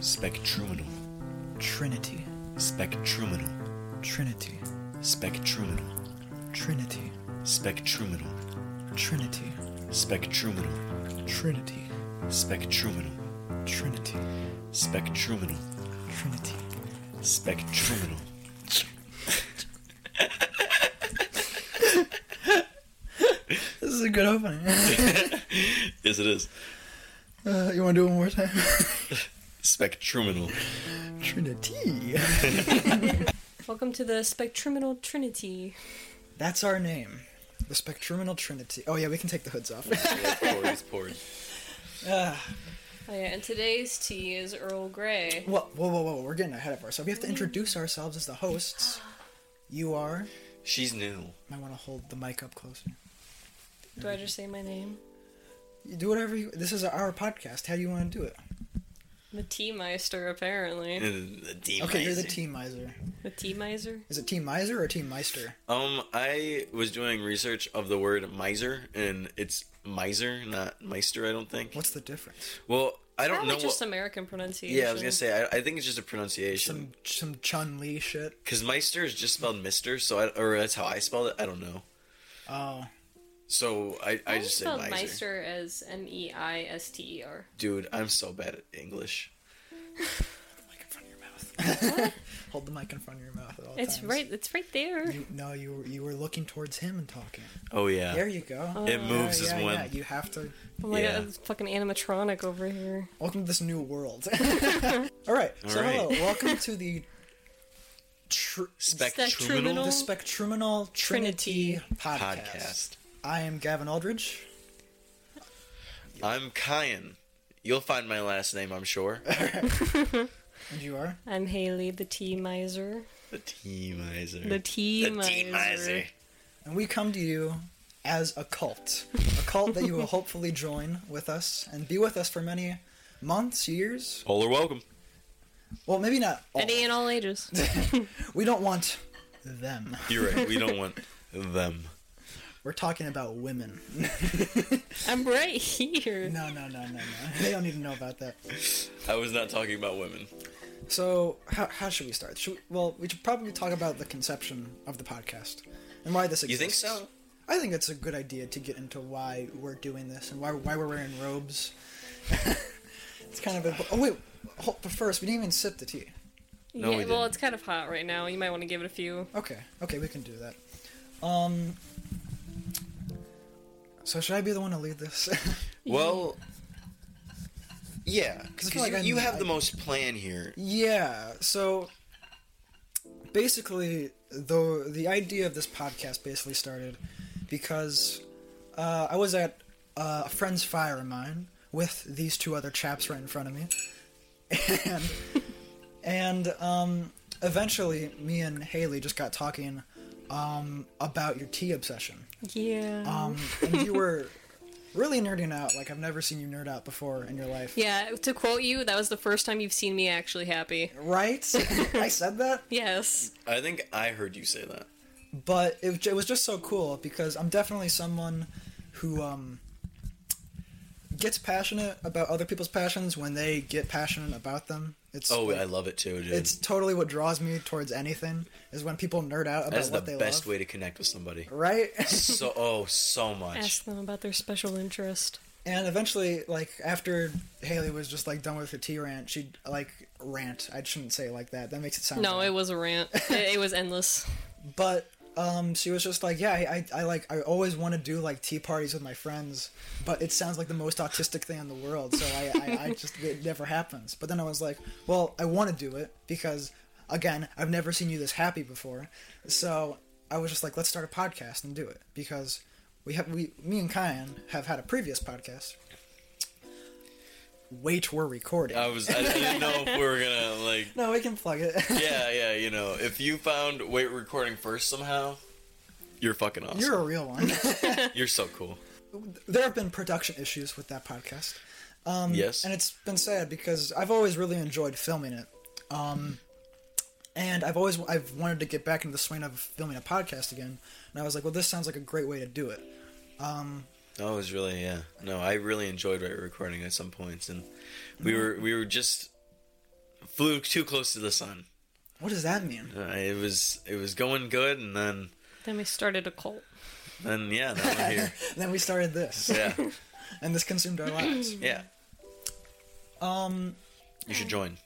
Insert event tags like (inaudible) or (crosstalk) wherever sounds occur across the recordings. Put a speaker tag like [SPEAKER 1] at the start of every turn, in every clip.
[SPEAKER 1] Spectruminal.
[SPEAKER 2] Trinity.
[SPEAKER 1] Spectruminal.
[SPEAKER 2] Trinity.
[SPEAKER 1] Spectruminal.
[SPEAKER 2] Trinity.
[SPEAKER 1] Spectruminal.
[SPEAKER 2] Trinity.
[SPEAKER 1] Spectruminal.
[SPEAKER 2] Trinity.
[SPEAKER 1] Spectruminal.
[SPEAKER 2] Trinity.
[SPEAKER 1] Spectruminal.
[SPEAKER 2] Trinity.
[SPEAKER 1] Spectruminal.
[SPEAKER 2] This is a good opening. (laughs)
[SPEAKER 1] Yes, it is.
[SPEAKER 2] uh, you want to do it one more time? (laughs)
[SPEAKER 1] Spectruminal.
[SPEAKER 2] Trinity.
[SPEAKER 3] Welcome to the Spectruminal Trinity.
[SPEAKER 2] That's our name. The Spectruminal Trinity. Oh, yeah, we can take the hoods off. (laughs)
[SPEAKER 1] It's poured. It's poured.
[SPEAKER 2] uh,
[SPEAKER 3] Oh yeah, and today's tea is Earl Grey.
[SPEAKER 2] whoa, whoa, whoa, whoa. We're getting ahead of ourselves. We have to introduce ourselves as the hosts. You are.
[SPEAKER 1] She's new.
[SPEAKER 2] I want to hold the mic up closer.
[SPEAKER 3] Do I just say my name?
[SPEAKER 2] You do whatever you. This is our podcast. How do you want to do it?
[SPEAKER 3] The Tea Meister, apparently.
[SPEAKER 1] And The team
[SPEAKER 2] Okay, you're the
[SPEAKER 1] miser.
[SPEAKER 2] team miser.
[SPEAKER 3] The Tea Miser?
[SPEAKER 2] Is it team miser or team meister?
[SPEAKER 1] Um, I was doing research of the word miser, and it's miser, not meister. I don't think.
[SPEAKER 2] What's the difference?
[SPEAKER 1] Well, I don't
[SPEAKER 3] Probably
[SPEAKER 1] know.
[SPEAKER 3] just
[SPEAKER 1] what...
[SPEAKER 3] American pronunciation.
[SPEAKER 1] Yeah, I was gonna say. I, I think it's just a pronunciation.
[SPEAKER 2] Some some Chun Li shit.
[SPEAKER 1] Because meister is just spelled mister, so I, or that's how I spelled it. I don't know.
[SPEAKER 2] Oh,
[SPEAKER 1] So I, I just said
[SPEAKER 3] spelled
[SPEAKER 1] miser.
[SPEAKER 3] Meister as M E I S T E R.
[SPEAKER 1] Dude, I'm so bad at English.
[SPEAKER 2] mic in front of your mouth.
[SPEAKER 3] (laughs)
[SPEAKER 2] Hold the mic in front of your mouth at all
[SPEAKER 3] It's
[SPEAKER 2] times.
[SPEAKER 3] right. It's right there.
[SPEAKER 2] You, no, you were, you were looking towards him and talking.
[SPEAKER 1] Oh yeah.
[SPEAKER 2] There you go.
[SPEAKER 1] It moves
[SPEAKER 2] yeah,
[SPEAKER 1] as
[SPEAKER 2] yeah,
[SPEAKER 1] one.
[SPEAKER 2] yeah, You have to
[SPEAKER 3] Oh my
[SPEAKER 1] Yeah.
[SPEAKER 3] god, it's fucking animatronic over here.
[SPEAKER 2] welcome to this new
[SPEAKER 3] (laughs)
[SPEAKER 2] world. (laughs) all right. so
[SPEAKER 1] All right.
[SPEAKER 2] hello, welcome to the. Tr- the
[SPEAKER 1] Spectruminal
[SPEAKER 3] Spectruminal
[SPEAKER 2] Spectruminal Trinity,
[SPEAKER 3] Trinity
[SPEAKER 2] podcast.
[SPEAKER 1] podcast.
[SPEAKER 2] I am Gavin Aldridge.
[SPEAKER 1] I'm Kyan. You'll find my last name, I'm
[SPEAKER 2] (laughs)
[SPEAKER 1] sure.
[SPEAKER 2] And you are?
[SPEAKER 3] I'm Haley, the Tea Miser.
[SPEAKER 1] the T miser.
[SPEAKER 3] The Tea Miser.
[SPEAKER 2] And we come to you as a cult. A cult that you
[SPEAKER 3] (laughs)
[SPEAKER 2] will hopefully join with us and be with us for many months, years.
[SPEAKER 1] All are welcome.
[SPEAKER 2] Well, maybe not all.
[SPEAKER 3] Any and
[SPEAKER 1] (laughs)
[SPEAKER 3] all ages.
[SPEAKER 2] We don't want them.
[SPEAKER 1] You're right. We don't want them.
[SPEAKER 2] We're talking about women. (laughs)
[SPEAKER 3] I'm right here.
[SPEAKER 2] No, no, no, no, no. They don't need to know about that.
[SPEAKER 1] I was not talking about women.
[SPEAKER 2] So, how, how should we start? Should we, well, we should probably talk about the conception of the podcast and why this exists.
[SPEAKER 1] You think so?
[SPEAKER 2] I think it's a good idea to get into why we're doing this and why why we're wearing robes. (laughs) it's kind of a. Oh wait, hold, but first we didn't even sip the tea.
[SPEAKER 1] No,
[SPEAKER 3] yeah,
[SPEAKER 1] we
[SPEAKER 3] well,
[SPEAKER 1] didn't.
[SPEAKER 3] it's kind of hot right now. You might want to give it a few.
[SPEAKER 2] Okay, okay, we can do that. Um. So should I be the one to lead this? (laughs)
[SPEAKER 1] Well, yeah.
[SPEAKER 2] I
[SPEAKER 1] Because
[SPEAKER 2] feel like
[SPEAKER 1] you,
[SPEAKER 2] I'm-
[SPEAKER 1] you have the
[SPEAKER 2] I-
[SPEAKER 1] most plan here.
[SPEAKER 2] yeah. So basically, the the idea of this podcast basically started because uh, I was at uh, a friend's fire of mine with these two other chaps right in front of me, and and um, eventually me and Haley just got talking um, about your tea obsession,
[SPEAKER 3] Yeah.
[SPEAKER 1] Ah,
[SPEAKER 2] um, and you were really nerding out like I've never seen you nerd out before in your life.
[SPEAKER 3] yeah, to quote you, that was the first time you've seen me actually happy.
[SPEAKER 2] Right? (laughs) I said that,
[SPEAKER 3] Yes.
[SPEAKER 1] I think I heard you say that.
[SPEAKER 2] but it, was- it was just so cool because I'm definitely someone who um, gets passionate about other people's passions when they get passionate about them. It's
[SPEAKER 1] Oh, I love it too, dude.
[SPEAKER 2] it's totally what draws me towards anything is when people nerd out about
[SPEAKER 1] That's the
[SPEAKER 2] what they
[SPEAKER 1] best
[SPEAKER 2] love.
[SPEAKER 1] way to connect with somebody.
[SPEAKER 2] Right? (laughs)
[SPEAKER 1] So, oh, so much.
[SPEAKER 3] Ask them about their special interest.
[SPEAKER 2] and eventually, like after Haley was just like done with her tea rant, she like rant. I shouldn't say it like that. That makes it sound
[SPEAKER 3] No,
[SPEAKER 2] bad.
[SPEAKER 3] it was a
[SPEAKER 1] (laughs)
[SPEAKER 3] rant. It, it was endless.
[SPEAKER 2] but um, she was just like, yeah, I, I, I like, I always want to do like tea parties with my friends, but it sounds like the most autistic thing in the world, so I, I, I just it never happens. But then I was like, well, I want to do it because, again, I've never seen you this happy before, so I was just like, let's start a podcast and do it because we have we me and Kyan have had a previous podcast. Wait, we're recording.
[SPEAKER 1] I was. I didn't know if we were gonna like.
[SPEAKER 2] no, we can plug it. (laughs)
[SPEAKER 1] Yeah, yeah. You know, if you found wait recording first somehow, you're fucking awesome.
[SPEAKER 2] You're a real one.
[SPEAKER 1] You're so cool.
[SPEAKER 2] there have been production issues with that podcast.
[SPEAKER 1] yes.
[SPEAKER 2] Um, and it's been sad because I've always really enjoyed filming it, um, and I've always I've wanted to get back into the swing of filming a podcast again. And I was like, well, this sounds like a great way to do it.
[SPEAKER 1] oh, it was
[SPEAKER 2] Mm-hmm.
[SPEAKER 1] really yeah. No, I really enjoyed right recording at some points, and we were we were just flew too close to the sun.
[SPEAKER 2] What does that mean? (laughs)
[SPEAKER 1] Uh, it was it was going good, and then
[SPEAKER 3] Then we started a cult.
[SPEAKER 1] then yeah, now we're
[SPEAKER 2] (laughs)
[SPEAKER 1] here.
[SPEAKER 2] then we started this,
[SPEAKER 1] Yeah,
[SPEAKER 2] and this consumed
[SPEAKER 1] (clears throat)
[SPEAKER 2] our lives.
[SPEAKER 1] yeah.
[SPEAKER 2] Um,
[SPEAKER 1] You should join.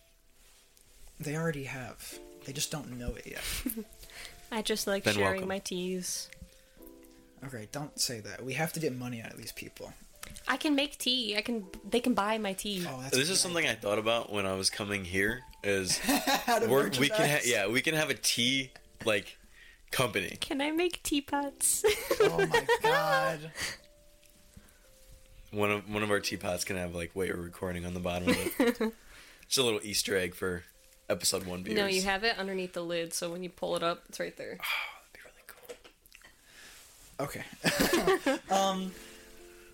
[SPEAKER 2] they already have. They just don't know it yet.
[SPEAKER 3] I just like
[SPEAKER 1] Then
[SPEAKER 3] sharing
[SPEAKER 1] welcome.
[SPEAKER 3] my teas.
[SPEAKER 2] Okay, don't say that. We have to get money out of these people.
[SPEAKER 3] I can make tea. I can. They can buy my tea.
[SPEAKER 2] Oh, that's
[SPEAKER 1] This
[SPEAKER 2] a
[SPEAKER 1] is
[SPEAKER 2] good
[SPEAKER 1] something I thought about when I was coming here. Is
[SPEAKER 2] idea. How (laughs) to
[SPEAKER 1] we're, we can ha-
[SPEAKER 2] merchandise.
[SPEAKER 1] yeah we can have a tea like company.
[SPEAKER 3] Can I make teapots?
[SPEAKER 2] Oh my
[SPEAKER 1] (laughs)
[SPEAKER 2] god.
[SPEAKER 1] One of one of our teapots can have like wait we're recording on the bottom of
[SPEAKER 3] (laughs)
[SPEAKER 1] it. It's a little Easter egg for episode one beers.
[SPEAKER 3] no, you have it underneath the lid, so when you pull it up, it's right there.
[SPEAKER 1] That'd be really cool.
[SPEAKER 2] Okay. (laughs) um,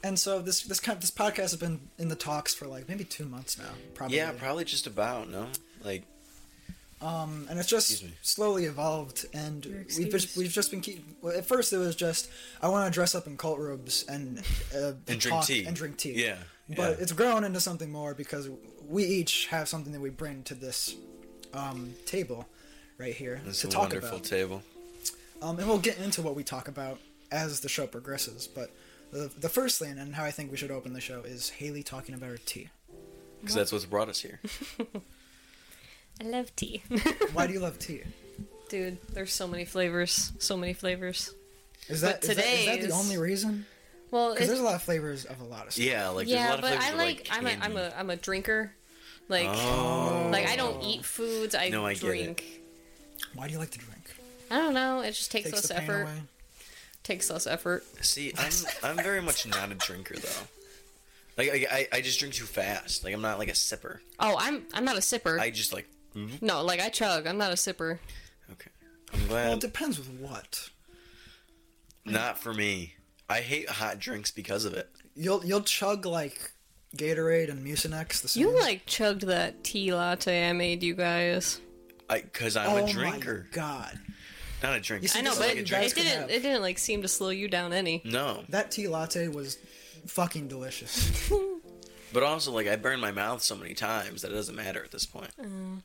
[SPEAKER 2] and so this this kind of, this podcast has been in the talks for like maybe two months now, probably.
[SPEAKER 1] Yeah, probably just about no like
[SPEAKER 2] Um, and it's just
[SPEAKER 1] Excuse me.
[SPEAKER 2] slowly evolved, and we've
[SPEAKER 3] excused.
[SPEAKER 2] just, we've just been keep. Well, at first, it was just I want to dress up in cult robes and uh,
[SPEAKER 1] (laughs) and drink
[SPEAKER 2] talk
[SPEAKER 1] tea
[SPEAKER 2] and drink tea.
[SPEAKER 1] Yeah,
[SPEAKER 2] But
[SPEAKER 1] yeah.
[SPEAKER 2] it's grown into something more because we each have something that we bring to this um, table right here
[SPEAKER 1] it's
[SPEAKER 2] to
[SPEAKER 1] a
[SPEAKER 2] talk
[SPEAKER 1] wonderful
[SPEAKER 2] about.
[SPEAKER 1] table.
[SPEAKER 2] Um, and we'll get into what we talk about as the show progresses. But the, the first thing, and how I think we should open the show, is Haley talking about her tea.
[SPEAKER 1] because that's what's brought us
[SPEAKER 3] (laughs)
[SPEAKER 1] here.
[SPEAKER 3] I love tea,
[SPEAKER 2] Why do you love tea?
[SPEAKER 3] (laughs) dude. There's so many flavors. So many flavors.
[SPEAKER 2] Is that,
[SPEAKER 3] (laughs) But
[SPEAKER 2] is that, is that
[SPEAKER 3] today's-
[SPEAKER 2] the only reason?
[SPEAKER 3] Well,
[SPEAKER 2] Because
[SPEAKER 3] it's-
[SPEAKER 2] there's a lot of flavors of a lot of stuff.
[SPEAKER 1] Yeah, like there's a
[SPEAKER 3] yeah,
[SPEAKER 1] lot of
[SPEAKER 3] but
[SPEAKER 1] flavors
[SPEAKER 3] I
[SPEAKER 1] of,
[SPEAKER 3] like. I'm a. I'm
[SPEAKER 1] candy.
[SPEAKER 3] a. I'm a drinker. Like.
[SPEAKER 1] Oh,
[SPEAKER 3] Like I don't eat foods. I
[SPEAKER 1] No, I get it.
[SPEAKER 3] drink.
[SPEAKER 2] Why do you like to drink?
[SPEAKER 3] I don't know. It just takes,
[SPEAKER 2] Takes
[SPEAKER 3] less
[SPEAKER 2] the pain
[SPEAKER 3] effort.
[SPEAKER 2] away.
[SPEAKER 1] Um,
[SPEAKER 3] Takes less effort.
[SPEAKER 1] see, I'm I'm very much not a drinker though. Like I, I, I just drink too fast. Like I'm not like a sipper.
[SPEAKER 3] Oh, I'm. I'm not a sipper.
[SPEAKER 1] I just like mm,
[SPEAKER 3] No, like I chug. I'm not a sipper.
[SPEAKER 1] okay. I'm glad
[SPEAKER 2] Well, it depends with what.
[SPEAKER 1] not for me. I hate hot drinks because of it.
[SPEAKER 2] You'll you'll chug like Gatorade and Mucinex. The same.
[SPEAKER 3] You like chugged that tea latte I made you guys.
[SPEAKER 1] I because I'm
[SPEAKER 2] oh
[SPEAKER 1] a drinker,
[SPEAKER 2] my god,
[SPEAKER 1] not a drinker.
[SPEAKER 2] see,
[SPEAKER 3] I know,
[SPEAKER 2] Just
[SPEAKER 3] but
[SPEAKER 2] like
[SPEAKER 3] it,
[SPEAKER 2] you guys
[SPEAKER 3] it
[SPEAKER 2] can
[SPEAKER 3] didn't.
[SPEAKER 2] have.
[SPEAKER 3] It didn't like seem to slow you down any.
[SPEAKER 1] no.
[SPEAKER 2] that tea latte was fucking delicious.
[SPEAKER 1] But also, like I burn my mouth so many times that it doesn't matter at this point.
[SPEAKER 3] Mm-hmm.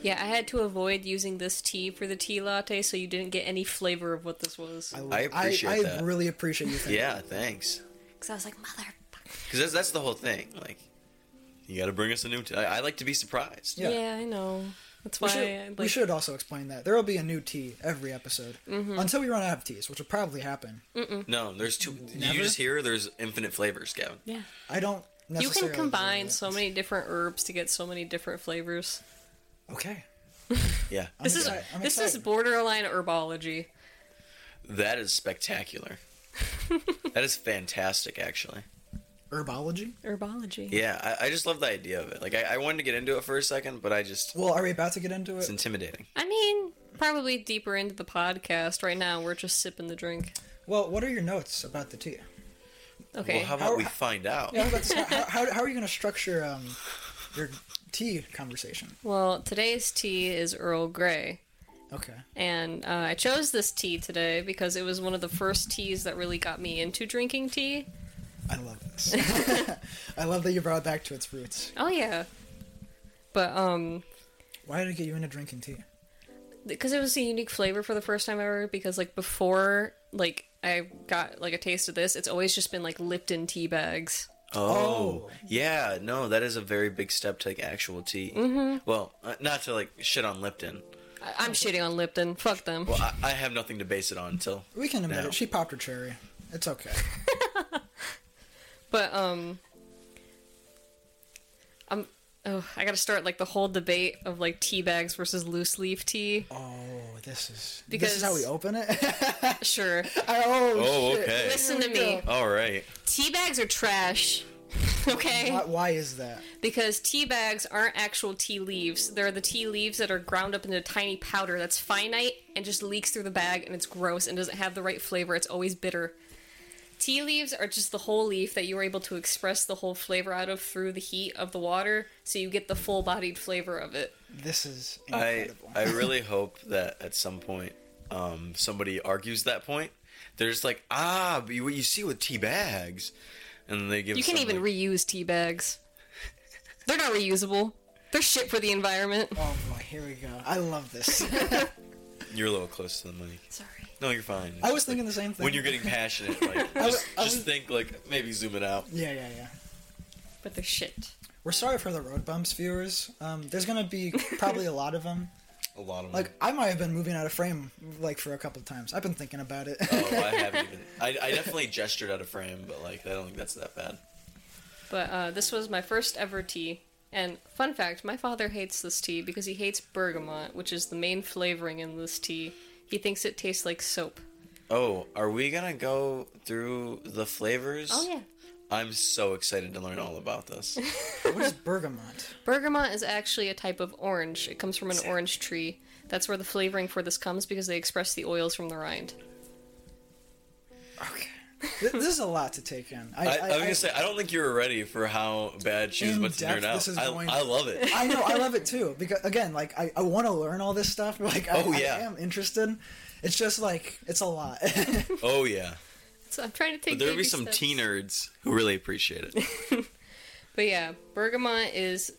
[SPEAKER 3] Yeah, I had to avoid using this tea for the tea latte, so you didn't get any flavor of what this was.
[SPEAKER 1] (laughs) I appreciate
[SPEAKER 2] I,
[SPEAKER 1] that.
[SPEAKER 2] really appreciate you. Thinking.
[SPEAKER 1] yeah, thanks.
[SPEAKER 3] Because I was like, motherfucker.
[SPEAKER 1] Because that's that's the whole thing. Like you got to bring us a new. T- I, I like to be surprised.
[SPEAKER 2] Yeah.
[SPEAKER 3] Yeah. I know. That's why.
[SPEAKER 2] We should,
[SPEAKER 3] I,
[SPEAKER 2] we
[SPEAKER 3] like-
[SPEAKER 2] should also explain that there will be a new tea every episode
[SPEAKER 3] Mm-hmm.
[SPEAKER 2] until we run out of teas, which will probably happen.
[SPEAKER 1] No, there's two.
[SPEAKER 2] Never?
[SPEAKER 1] You just hear there's infinite flavors, Gavin.
[SPEAKER 3] Yeah.
[SPEAKER 2] I don't.
[SPEAKER 3] You
[SPEAKER 2] Necessarily
[SPEAKER 3] can combine
[SPEAKER 2] believe
[SPEAKER 3] so many different herbs to get so many different flavors.
[SPEAKER 2] it. Okay.
[SPEAKER 1] Yeah,
[SPEAKER 2] I'm
[SPEAKER 3] This is
[SPEAKER 2] excited- I'm
[SPEAKER 3] this is
[SPEAKER 2] excited.
[SPEAKER 3] borderline herbology.
[SPEAKER 1] that is
[SPEAKER 3] (laughs)
[SPEAKER 1] spectacular. that is fantastic, actually.
[SPEAKER 2] herbology.
[SPEAKER 3] Herbology.
[SPEAKER 1] Yeah, I, I just love the idea of it. Like I, I wanted to get into it for a second, but I just
[SPEAKER 2] Well, are we about to get into
[SPEAKER 1] it's
[SPEAKER 2] it?
[SPEAKER 1] intimidating.
[SPEAKER 3] I mean, probably deeper into the podcast. Right now, we're just sipping the drink.
[SPEAKER 2] Well, what are your notes about the tea?
[SPEAKER 3] Okay.
[SPEAKER 1] Well, how about
[SPEAKER 2] How-
[SPEAKER 1] we find out?
[SPEAKER 2] Yeah, how, about this? how, how, how are you going to structure um, your tea conversation?
[SPEAKER 3] Well, today's tea is Earl Grey.
[SPEAKER 2] Okay.
[SPEAKER 3] And uh, I chose this tea today because it was one of the first teas that really got me into drinking tea.
[SPEAKER 2] I love this. (laughs) I love that you brought it back to its roots.
[SPEAKER 3] Oh, yeah. But, um,
[SPEAKER 2] Why did it get you into drinking tea?
[SPEAKER 3] because it was a unique flavor for the first time ever, because, like, before, like, I got, like, a taste of this, it's always just been, like, Lipton tea bags.
[SPEAKER 1] Oh,
[SPEAKER 2] Oh.
[SPEAKER 1] yeah, no, that is a very big step to like actual tea. Well, uh, not to like shit on Lipton.
[SPEAKER 3] I- I'm shitting on Lipton. Fuck them.
[SPEAKER 1] Well, I, I have nothing to base it on until
[SPEAKER 2] We can admit
[SPEAKER 1] No.
[SPEAKER 2] it. She popped her cherry.
[SPEAKER 1] (laughs)
[SPEAKER 2] It's okay.
[SPEAKER 3] But um, I'm oh, I gotta start like the whole debate of like tea bags versus loose leaf tea.
[SPEAKER 2] Oh, this is this
[SPEAKER 3] Because-
[SPEAKER 2] is how we open it. (laughs)
[SPEAKER 3] Sure,
[SPEAKER 2] oh,
[SPEAKER 1] Oh,
[SPEAKER 2] shit.
[SPEAKER 1] okay.
[SPEAKER 3] listen to
[SPEAKER 2] Here we
[SPEAKER 3] me.
[SPEAKER 2] go.
[SPEAKER 1] All right.
[SPEAKER 3] Tea bags are trash. (laughs) okay,
[SPEAKER 2] Why, why is that?
[SPEAKER 3] because tea bags aren't actual tea leaves. They're the tea leaves that are ground up into tiny powder that's finite and just leaks through the bag, and it's gross and doesn't have the right flavor. It's always bitter. Tea leaves are just the whole leaf that you are able to express the whole flavor out of through the heat of the water, so you get the full bodied flavor of it.
[SPEAKER 2] This is
[SPEAKER 1] I
[SPEAKER 2] Oh, incredible.
[SPEAKER 1] I really hope that at some point um, somebody argues that point. They're just like, ah, but you- what you see with tea bags, and they give
[SPEAKER 3] You can't
[SPEAKER 1] some,
[SPEAKER 3] even
[SPEAKER 1] like-
[SPEAKER 3] reuse tea bags. They're not reusable. They're shit for the environment.
[SPEAKER 2] Oh boy, here we go. I
[SPEAKER 1] (laughs)
[SPEAKER 2] love this.
[SPEAKER 1] You're a little close to the mic.
[SPEAKER 3] Sorry.
[SPEAKER 1] No, you're fine.
[SPEAKER 2] I was thinking the same thing.
[SPEAKER 1] when you're getting passionate, like just,
[SPEAKER 2] (laughs) I
[SPEAKER 1] just
[SPEAKER 2] was-
[SPEAKER 1] think like maybe zoom it out.
[SPEAKER 2] Yeah, yeah, yeah.
[SPEAKER 3] But they're shit.
[SPEAKER 2] We're sorry for the road bumps, viewers. Um, there's
[SPEAKER 1] (laughs)
[SPEAKER 2] gonna be probably a lot of them.
[SPEAKER 1] A lot of them.
[SPEAKER 2] Like I might have been moving out of frame like for a couple of times. I've been thinking
[SPEAKER 1] (laughs)
[SPEAKER 2] about it.
[SPEAKER 1] oh, I haven't even. I, I definitely gestured out of frame, but like I don't think that's that bad.
[SPEAKER 3] But uh, this was my first ever tea. And fun fact, my father hates this tea because he hates bergamot, which is the main flavoring in this tea. He thinks it tastes like soap.
[SPEAKER 1] Oh, are we gonna go through the flavors?
[SPEAKER 3] Oh yeah.
[SPEAKER 1] I'm so excited to learn all about this.
[SPEAKER 2] what is bergamot?
[SPEAKER 3] Bergamot is actually a type of orange. It comes from an orange tree. That's where the flavoring for this comes because they express the oils from the rind.
[SPEAKER 2] Okay. Th- This is a lot to take in. I,
[SPEAKER 1] I,
[SPEAKER 2] I,
[SPEAKER 1] I, was gonna say I don't think you were ready for how bad she was
[SPEAKER 2] In
[SPEAKER 1] about to nerd
[SPEAKER 2] depth,
[SPEAKER 1] out.
[SPEAKER 2] this is
[SPEAKER 1] I,
[SPEAKER 2] going-
[SPEAKER 1] I love it.
[SPEAKER 2] (laughs) I know I love it too because again, like I, I want to learn all this stuff. Like I,
[SPEAKER 1] Oh,
[SPEAKER 2] I
[SPEAKER 1] yeah.
[SPEAKER 2] am interested. It's just like it's a lot. (laughs)
[SPEAKER 1] Oh yeah,
[SPEAKER 3] So I'm trying to take.
[SPEAKER 1] but there'll be
[SPEAKER 3] baby
[SPEAKER 1] some
[SPEAKER 3] steps.
[SPEAKER 1] tea nerds who really appreciate it.
[SPEAKER 3] But yeah, bergamot is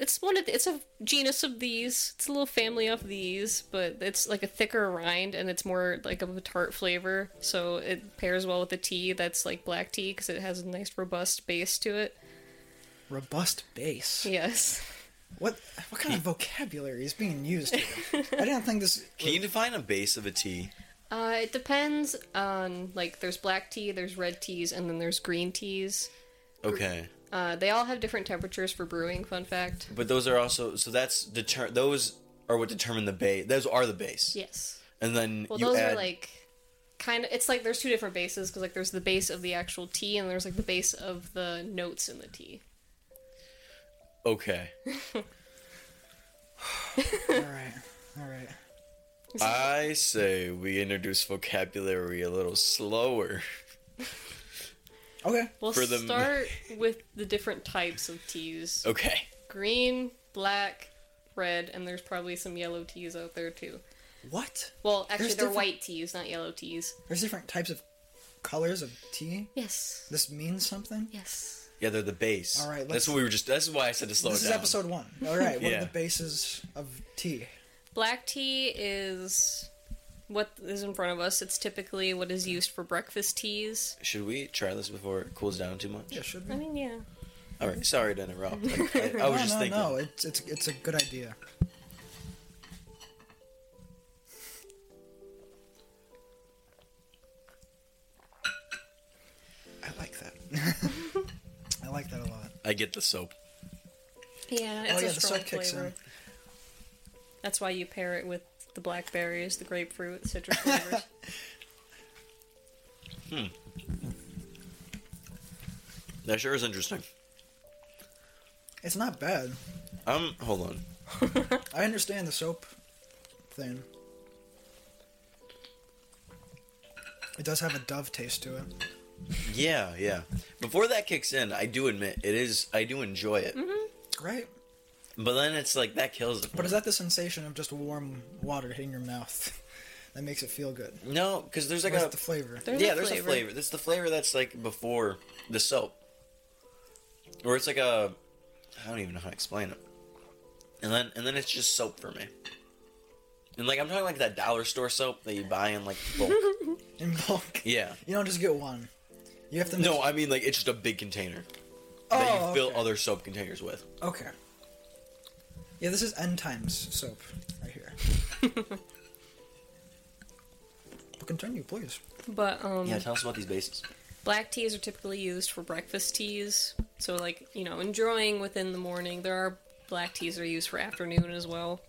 [SPEAKER 3] it's one of the, it's a genus of these. It's a little family of these, but it's like a thicker rind and it's more like of a tart flavor. So it pairs well with the tea that's like black tea because it has a nice robust base to it.
[SPEAKER 2] Robust base.
[SPEAKER 3] Yes.
[SPEAKER 2] What what kind of vocabulary is being used? Here? I didn't
[SPEAKER 1] (laughs)
[SPEAKER 2] think this.
[SPEAKER 1] Can you define a base of a tea?
[SPEAKER 3] Uh, it depends on like there's black tea, there's red teas, and then there's green teas.
[SPEAKER 1] Okay,
[SPEAKER 3] Uh, they all have different temperatures for brewing. Fun fact.
[SPEAKER 1] but those are also so that's deter. Those are what determine the base. Those are the base,
[SPEAKER 3] Yes.
[SPEAKER 1] and then
[SPEAKER 3] Well,
[SPEAKER 1] you
[SPEAKER 3] those
[SPEAKER 1] add.
[SPEAKER 3] are like kind of. It's like there's two different bases because like there's the base of the actual tea and there's like the base of the notes in the tea.
[SPEAKER 1] okay,
[SPEAKER 2] All right, all right.
[SPEAKER 1] I say we introduce vocabulary a little slower.
[SPEAKER 2] Okay.
[SPEAKER 3] We'll
[SPEAKER 1] For the-
[SPEAKER 3] start (laughs) with the different types of teas:
[SPEAKER 1] Okay,
[SPEAKER 3] green, black, red, and there's probably some yellow teas out there too.
[SPEAKER 2] What?
[SPEAKER 3] Well, actually,
[SPEAKER 2] There's
[SPEAKER 3] they're
[SPEAKER 2] different-
[SPEAKER 3] white teas, not yellow teas.
[SPEAKER 2] There's different types of colors of tea.
[SPEAKER 3] Yes.
[SPEAKER 2] This means something.
[SPEAKER 3] Yes.
[SPEAKER 1] yeah, they're the base.
[SPEAKER 2] All right,
[SPEAKER 1] that's
[SPEAKER 2] let's-
[SPEAKER 1] what we were just. That's why I said to slow
[SPEAKER 2] this
[SPEAKER 1] it
[SPEAKER 2] is
[SPEAKER 1] down.
[SPEAKER 2] episode one. All right.
[SPEAKER 1] (laughs)
[SPEAKER 2] What
[SPEAKER 1] Yeah.
[SPEAKER 2] are the bases of tea?
[SPEAKER 3] Black tea is what is in front of us. It's typically what is used for breakfast teas.
[SPEAKER 1] Should we try this before it cools down too much?
[SPEAKER 2] Yeah, should
[SPEAKER 3] I
[SPEAKER 2] be.
[SPEAKER 3] mean, yeah.
[SPEAKER 1] All right, sorry to
[SPEAKER 2] (laughs)
[SPEAKER 1] interrupt. Like, I, I was
[SPEAKER 2] no,
[SPEAKER 1] just
[SPEAKER 2] no,
[SPEAKER 1] thinking.
[SPEAKER 2] no. It's it's it's a good idea. I like that. (laughs) I like that a lot.
[SPEAKER 1] I get the soap.
[SPEAKER 3] Yeah,
[SPEAKER 2] Oh,
[SPEAKER 3] it's
[SPEAKER 2] yeah,
[SPEAKER 3] a
[SPEAKER 2] the
[SPEAKER 3] strong
[SPEAKER 2] soap kicks
[SPEAKER 3] flavor.
[SPEAKER 2] in.
[SPEAKER 3] That's why you pair it with the blackberries, the grapefruit,
[SPEAKER 2] (laughs)
[SPEAKER 3] citrus flavors.
[SPEAKER 1] That sure is interesting.
[SPEAKER 2] It's not bad.
[SPEAKER 1] Um, hold on.
[SPEAKER 2] I understand the soap thing. It does have a dove taste to it.
[SPEAKER 1] Yeah, yeah. Before that kicks in, I do admit it is. I do enjoy it,
[SPEAKER 2] Right?
[SPEAKER 1] but then it's like that kills it.
[SPEAKER 2] But Mm-hmm. is that the sensation of just warm water hitting your mouth (laughs) that makes it feel good?
[SPEAKER 1] No, because there's like
[SPEAKER 2] Where's
[SPEAKER 1] a
[SPEAKER 2] the flavor?
[SPEAKER 3] There's
[SPEAKER 1] yeah.
[SPEAKER 3] a
[SPEAKER 1] There's a flavor. That's the flavor that's like before the soap, or it's like a. I don't even know how to explain it. And then and then it's just soap for me. And like I'm talking like that dollar store soap that you buy in like
[SPEAKER 2] (laughs)
[SPEAKER 1] bulk.
[SPEAKER 2] In
[SPEAKER 1] (laughs)
[SPEAKER 2] bulk.
[SPEAKER 1] yeah.
[SPEAKER 2] You don't just get one. You have to
[SPEAKER 1] No, I mean like it's just a big container
[SPEAKER 2] oh,
[SPEAKER 1] that you fill
[SPEAKER 2] okay. Mm-hmm.
[SPEAKER 1] other soap containers with.
[SPEAKER 2] Okay. Yeah, this is end times soap right
[SPEAKER 1] (laughs)
[SPEAKER 2] here. but continue, please.
[SPEAKER 3] But um,
[SPEAKER 1] Yeah, tell us about these bases.
[SPEAKER 3] black teas are typically used for breakfast teas. So like you know, enjoying within the morning. There are black teas that are used for afternoon as well.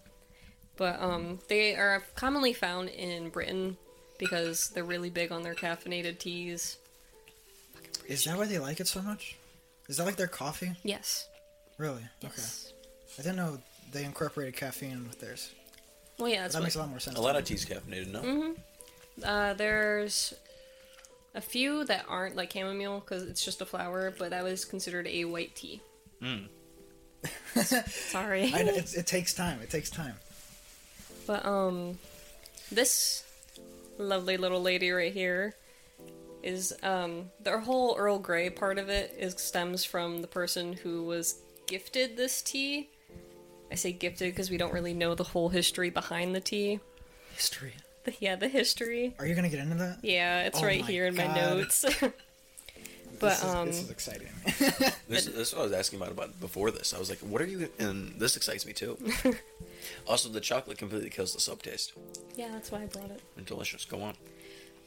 [SPEAKER 3] But um, they are commonly found in Britain because they're really big on their caffeinated teas.
[SPEAKER 2] Is that why they like it so much? Is that like their coffee?
[SPEAKER 3] Yes.
[SPEAKER 2] Really?
[SPEAKER 3] Yes.
[SPEAKER 2] Okay. I didn't know they incorporated caffeine with theirs.
[SPEAKER 3] Well, yeah, that's
[SPEAKER 2] That
[SPEAKER 3] what
[SPEAKER 2] makes a lot more sense.
[SPEAKER 1] A lot of tea's caffeinated, no?
[SPEAKER 2] Mm-hmm.
[SPEAKER 3] Uh, there's a few that aren't like chamomile because it's just a flower, but that was considered a white tea.
[SPEAKER 2] (laughs)
[SPEAKER 3] Sorry,
[SPEAKER 2] I know, it, it takes time. It takes time.
[SPEAKER 3] but um, this lovely little lady right here is um their whole Earl Grey part of it is stems from the person who was gifted this tea, I say gifted because we don't really know the whole history behind the tea.
[SPEAKER 2] History.
[SPEAKER 3] The- yeah, the history.
[SPEAKER 2] Are you gonna get into that?
[SPEAKER 3] Yeah, it's
[SPEAKER 2] Oh
[SPEAKER 3] right
[SPEAKER 2] my
[SPEAKER 3] here in my
[SPEAKER 2] God. (laughs)
[SPEAKER 3] notes. but
[SPEAKER 2] this is,
[SPEAKER 3] um,
[SPEAKER 2] this is exciting. (laughs)
[SPEAKER 1] This, this is what I was asking about, about before this. I was like, what are you. And this excites me
[SPEAKER 2] (laughs)
[SPEAKER 1] too. also, the chocolate completely kills the sub taste.
[SPEAKER 3] yeah, that's why I brought it.
[SPEAKER 1] And delicious. Go on.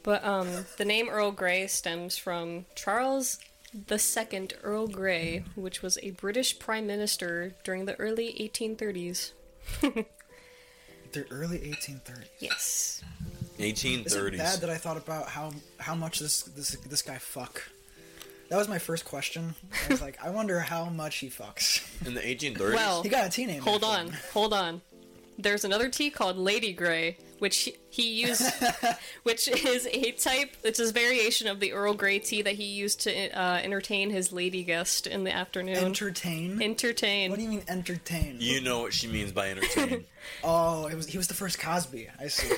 [SPEAKER 3] But um, the name Earl Grey stems from Charles II Earl Grey, which was a British prime minister during the early 1830s.
[SPEAKER 2] They're early 1830s.
[SPEAKER 3] Yes.
[SPEAKER 2] Is it
[SPEAKER 1] 1830s.
[SPEAKER 2] bad that I thought about how how much this this this guy fuck? That was my first question. I
[SPEAKER 3] (laughs)
[SPEAKER 2] was like, I wonder how much he fucks.
[SPEAKER 1] In the 1830s.
[SPEAKER 2] (laughs)
[SPEAKER 3] Well,
[SPEAKER 2] He got a teenager.
[SPEAKER 3] Hold on, hold on. There's another tea called Lady Grey, which he
[SPEAKER 2] (laughs)
[SPEAKER 3] used, which is a type, which is a variation of the Earl Grey tea that he used to uh, entertain his lady guest in the afternoon.
[SPEAKER 2] Entertain.
[SPEAKER 3] entertain.
[SPEAKER 2] what do you mean entertain?
[SPEAKER 1] you know what she means
[SPEAKER 3] (laughs)
[SPEAKER 1] by entertaining.
[SPEAKER 2] Oh, it was he was the first Cosby. I see.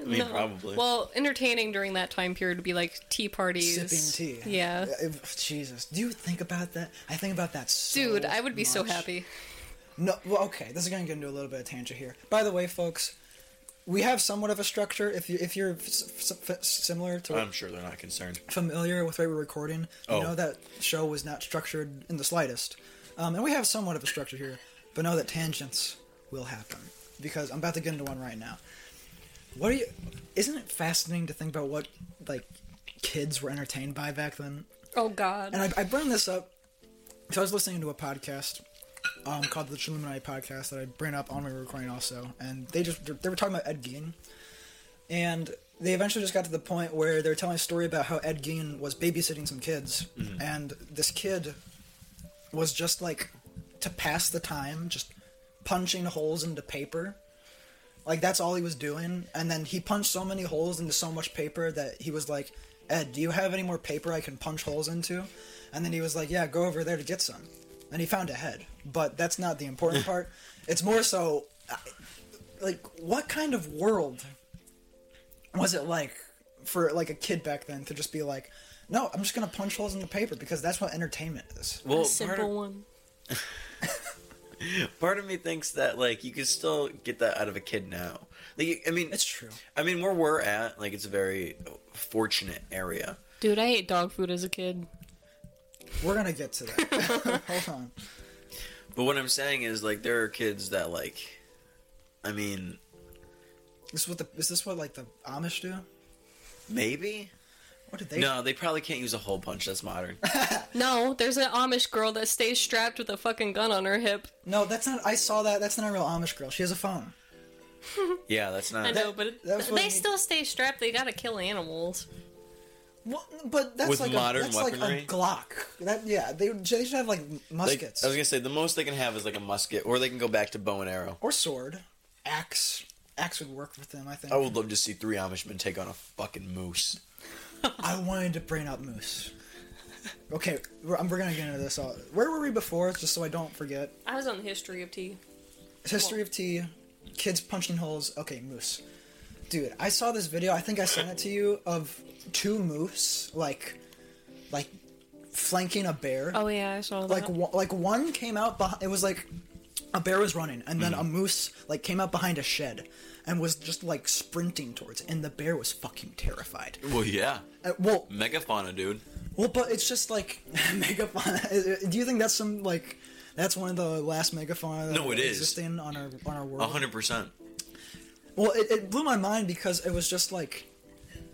[SPEAKER 1] I mean, probably.
[SPEAKER 3] Well, entertaining during that time period would be like tea parties.
[SPEAKER 2] Sipping tea.
[SPEAKER 3] Yeah.
[SPEAKER 2] It- Jesus, do you think about that? I think about that. So
[SPEAKER 3] Dude, I would be so
[SPEAKER 2] much.
[SPEAKER 3] happy.
[SPEAKER 2] No, well, okay. This is gonna get into a little bit of tangent here. By the way, folks, we have somewhat of a structure. If you if you're f- f- f- similar to
[SPEAKER 1] I'm sure they're not concerned.
[SPEAKER 2] familiar with where we're recording, you
[SPEAKER 1] Um. Oh.
[SPEAKER 2] know that show was not structured in the slightest. Um, and we have somewhat of a structure here, but know that tangents will happen because I'm about to get into one right now. What are you? Isn't it fascinating to think about what like kids were entertained by back then?
[SPEAKER 3] Oh God.
[SPEAKER 2] And I, I bring this up because I was listening to a podcast um, called the Chilluminati podcast that I bring up on my recording also, and they just they were talking about Ed Gein, and they eventually just got to the point where they were telling a story about how Ed Gein was babysitting some kids, and this kid was just like to pass the time, just punching holes into paper. Like that's all he was doing, and then he punched so many holes into so much paper that he was like, "Ed, do you have any more paper I can punch holes into?" And then he was like, "Yeah, go over there to get some." And he found a head, but that's not the important part. It's more so, I- like, what kind of world was it like for like a kid back then to just be like, "No, I'm just gonna punch holes in the paper because that's what entertainment is."
[SPEAKER 1] Well,
[SPEAKER 3] a simple
[SPEAKER 1] part, of,
[SPEAKER 3] one.
[SPEAKER 1] part of me thinks that, like, you can still get that out of a kid now. Like, I mean,
[SPEAKER 2] It's true.
[SPEAKER 1] I mean, where we're at, like, it's a very fortunate area.
[SPEAKER 3] Dude, I ate dog food as a kid.
[SPEAKER 2] We're gonna get to (laughs) that. Hold on.
[SPEAKER 1] But what I'm saying is, like, there are kids that, like, I mean,
[SPEAKER 2] This is what the is this what like the Amish do?
[SPEAKER 1] maybe?
[SPEAKER 2] What did they?
[SPEAKER 1] No, they probably can't use a hole punch. That's
[SPEAKER 3] (laughs)
[SPEAKER 1] modern.
[SPEAKER 3] No, there's an Amish girl that stays strapped with a fucking gun on her hip.
[SPEAKER 2] No, that's not. I saw that. That's not a real Amish girl. She has a phone.
[SPEAKER 1] Yeah, that's
[SPEAKER 3] I
[SPEAKER 1] not.
[SPEAKER 3] know, but it,
[SPEAKER 2] that's what I
[SPEAKER 3] they
[SPEAKER 2] mean.
[SPEAKER 3] still stay strapped. They gotta kill animals.
[SPEAKER 2] What? But that's
[SPEAKER 1] With
[SPEAKER 2] like
[SPEAKER 1] modern
[SPEAKER 2] a, that's like
[SPEAKER 1] weaponry?
[SPEAKER 2] a Glock. That yeah. They, they should have like
[SPEAKER 1] Like,
[SPEAKER 2] muskets
[SPEAKER 1] I was gonna say the most they can have is like a musket, or they can go back to bow and arrow.
[SPEAKER 2] or sword, axe. Axe would work with them, I think.
[SPEAKER 1] I would love to see three Amish men take on a fucking moose.
[SPEAKER 2] I wanted to bring up moose. Okay, we're, I'm- we're gonna get into this. All. Where were we before? Just so I don't forget.
[SPEAKER 3] I was on the history of tea.
[SPEAKER 2] History of tea, kids punching holes. Okay, moose. Dude, I saw this video. I think I sent it to you of two moose like, like, flanking a bear.
[SPEAKER 3] Oh yeah, I saw that.
[SPEAKER 2] like one, like one came out behind. It was like a bear was running, and then a
[SPEAKER 1] Mm-hmm.
[SPEAKER 2] moose like came out behind a shed and was just like sprinting towards. It, and the bear was fucking terrified.
[SPEAKER 1] Well, yeah,
[SPEAKER 2] Uh, well,
[SPEAKER 1] megafauna, dude.
[SPEAKER 2] well, but it's just like (laughs) megafauna. uh, Do you think that's some like that's one of the last megafauna that
[SPEAKER 1] No, it is.
[SPEAKER 2] existing on our on our world?
[SPEAKER 1] hundred percent.
[SPEAKER 2] Well, it, it blew my mind because it was just like,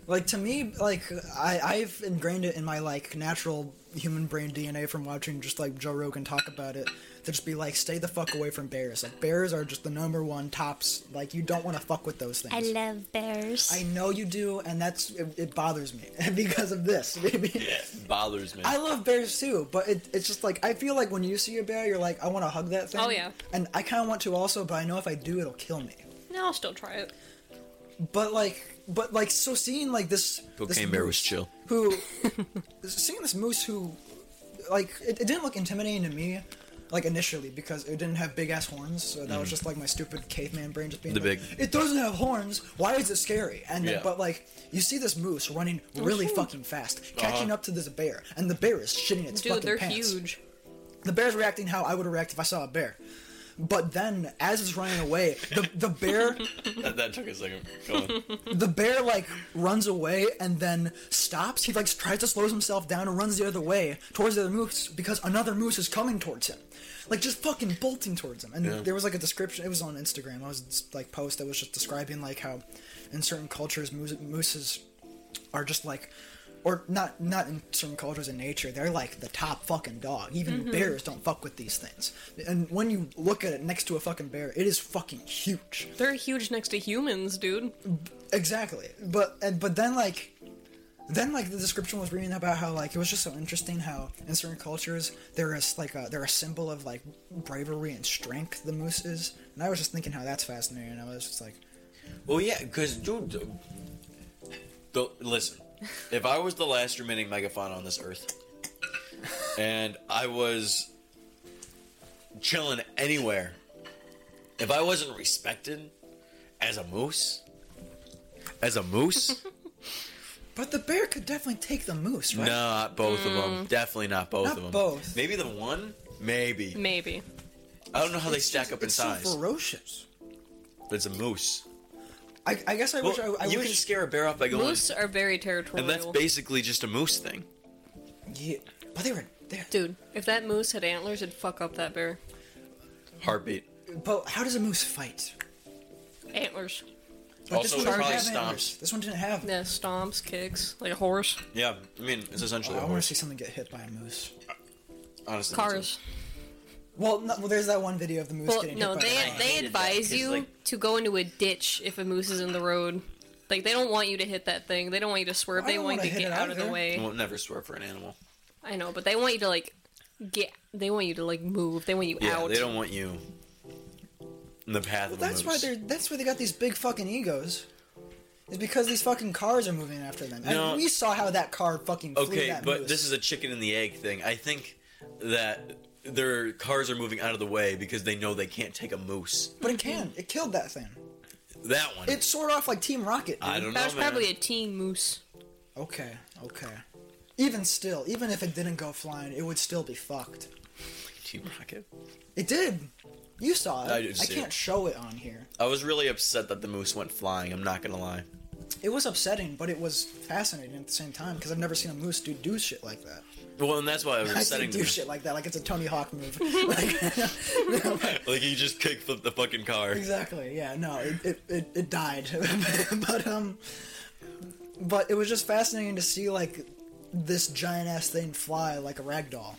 [SPEAKER 2] like to me, like I I've ingrained it in my like natural human brain DNA from watching just like Joe Rogan talk about it to just be like, stay the fuck away from bears. Like bears are just the number one tops. Like you don't want to fuck with those things.
[SPEAKER 4] love bears.
[SPEAKER 2] I know you do, and that's it, it bothers me (laughs) because of this. (laughs) Maybe.
[SPEAKER 1] Bothers me.
[SPEAKER 2] I love bears too, but it, it's just like I feel like when you see a bear, you're like, I want to hug that thing.
[SPEAKER 3] Oh, yeah.
[SPEAKER 2] And I kind of want to also, but I know if I do, it'll kill me.
[SPEAKER 3] no, I'll still try it.
[SPEAKER 2] But like, but like, so seeing like this, this
[SPEAKER 1] Cocaine bear was
[SPEAKER 2] moose
[SPEAKER 1] chill. (laughs)
[SPEAKER 2] Who, seeing this moose who, like, it, it didn't look intimidating to me, like initially because it didn't have big ass horns. So that was just like my stupid caveman brain just being
[SPEAKER 1] Mm-hmm. The
[SPEAKER 2] like,
[SPEAKER 1] big-
[SPEAKER 2] It doesn't have horns. Why is it scary? And then,
[SPEAKER 1] Yeah.
[SPEAKER 2] but like, you see this moose running
[SPEAKER 3] Oh,
[SPEAKER 1] Uh-huh.
[SPEAKER 2] really fucking fast, catching up to this bear, and the bear is shitting its
[SPEAKER 3] Dude,
[SPEAKER 2] fucking
[SPEAKER 3] they're
[SPEAKER 2] pants.
[SPEAKER 3] huge.
[SPEAKER 2] the bear's reacting how I would react if I saw a bear. But then, as it's running away, the the bear
[SPEAKER 1] That, that took a second. Go on.
[SPEAKER 2] the bear like runs away and then stops. He like tries to slow himself down and runs the other way towards the other moose because another moose is coming towards him, like just fucking bolting towards him. And there was like a description. It was on Instagram. I was like post that was just describing like how in certain cultures moose, mooses are just like. Or not, not in certain cultures in nature, they're like the top fucking dog. Even bears don't fuck with these things. And when you look at it next to a fucking bear, it is fucking huge.
[SPEAKER 3] They're huge next to humans, dude.
[SPEAKER 2] Exactly. But and but then like then like the description was reading about how like it was just so interesting how in certain cultures there is like a they're a symbol of like bravery and strength the moose is and I was just thinking how that's fascinating and I was just like
[SPEAKER 1] (laughs) Well, yeah, because dude, the, the- listen, if I was the last remaining megafauna on this earth, and I was chilling anywhere, if I wasn't respected as a moose, as a moose,
[SPEAKER 2] but the bear could definitely take the moose right
[SPEAKER 1] not both of them, definitely not both
[SPEAKER 2] Mm. Not
[SPEAKER 1] of them.
[SPEAKER 2] both.
[SPEAKER 1] Maybe the one, maybe.
[SPEAKER 3] Maybe.
[SPEAKER 1] I don't know how they stack up in
[SPEAKER 2] it's so
[SPEAKER 1] size,
[SPEAKER 2] ferocious
[SPEAKER 1] but it's a moose.
[SPEAKER 2] I, I guess I
[SPEAKER 1] Well,
[SPEAKER 2] wish I, I
[SPEAKER 1] you can
[SPEAKER 2] wish
[SPEAKER 1] scare a bear off by going,
[SPEAKER 3] Moose are very
[SPEAKER 1] and
[SPEAKER 3] territorial.
[SPEAKER 1] that's basically just a moose thing.
[SPEAKER 2] yeah, but they were there
[SPEAKER 3] Dude, if that moose had antlers, it'd fuck up that bear.
[SPEAKER 1] Heartbeat.
[SPEAKER 2] but how does a moose fight
[SPEAKER 3] Antlers.
[SPEAKER 2] But
[SPEAKER 1] Also, it
[SPEAKER 2] didn't
[SPEAKER 1] probably
[SPEAKER 2] have
[SPEAKER 1] stomps.
[SPEAKER 2] antlers. this one didn't have
[SPEAKER 3] Yeah, stomps, kicks, like a horse.
[SPEAKER 1] Yeah, I mean, it's essentially
[SPEAKER 2] Oh,
[SPEAKER 1] a
[SPEAKER 2] I want to
[SPEAKER 1] horse.
[SPEAKER 2] see something get hit by a moose
[SPEAKER 1] Honestly,
[SPEAKER 3] Cars.
[SPEAKER 2] well no, well there's that one video of the moose
[SPEAKER 3] Well,
[SPEAKER 2] getting
[SPEAKER 3] no,
[SPEAKER 2] hit by a
[SPEAKER 3] they
[SPEAKER 2] car.
[SPEAKER 3] they
[SPEAKER 1] hated that, 'cause,
[SPEAKER 3] advise you
[SPEAKER 1] like-
[SPEAKER 3] to go into a ditch if a moose is in the road. Like they don't want you to hit that thing. They don't want you to swerve.
[SPEAKER 2] I
[SPEAKER 3] They
[SPEAKER 2] don't
[SPEAKER 3] want
[SPEAKER 2] wanna
[SPEAKER 3] you to
[SPEAKER 2] hit
[SPEAKER 3] get
[SPEAKER 2] it
[SPEAKER 3] out of the
[SPEAKER 2] either.
[SPEAKER 1] I
[SPEAKER 3] way.
[SPEAKER 1] will never swear for an animal.
[SPEAKER 3] I know, but they want you to like get. They want you to like move. They want you
[SPEAKER 1] Yeah,
[SPEAKER 3] out.
[SPEAKER 1] they don't want you in the path of a
[SPEAKER 2] That's why
[SPEAKER 1] moose.
[SPEAKER 2] they're. That's why they got these big fucking egos. Is because these fucking cars are moving after them.
[SPEAKER 1] No.
[SPEAKER 2] And we saw how that car fucking. Flew
[SPEAKER 1] Okay,
[SPEAKER 2] that
[SPEAKER 1] but
[SPEAKER 2] moose.
[SPEAKER 1] this is a chicken and the egg thing. I think that their cars are moving out of the way because they know they can't take a moose.
[SPEAKER 2] But it can. It killed that thing.
[SPEAKER 1] That one.
[SPEAKER 2] It soared off like Team Rocket.
[SPEAKER 1] I
[SPEAKER 2] dude.
[SPEAKER 1] don't know.
[SPEAKER 3] That was
[SPEAKER 1] man.
[SPEAKER 3] probably a teen moose.
[SPEAKER 2] Okay. Okay. Even still, even if it didn't go flying, it would still be fucked.
[SPEAKER 1] Team Rocket.
[SPEAKER 2] It did. You saw it.
[SPEAKER 1] I did see
[SPEAKER 2] can't
[SPEAKER 1] it.
[SPEAKER 2] show it on here.
[SPEAKER 1] I was really upset that the moose went flying. I'm not gonna lie.
[SPEAKER 2] It was upsetting, but it was fascinating at the same time because I've never seen a moose do do shit like that.
[SPEAKER 1] Well, and that's why (laughs) I was
[SPEAKER 2] I see
[SPEAKER 1] upsetting.
[SPEAKER 2] (laughs) do
[SPEAKER 1] them.
[SPEAKER 2] shit like that, like it's a Tony Hawk move. (laughs) Like-
[SPEAKER 1] Like he just kick flipped the fucking car.
[SPEAKER 2] Exactly. Yeah. No. It it, it, it died, (laughs) but um, but it was just fascinating to see like this giant ass thing fly like a rag doll.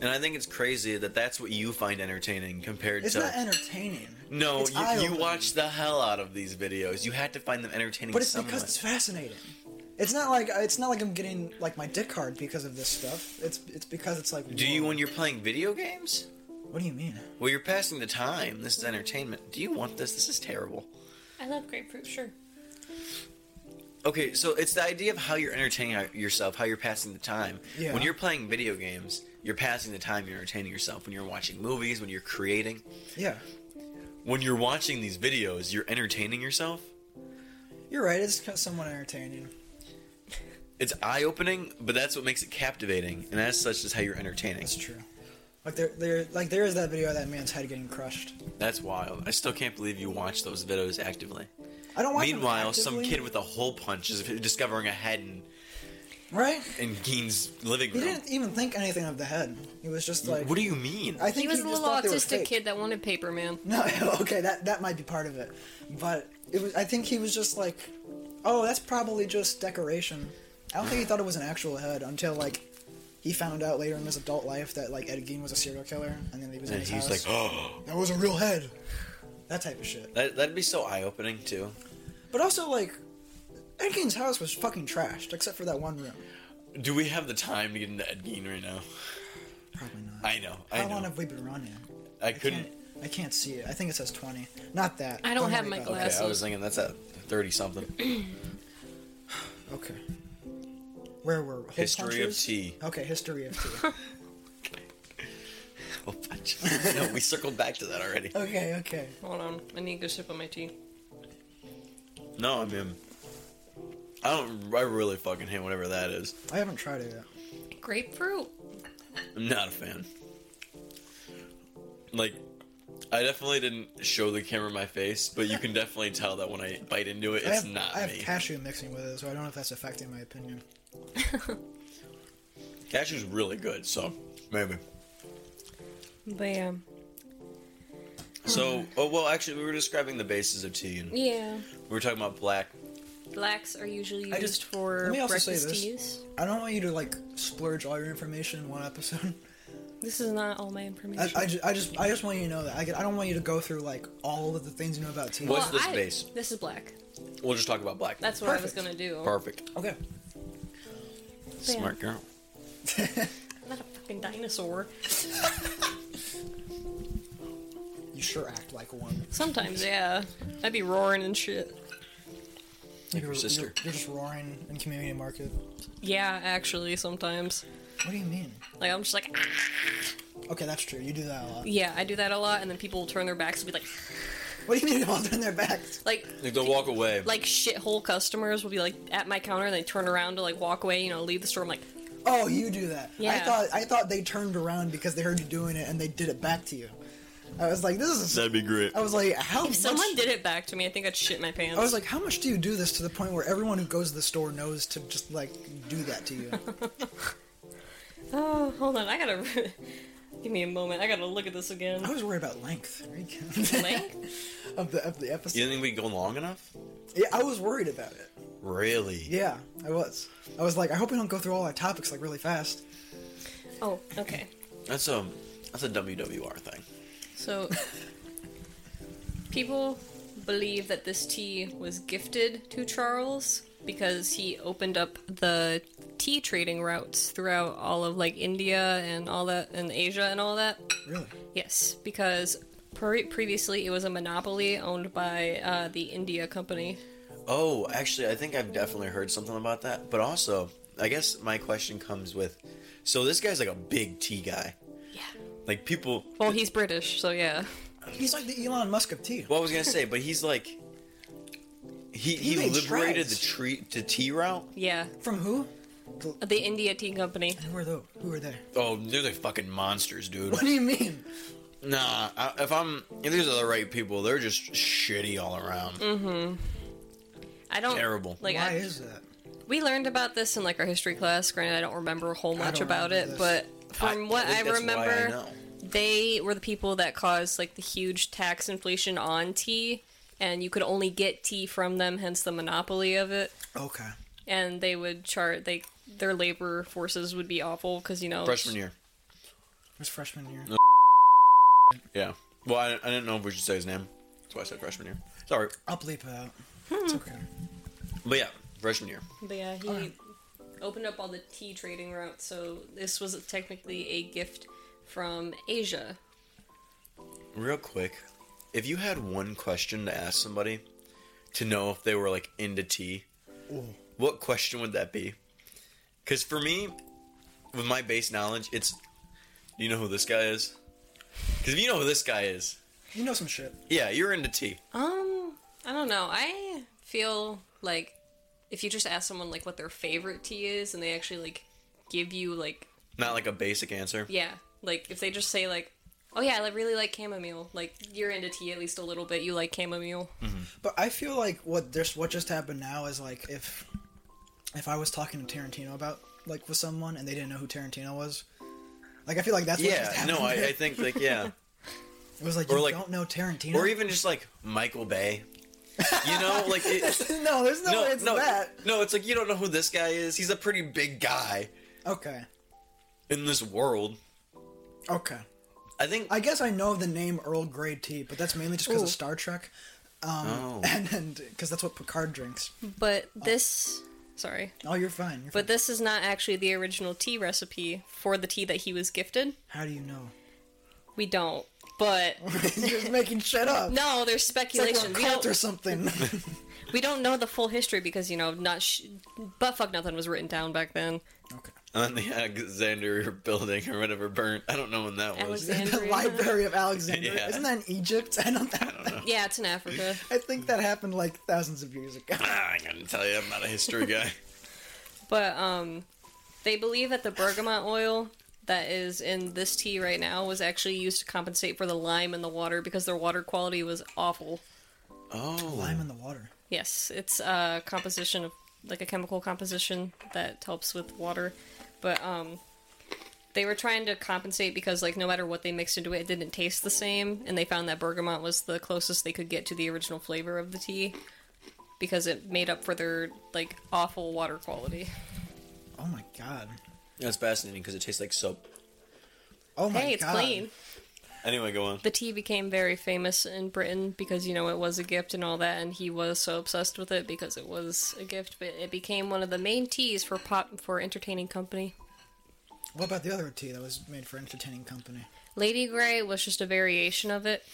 [SPEAKER 1] And I think it's crazy that that's what you find entertaining compared
[SPEAKER 2] It's
[SPEAKER 1] to
[SPEAKER 2] not entertaining.
[SPEAKER 1] No,
[SPEAKER 2] It's
[SPEAKER 1] you, you
[SPEAKER 2] eye-opening.
[SPEAKER 1] watch the hell out of these videos. You had to find them entertaining.
[SPEAKER 2] But it's
[SPEAKER 1] somewhat.
[SPEAKER 2] because it's fascinating. It's not like it's not like I'm getting like my dick hard because of this stuff. It's it's because it's like.
[SPEAKER 1] do you
[SPEAKER 2] whoa.
[SPEAKER 1] when you're playing video games?
[SPEAKER 2] What do you mean?
[SPEAKER 1] Well, you're passing the time. This is entertainment. Do you want this? This is terrible.
[SPEAKER 3] I love grapefruit. Sure.
[SPEAKER 1] Okay, so it's the idea of how you're entertaining how- yourself, how you're passing the time.
[SPEAKER 2] Yeah.
[SPEAKER 1] When you're playing video games, you're passing the time. You're entertaining yourself. When you're watching movies, when you're creating,
[SPEAKER 2] Yeah.
[SPEAKER 1] when you're watching these videos, you're entertaining yourself.
[SPEAKER 2] You're right. It's kind of somewhat entertaining.
[SPEAKER 1] It's eye opening, but that's what makes it captivating, and as such, is how you're entertaining.
[SPEAKER 2] It's true. Like there, there, like there is that video of that man's head getting crushed.
[SPEAKER 1] That's wild. I still can't believe you watch those videos actively.
[SPEAKER 2] I don't watch. them
[SPEAKER 1] Meanwhile, some
[SPEAKER 2] actively,
[SPEAKER 1] kid with a hole punch is discovering a head in,
[SPEAKER 2] Right.
[SPEAKER 1] in Gein's living
[SPEAKER 2] He
[SPEAKER 1] room.
[SPEAKER 2] didn't even think anything of the head. He was just like,
[SPEAKER 1] what do you mean?
[SPEAKER 2] I think
[SPEAKER 3] He was a
[SPEAKER 2] just
[SPEAKER 3] little
[SPEAKER 2] thought they were
[SPEAKER 3] autistic
[SPEAKER 2] fake.
[SPEAKER 3] kid that wanted paper, man.
[SPEAKER 2] (laughs) No, okay, that that might be part of it, but it was. I think he was just like, oh, that's probably just decoration. I don't think he thought it was an actual head until like he found out later in his adult life that like Ed Gein was a serial killer, and then he was in
[SPEAKER 1] and
[SPEAKER 2] his
[SPEAKER 1] he's like, (gasps)
[SPEAKER 2] house.
[SPEAKER 1] oh.
[SPEAKER 2] that was a real head. That type of shit.
[SPEAKER 1] That, that'd be so eye opening, too.
[SPEAKER 2] But also like, Ed Gein's house was fucking trashed except for that one room.
[SPEAKER 1] Do we have the time to get into Ed Gein right now?
[SPEAKER 2] Probably not.
[SPEAKER 1] I know. I
[SPEAKER 2] How long
[SPEAKER 1] know.
[SPEAKER 2] have we been running?
[SPEAKER 1] I
[SPEAKER 2] I
[SPEAKER 1] couldn't.
[SPEAKER 2] can't. I can't see it. I think it says twenty. Not that.
[SPEAKER 3] I don't have
[SPEAKER 2] worry
[SPEAKER 3] my
[SPEAKER 2] about it.
[SPEAKER 1] Okay, I was
[SPEAKER 3] Glasses.
[SPEAKER 1] thinking that's at 30 (laughs) something.
[SPEAKER 2] Okay. Where were hole
[SPEAKER 1] History of
[SPEAKER 2] punches?
[SPEAKER 1] tea.
[SPEAKER 2] Okay, history of
[SPEAKER 3] (laughs)
[SPEAKER 2] tea.
[SPEAKER 1] Hole punch. Oh, (laughs) no, we circled back to that already.
[SPEAKER 2] okay, okay.
[SPEAKER 3] Hold on, I need to go sip on my tea.
[SPEAKER 1] No, I mean. I don't. I really fucking hate whatever that is.
[SPEAKER 2] I haven't tried it yet.
[SPEAKER 3] Grapefruit.
[SPEAKER 1] I'm not a fan. like I definitely didn't show the camera my face, but you can definitely tell that when I bite into it,
[SPEAKER 2] I
[SPEAKER 1] it's
[SPEAKER 2] have,
[SPEAKER 1] not
[SPEAKER 2] I have
[SPEAKER 1] me.
[SPEAKER 2] cashew mixing with it, so I don't know if that's affecting my opinion.
[SPEAKER 1] Cashew's really good, so maybe.
[SPEAKER 3] But yeah.
[SPEAKER 1] So, oh well, actually, we were describing the bases of tea, and we
[SPEAKER 3] Yeah.
[SPEAKER 1] were talking about black.
[SPEAKER 3] Blacks are usually used
[SPEAKER 2] I just-
[SPEAKER 3] for
[SPEAKER 2] let me also say
[SPEAKER 3] breakfast
[SPEAKER 2] this.
[SPEAKER 3] teas.
[SPEAKER 2] I don't want you to like splurge all your information in one episode. (laughs)
[SPEAKER 3] This is not all my
[SPEAKER 2] I,
[SPEAKER 3] information.
[SPEAKER 2] I, ju- I just I just want you to know that I, get- I don't want you to go through like all of the things you know about tea.
[SPEAKER 1] What? what's this base?
[SPEAKER 3] This is black.
[SPEAKER 1] We'll just talk about black.
[SPEAKER 3] That's what I was
[SPEAKER 2] Perfect.
[SPEAKER 3] gonna do.
[SPEAKER 1] perfect.
[SPEAKER 2] Okay.
[SPEAKER 3] yeah.
[SPEAKER 1] Smart girl.
[SPEAKER 3] I'm not a fucking dinosaur.
[SPEAKER 2] You sure act like one.
[SPEAKER 3] Sometimes, yeah. I'd be roaring and shit.
[SPEAKER 1] Like your
[SPEAKER 2] You're,
[SPEAKER 1] sister.
[SPEAKER 2] you're just roaring in community market.
[SPEAKER 3] Yeah, actually, sometimes.
[SPEAKER 2] What do you mean?
[SPEAKER 3] Like I'm just like, "Ah."
[SPEAKER 2] Okay, that's true. You do that a lot.
[SPEAKER 3] yeah, I do that a lot, and then people will turn their backs and be like,
[SPEAKER 2] What do you mean they're all turn their backs?
[SPEAKER 3] like,
[SPEAKER 1] Like they'll walk away.
[SPEAKER 3] like shithole customers will be like at my counter and they turn around to like walk away, you know, leave the store. I'm like,
[SPEAKER 2] Oh, you do that. I
[SPEAKER 3] Yeah.
[SPEAKER 2] thought I thought they turned around because they heard you doing it and they did it back to you. I was like, this is.
[SPEAKER 1] That'd be great.
[SPEAKER 2] I was like, how
[SPEAKER 3] if
[SPEAKER 2] much?
[SPEAKER 3] someone did it back to me, I think I'd shit my pants.
[SPEAKER 2] I was like, how much do you do this to the point where everyone who goes to the store knows to just like do that to you?
[SPEAKER 3] (laughs) oh, hold on, I gotta (laughs) give me a moment. I gotta look at this
[SPEAKER 2] I
[SPEAKER 3] again.
[SPEAKER 2] was worried about length. Are you kidding?
[SPEAKER 3] (laughs) Length?
[SPEAKER 2] (laughs) of the of the episode.
[SPEAKER 1] You didn't think we go long enough?
[SPEAKER 2] Yeah, I was worried about it.
[SPEAKER 1] Really?
[SPEAKER 2] Yeah, I was. I was like, I hope we don't go through all our topics like really fast.
[SPEAKER 3] Oh, okay.
[SPEAKER 1] That's a that's a WWR thing.
[SPEAKER 3] So, people believe that this tea was gifted to Charles because he opened up the tea trading routes throughout all of like India and all that, and Asia and all that.
[SPEAKER 2] Really?
[SPEAKER 3] Yes, because pre- previously it was a monopoly owned by uh, the India company.
[SPEAKER 1] Oh, actually, I think I've definitely heard something about that. But also, I guess my question comes with, so this guy's like a big tea guy.
[SPEAKER 3] Yeah.
[SPEAKER 1] Like people,
[SPEAKER 3] Well, he's British, so yeah.
[SPEAKER 2] He's like the Elon Musk of tea.
[SPEAKER 1] well, I was gonna say, but he's like, he he,
[SPEAKER 2] made
[SPEAKER 1] liberated
[SPEAKER 2] strides.
[SPEAKER 1] the tree to tea route.
[SPEAKER 3] Yeah.
[SPEAKER 2] From who?
[SPEAKER 3] The India Tea Company.
[SPEAKER 2] Who are those? Who are they?
[SPEAKER 1] Oh, they're like fucking monsters, dude.
[SPEAKER 2] What do you mean?
[SPEAKER 1] Nah, I, if I'm if these are the right people, they're just shitty all around.
[SPEAKER 3] I don't.
[SPEAKER 1] Terrible.
[SPEAKER 3] Like,
[SPEAKER 2] Why
[SPEAKER 3] I,
[SPEAKER 2] is that?
[SPEAKER 3] we learned about this in like our history class. Granted, I don't remember a whole much
[SPEAKER 2] don't
[SPEAKER 3] about it,
[SPEAKER 2] remember
[SPEAKER 3] but from what
[SPEAKER 1] think
[SPEAKER 3] I
[SPEAKER 1] that's why
[SPEAKER 3] remember,
[SPEAKER 1] I know.
[SPEAKER 3] they were the people that caused like the huge tax inflation on tea, and you could only get tea from them, hence the monopoly of it.
[SPEAKER 2] Okay.
[SPEAKER 3] And they would chart they their labor forces would be awful because you know
[SPEAKER 1] freshman year.
[SPEAKER 2] It was freshman year.
[SPEAKER 1] Yeah. Well, I, I didn't know if we should say his name. That's why I said freshman year. Sorry,
[SPEAKER 2] I'll bleep it out. It's okay.
[SPEAKER 1] but yeah, freshman year.
[SPEAKER 3] But yeah, he opened up all the tea trading routes, so this was technically a gift from Asia.
[SPEAKER 1] Real quick, if you had one question to ask somebody to know if they were like into tea,
[SPEAKER 2] Ooh.
[SPEAKER 1] what question would that be? Because for me, with my base knowledge, it's do you know who this guy is? Because if you know who this guy is,
[SPEAKER 2] You know some shit.
[SPEAKER 1] yeah, you're into tea.
[SPEAKER 3] Um, I don't know. I feel like if you just ask someone like what their favorite tea is, and they actually like give you like
[SPEAKER 1] Not like a basic answer.
[SPEAKER 3] yeah, like if they just say like. Oh yeah, I really like chamomile. Like you're into tea at least a little bit. You like chamomile.
[SPEAKER 2] Hmm. But I feel like what there's what just happened now is like if if I was talking to Tarantino about like with someone and they didn't know who Tarantino was. Like I feel like that's what just
[SPEAKER 1] Yeah,
[SPEAKER 2] happened.
[SPEAKER 1] no, I, I think like yeah,
[SPEAKER 2] (laughs) it was like
[SPEAKER 1] or
[SPEAKER 2] you
[SPEAKER 1] like-
[SPEAKER 2] don't know Tarantino.
[SPEAKER 1] or even just like Michael Bay. You know, like
[SPEAKER 2] (laughs)
[SPEAKER 1] it,
[SPEAKER 2] no, there's no,
[SPEAKER 1] no,
[SPEAKER 2] way it's
[SPEAKER 1] no,
[SPEAKER 2] that.
[SPEAKER 1] no, it's like you don't know who this guy is. He's a pretty big guy
[SPEAKER 2] Okay.
[SPEAKER 1] in this world.
[SPEAKER 2] Okay.
[SPEAKER 1] I think
[SPEAKER 2] I guess I know the name Earl Grey tea, but that's mainly just because of
[SPEAKER 3] Ooh.
[SPEAKER 2] Star Trek, (laughs)
[SPEAKER 1] Oh.
[SPEAKER 2] and and because that's what Picard drinks.
[SPEAKER 3] But this, sorry,
[SPEAKER 2] Oh, you're fine. You're fine.
[SPEAKER 3] but this is not actually the original tea recipe for the tea that he was gifted.
[SPEAKER 2] How do you know? (laughs)
[SPEAKER 3] We don't. But
[SPEAKER 2] you're just making shit up.
[SPEAKER 3] no, there's
[SPEAKER 2] it's like
[SPEAKER 3] speculation.
[SPEAKER 2] we're a
[SPEAKER 3] we
[SPEAKER 2] cult or
[SPEAKER 3] don't.
[SPEAKER 2] something. (laughs)
[SPEAKER 3] We don't know the full history because you know, not sh- but fuck nothing was written down back then.
[SPEAKER 2] okay.
[SPEAKER 1] on the Alexander building or whatever burnt. I don't know when that was.
[SPEAKER 2] The
[SPEAKER 3] Alexandria.
[SPEAKER 2] Library (laughs) of Alexandria.
[SPEAKER 1] Yeah.
[SPEAKER 2] Isn't that in Egypt? I don't, I don't know.
[SPEAKER 3] Yeah, it's in Africa.
[SPEAKER 2] (laughs) I think that happened like thousands of years ago.
[SPEAKER 1] (laughs) Ah, I gotta tell you, I'm
[SPEAKER 2] (laughs)
[SPEAKER 1] not a history guy.
[SPEAKER 3] But um, they believe that the bergamot oil that is in this tea right now was actually used to compensate for the lime in the water because their water quality was awful.
[SPEAKER 1] Oh.
[SPEAKER 2] Lime in the water.
[SPEAKER 3] Yes, it's a composition of like a chemical composition that helps with water, but um, they were trying to compensate because like no matter what they mixed into it, it didn't taste the same, and they found that bergamot was the closest they could get to the original flavor of the tea because it made up for their like awful water quality.
[SPEAKER 2] Oh my god.
[SPEAKER 1] That's fascinating because it tastes like soap.
[SPEAKER 2] Oh my
[SPEAKER 3] hey, it's
[SPEAKER 2] god.
[SPEAKER 3] clean.
[SPEAKER 1] Anyway, go on.
[SPEAKER 3] The tea became very famous in Britain because you know it was a gift and all that, and he was so obsessed with it because it was a gift. But it became one of the main teas for pop for entertaining company.
[SPEAKER 2] What about the other tea that was made for entertaining company?
[SPEAKER 3] Lady Grey was just a variation of it.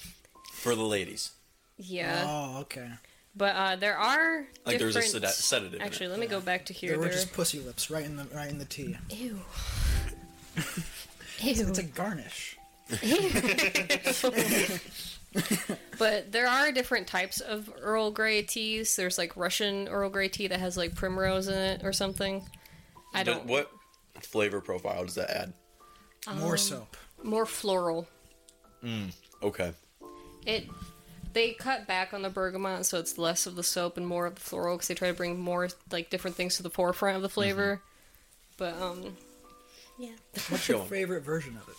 [SPEAKER 1] For the ladies.
[SPEAKER 3] Yeah,
[SPEAKER 2] oh, okay.
[SPEAKER 3] but uh, there are
[SPEAKER 1] Like, there's
[SPEAKER 3] different...
[SPEAKER 1] a seda- sedative in it.
[SPEAKER 3] Actually, let me go back to here.
[SPEAKER 2] There were
[SPEAKER 3] There
[SPEAKER 2] just pussy lips right in the right in the tea. (laughs)
[SPEAKER 3] Ew. Ew.
[SPEAKER 2] It's a garnish.
[SPEAKER 3] (laughs) But there are different types of Earl Grey teas. There's like Russian Earl Grey tea that has like primrose in it or something. I
[SPEAKER 1] But
[SPEAKER 3] don't.
[SPEAKER 1] What flavor profile does that add?
[SPEAKER 3] Um,
[SPEAKER 2] More soap.
[SPEAKER 3] More floral.
[SPEAKER 1] Okay.
[SPEAKER 3] It. They cut back on the bergamot, so it's less of the soap and more of the floral because they try to bring more like different things to the forefront of the flavor.
[SPEAKER 1] Mm-hmm.
[SPEAKER 3] But um, yeah.
[SPEAKER 2] What's your
[SPEAKER 1] Show 'em.
[SPEAKER 2] favorite version of it?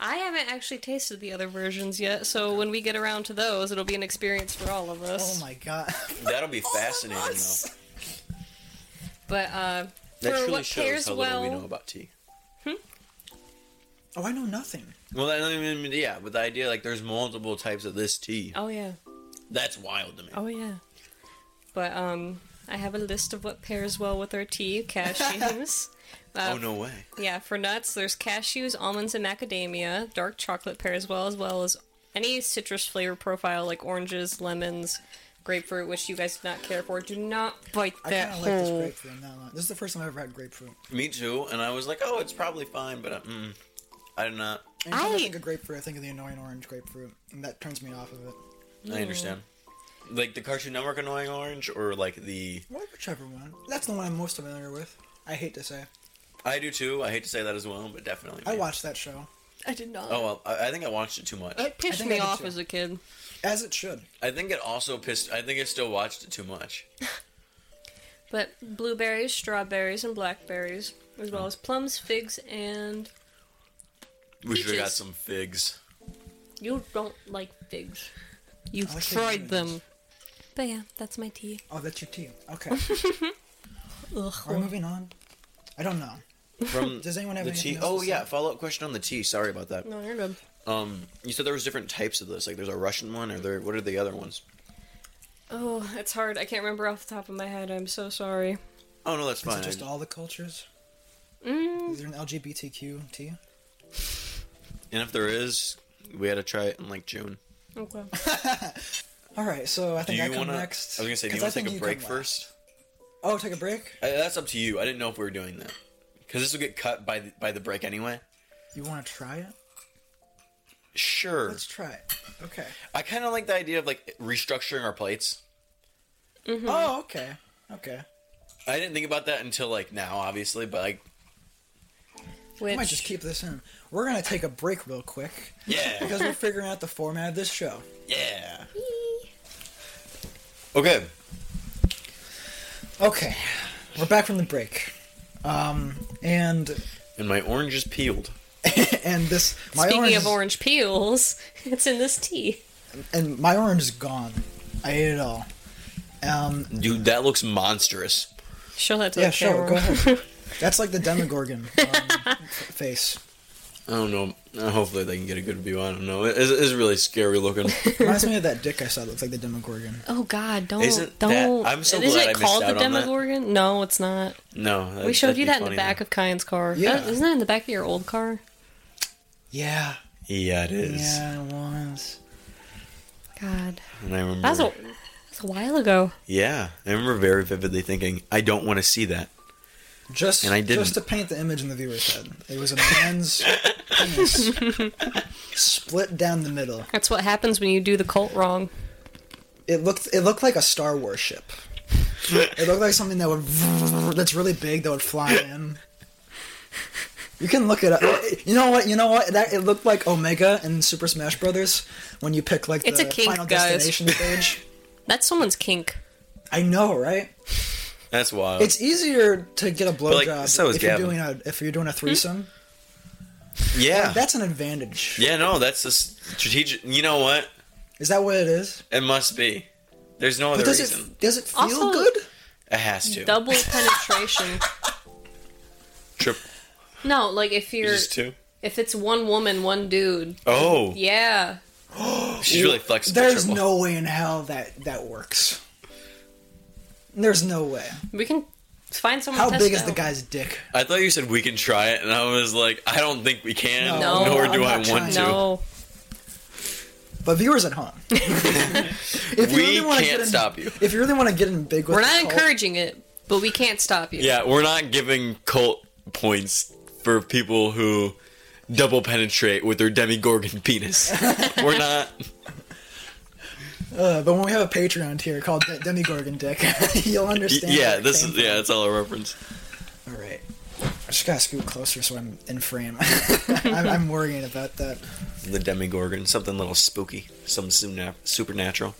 [SPEAKER 3] I haven't actually tasted the other versions yet, so when we get around to those, it'll be an experience for all of
[SPEAKER 2] Oh
[SPEAKER 3] us.
[SPEAKER 2] my god. (laughs)
[SPEAKER 1] That'll
[SPEAKER 2] Oh,
[SPEAKER 1] be fascinating, though.
[SPEAKER 3] But uh,
[SPEAKER 1] That
[SPEAKER 3] for
[SPEAKER 1] truly
[SPEAKER 3] what
[SPEAKER 1] shows
[SPEAKER 3] pairs
[SPEAKER 1] how little
[SPEAKER 3] well,
[SPEAKER 1] we know about tea.
[SPEAKER 2] Oh, I know nothing.
[SPEAKER 1] Well, I mean, yeah, but the idea like there's multiple types of this tea.
[SPEAKER 3] oh yeah.
[SPEAKER 1] That's wild to me.
[SPEAKER 3] Oh yeah. But um I have a list of what pairs well with
[SPEAKER 1] (laughs)
[SPEAKER 3] our tea, cashews.
[SPEAKER 1] Oh, no way.
[SPEAKER 3] yeah, for nuts, there's cashews, almonds, and macadamia. Dark chocolate pairs well as well as any citrus flavor profile like oranges, lemons, grapefruit, which you guys do not care for. Do not bite
[SPEAKER 2] I
[SPEAKER 3] that
[SPEAKER 2] kind of like this
[SPEAKER 3] whole-
[SPEAKER 2] grapefruit. Not not- This is the first time I've ever had grapefruit.
[SPEAKER 1] Me too. And I was like, oh, it's probably fine, but uh, mm, I did not.
[SPEAKER 2] Anytime I...
[SPEAKER 3] I-
[SPEAKER 2] think of grapefruit, I think of the annoying orange grapefruit, and that turns me off of it.
[SPEAKER 1] I
[SPEAKER 2] Mm.
[SPEAKER 1] understand. Like the Cartoon Network annoying orange, or like the
[SPEAKER 2] Well, whichever one. That's the one I'm most familiar with. I hate to say.
[SPEAKER 1] I do too. I hate to say that as well, but definitely.
[SPEAKER 2] I
[SPEAKER 1] me.
[SPEAKER 2] watched that show.
[SPEAKER 3] I did not.
[SPEAKER 1] Oh well, I, I think I watched it too much.
[SPEAKER 3] That pissed
[SPEAKER 2] think I
[SPEAKER 3] me
[SPEAKER 2] did
[SPEAKER 3] off
[SPEAKER 2] too.
[SPEAKER 3] as a kid.
[SPEAKER 2] As it should.
[SPEAKER 1] I think it also pissed. I think I still watched it too much.
[SPEAKER 3] But blueberries, strawberries, and blackberries, as well as plums, figs, and
[SPEAKER 1] We should have got
[SPEAKER 3] Peaches.
[SPEAKER 1] some figs.
[SPEAKER 3] You don't like figs. You've
[SPEAKER 2] I like
[SPEAKER 3] tried
[SPEAKER 2] fig
[SPEAKER 3] them. But yeah, that's my tea.
[SPEAKER 2] Oh, that's your tea. Okay.
[SPEAKER 1] (laughs)
[SPEAKER 2] We're moving on. I don't know.
[SPEAKER 1] From
[SPEAKER 2] (laughs) Does anyone have
[SPEAKER 1] the
[SPEAKER 2] anything
[SPEAKER 1] tea?
[SPEAKER 2] else
[SPEAKER 1] Oh
[SPEAKER 2] to
[SPEAKER 1] yeah,
[SPEAKER 2] say?
[SPEAKER 1] follow up question on the tea. Sorry about that.
[SPEAKER 3] No, you're good.
[SPEAKER 1] Um, you said there was different types of this. Like, there's a Russian one, or there. What are the other ones?
[SPEAKER 3] Oh, it's hard. I can't remember off the top of my head. I'm so sorry.
[SPEAKER 1] Oh no, that's
[SPEAKER 2] Is
[SPEAKER 1] fine.
[SPEAKER 2] it
[SPEAKER 1] I-
[SPEAKER 2] just all the cultures? Is there an LGBTQ tea?
[SPEAKER 1] and if there is, we had to try it in like June.
[SPEAKER 3] Okay.
[SPEAKER 2] All right, so I
[SPEAKER 1] Do
[SPEAKER 2] think I
[SPEAKER 1] you
[SPEAKER 2] come
[SPEAKER 1] want to? I was
[SPEAKER 2] next.
[SPEAKER 1] gonna say, do you
[SPEAKER 2] 'cause I
[SPEAKER 1] want to
[SPEAKER 2] think
[SPEAKER 1] take a
[SPEAKER 2] come
[SPEAKER 1] break
[SPEAKER 2] last.
[SPEAKER 1] first?
[SPEAKER 2] Oh, take a break.
[SPEAKER 1] I, that's up to you. I didn't know if we were doing that because this will get cut by the, by the break anyway.
[SPEAKER 2] You want to try it?
[SPEAKER 1] Sure.
[SPEAKER 2] Let's try it. Okay.
[SPEAKER 1] I kind of like the idea of like restructuring our plates.
[SPEAKER 2] Oh, okay. Okay.
[SPEAKER 1] I didn't think about that until like now, obviously, but like
[SPEAKER 2] (laughs) I might just
[SPEAKER 3] Which
[SPEAKER 2] keep this in. We're gonna take a break real quick
[SPEAKER 1] yeah, (laughs)
[SPEAKER 2] because we're figuring out the format of this show.
[SPEAKER 1] yeah. Okay.
[SPEAKER 2] Okay, we're back from the break, um, and
[SPEAKER 1] And my orange is peeled.
[SPEAKER 2] and this my
[SPEAKER 3] speaking
[SPEAKER 2] orange
[SPEAKER 3] of
[SPEAKER 2] is-
[SPEAKER 3] orange peels, (laughs) it's in this tea.
[SPEAKER 2] and my orange is gone. I ate it all. Um,
[SPEAKER 1] Dude, that looks monstrous.
[SPEAKER 3] Show that to
[SPEAKER 2] yeah,
[SPEAKER 3] the
[SPEAKER 2] sure.
[SPEAKER 3] camera.
[SPEAKER 2] Go ahead. (laughs) That's like the Demogorgon um, f- face.
[SPEAKER 1] I don't know. Uh, Hopefully, they can get a good view. I don't know. It is it's really scary (laughs) looking.
[SPEAKER 2] Reminds me of that dick I saw. that Looks like the Demogorgon.
[SPEAKER 3] Oh God! Don't
[SPEAKER 1] Isn't that-
[SPEAKER 3] don't.
[SPEAKER 1] I'm so
[SPEAKER 3] Isn't
[SPEAKER 1] glad I
[SPEAKER 3] it
[SPEAKER 1] missed
[SPEAKER 3] called
[SPEAKER 1] out
[SPEAKER 3] the
[SPEAKER 1] on that.
[SPEAKER 3] Demogorgon? No, it's not.
[SPEAKER 1] No, that,
[SPEAKER 3] We showed
[SPEAKER 1] that'd
[SPEAKER 3] you
[SPEAKER 1] be
[SPEAKER 3] that in the
[SPEAKER 1] funny,
[SPEAKER 3] back
[SPEAKER 1] though.
[SPEAKER 3] of Kyan's car.
[SPEAKER 2] Yeah.
[SPEAKER 3] That- isn't that in the back of your old car?
[SPEAKER 2] Yeah.
[SPEAKER 1] Yeah, it is.
[SPEAKER 2] Yeah, it was.
[SPEAKER 3] God,
[SPEAKER 1] And I remember.
[SPEAKER 3] that was a that was a while ago.
[SPEAKER 1] yeah, I remember very vividly thinking, I don't want to see that.
[SPEAKER 2] Just
[SPEAKER 1] And I didn't.
[SPEAKER 2] just to paint the image in the viewer's head. It was a man's penis (laughs) split down the middle.
[SPEAKER 3] That's what happens when you do the cult wrong.
[SPEAKER 2] It looked it looked like a Star Wars ship. It looked like something that would that's really big that would fly in. You can look it up. You know what? You know what? That it looked like Omega in Super Smash Brothers when you pick like
[SPEAKER 3] It's
[SPEAKER 2] the
[SPEAKER 3] a kink,
[SPEAKER 2] final
[SPEAKER 3] guys.
[SPEAKER 2] destination stage.
[SPEAKER 3] (laughs) That's someone's kink.
[SPEAKER 2] I know, right?
[SPEAKER 1] That's wild.
[SPEAKER 2] It's easier to get a
[SPEAKER 1] Oh. like,
[SPEAKER 2] blowjob
[SPEAKER 1] so is
[SPEAKER 2] if you're
[SPEAKER 1] Gavin.
[SPEAKER 2] doing a if you're doing
[SPEAKER 3] Hmm?
[SPEAKER 2] a threesome.
[SPEAKER 1] yeah.
[SPEAKER 2] That's an advantage.
[SPEAKER 1] yeah, no, that's the strategic. You know what?
[SPEAKER 2] Is that what it is?
[SPEAKER 1] It must be. There's no
[SPEAKER 2] But
[SPEAKER 1] other
[SPEAKER 2] does
[SPEAKER 1] reason.
[SPEAKER 2] it does it feel
[SPEAKER 3] Also-
[SPEAKER 2] good?
[SPEAKER 1] It has to. (laughs)
[SPEAKER 3] Double penetration.
[SPEAKER 1] Triple.
[SPEAKER 3] No, like if you're
[SPEAKER 1] Just two.
[SPEAKER 3] if it's one woman, one dude.
[SPEAKER 1] Oh,
[SPEAKER 3] Yeah.
[SPEAKER 1] she's really flexible.
[SPEAKER 2] There's
[SPEAKER 1] triple.
[SPEAKER 2] no way in hell that that works. There's no way.
[SPEAKER 3] We can find someone.
[SPEAKER 2] How
[SPEAKER 3] to test
[SPEAKER 2] big
[SPEAKER 3] it
[SPEAKER 2] is the
[SPEAKER 3] out.
[SPEAKER 2] guy's dick?
[SPEAKER 1] I thought you said we can try it, and I was like, I don't think we can,
[SPEAKER 2] No.
[SPEAKER 1] nor
[SPEAKER 2] No,
[SPEAKER 1] do I
[SPEAKER 2] I'm
[SPEAKER 1] want
[SPEAKER 2] not
[SPEAKER 1] to.
[SPEAKER 2] trying.
[SPEAKER 3] No.
[SPEAKER 2] But viewers
[SPEAKER 1] (laughs)
[SPEAKER 2] at home, if
[SPEAKER 1] We
[SPEAKER 2] wanna
[SPEAKER 1] can't
[SPEAKER 2] in-
[SPEAKER 1] stop you.
[SPEAKER 2] If you really want to get in big with,
[SPEAKER 3] We're
[SPEAKER 2] the
[SPEAKER 3] not
[SPEAKER 2] cult,
[SPEAKER 3] encouraging it, but we can't stop you.
[SPEAKER 1] Yeah, we're not giving cult points for people who double penetrate with their demigorgon
[SPEAKER 2] (laughs)
[SPEAKER 1] penis. we're not.
[SPEAKER 2] Uh, but when we have a Patreon tier called De- Demigorgon Dick, (laughs) you'll understand.
[SPEAKER 1] Yeah,
[SPEAKER 2] where it
[SPEAKER 1] this
[SPEAKER 2] came
[SPEAKER 1] is yeah, that's all a reference.
[SPEAKER 2] All right. I just gotta scoot closer so I'm in frame. (laughs) I'm, I'm worrying about that.
[SPEAKER 1] The demigorgon, something a little spooky, some suna- supernatural.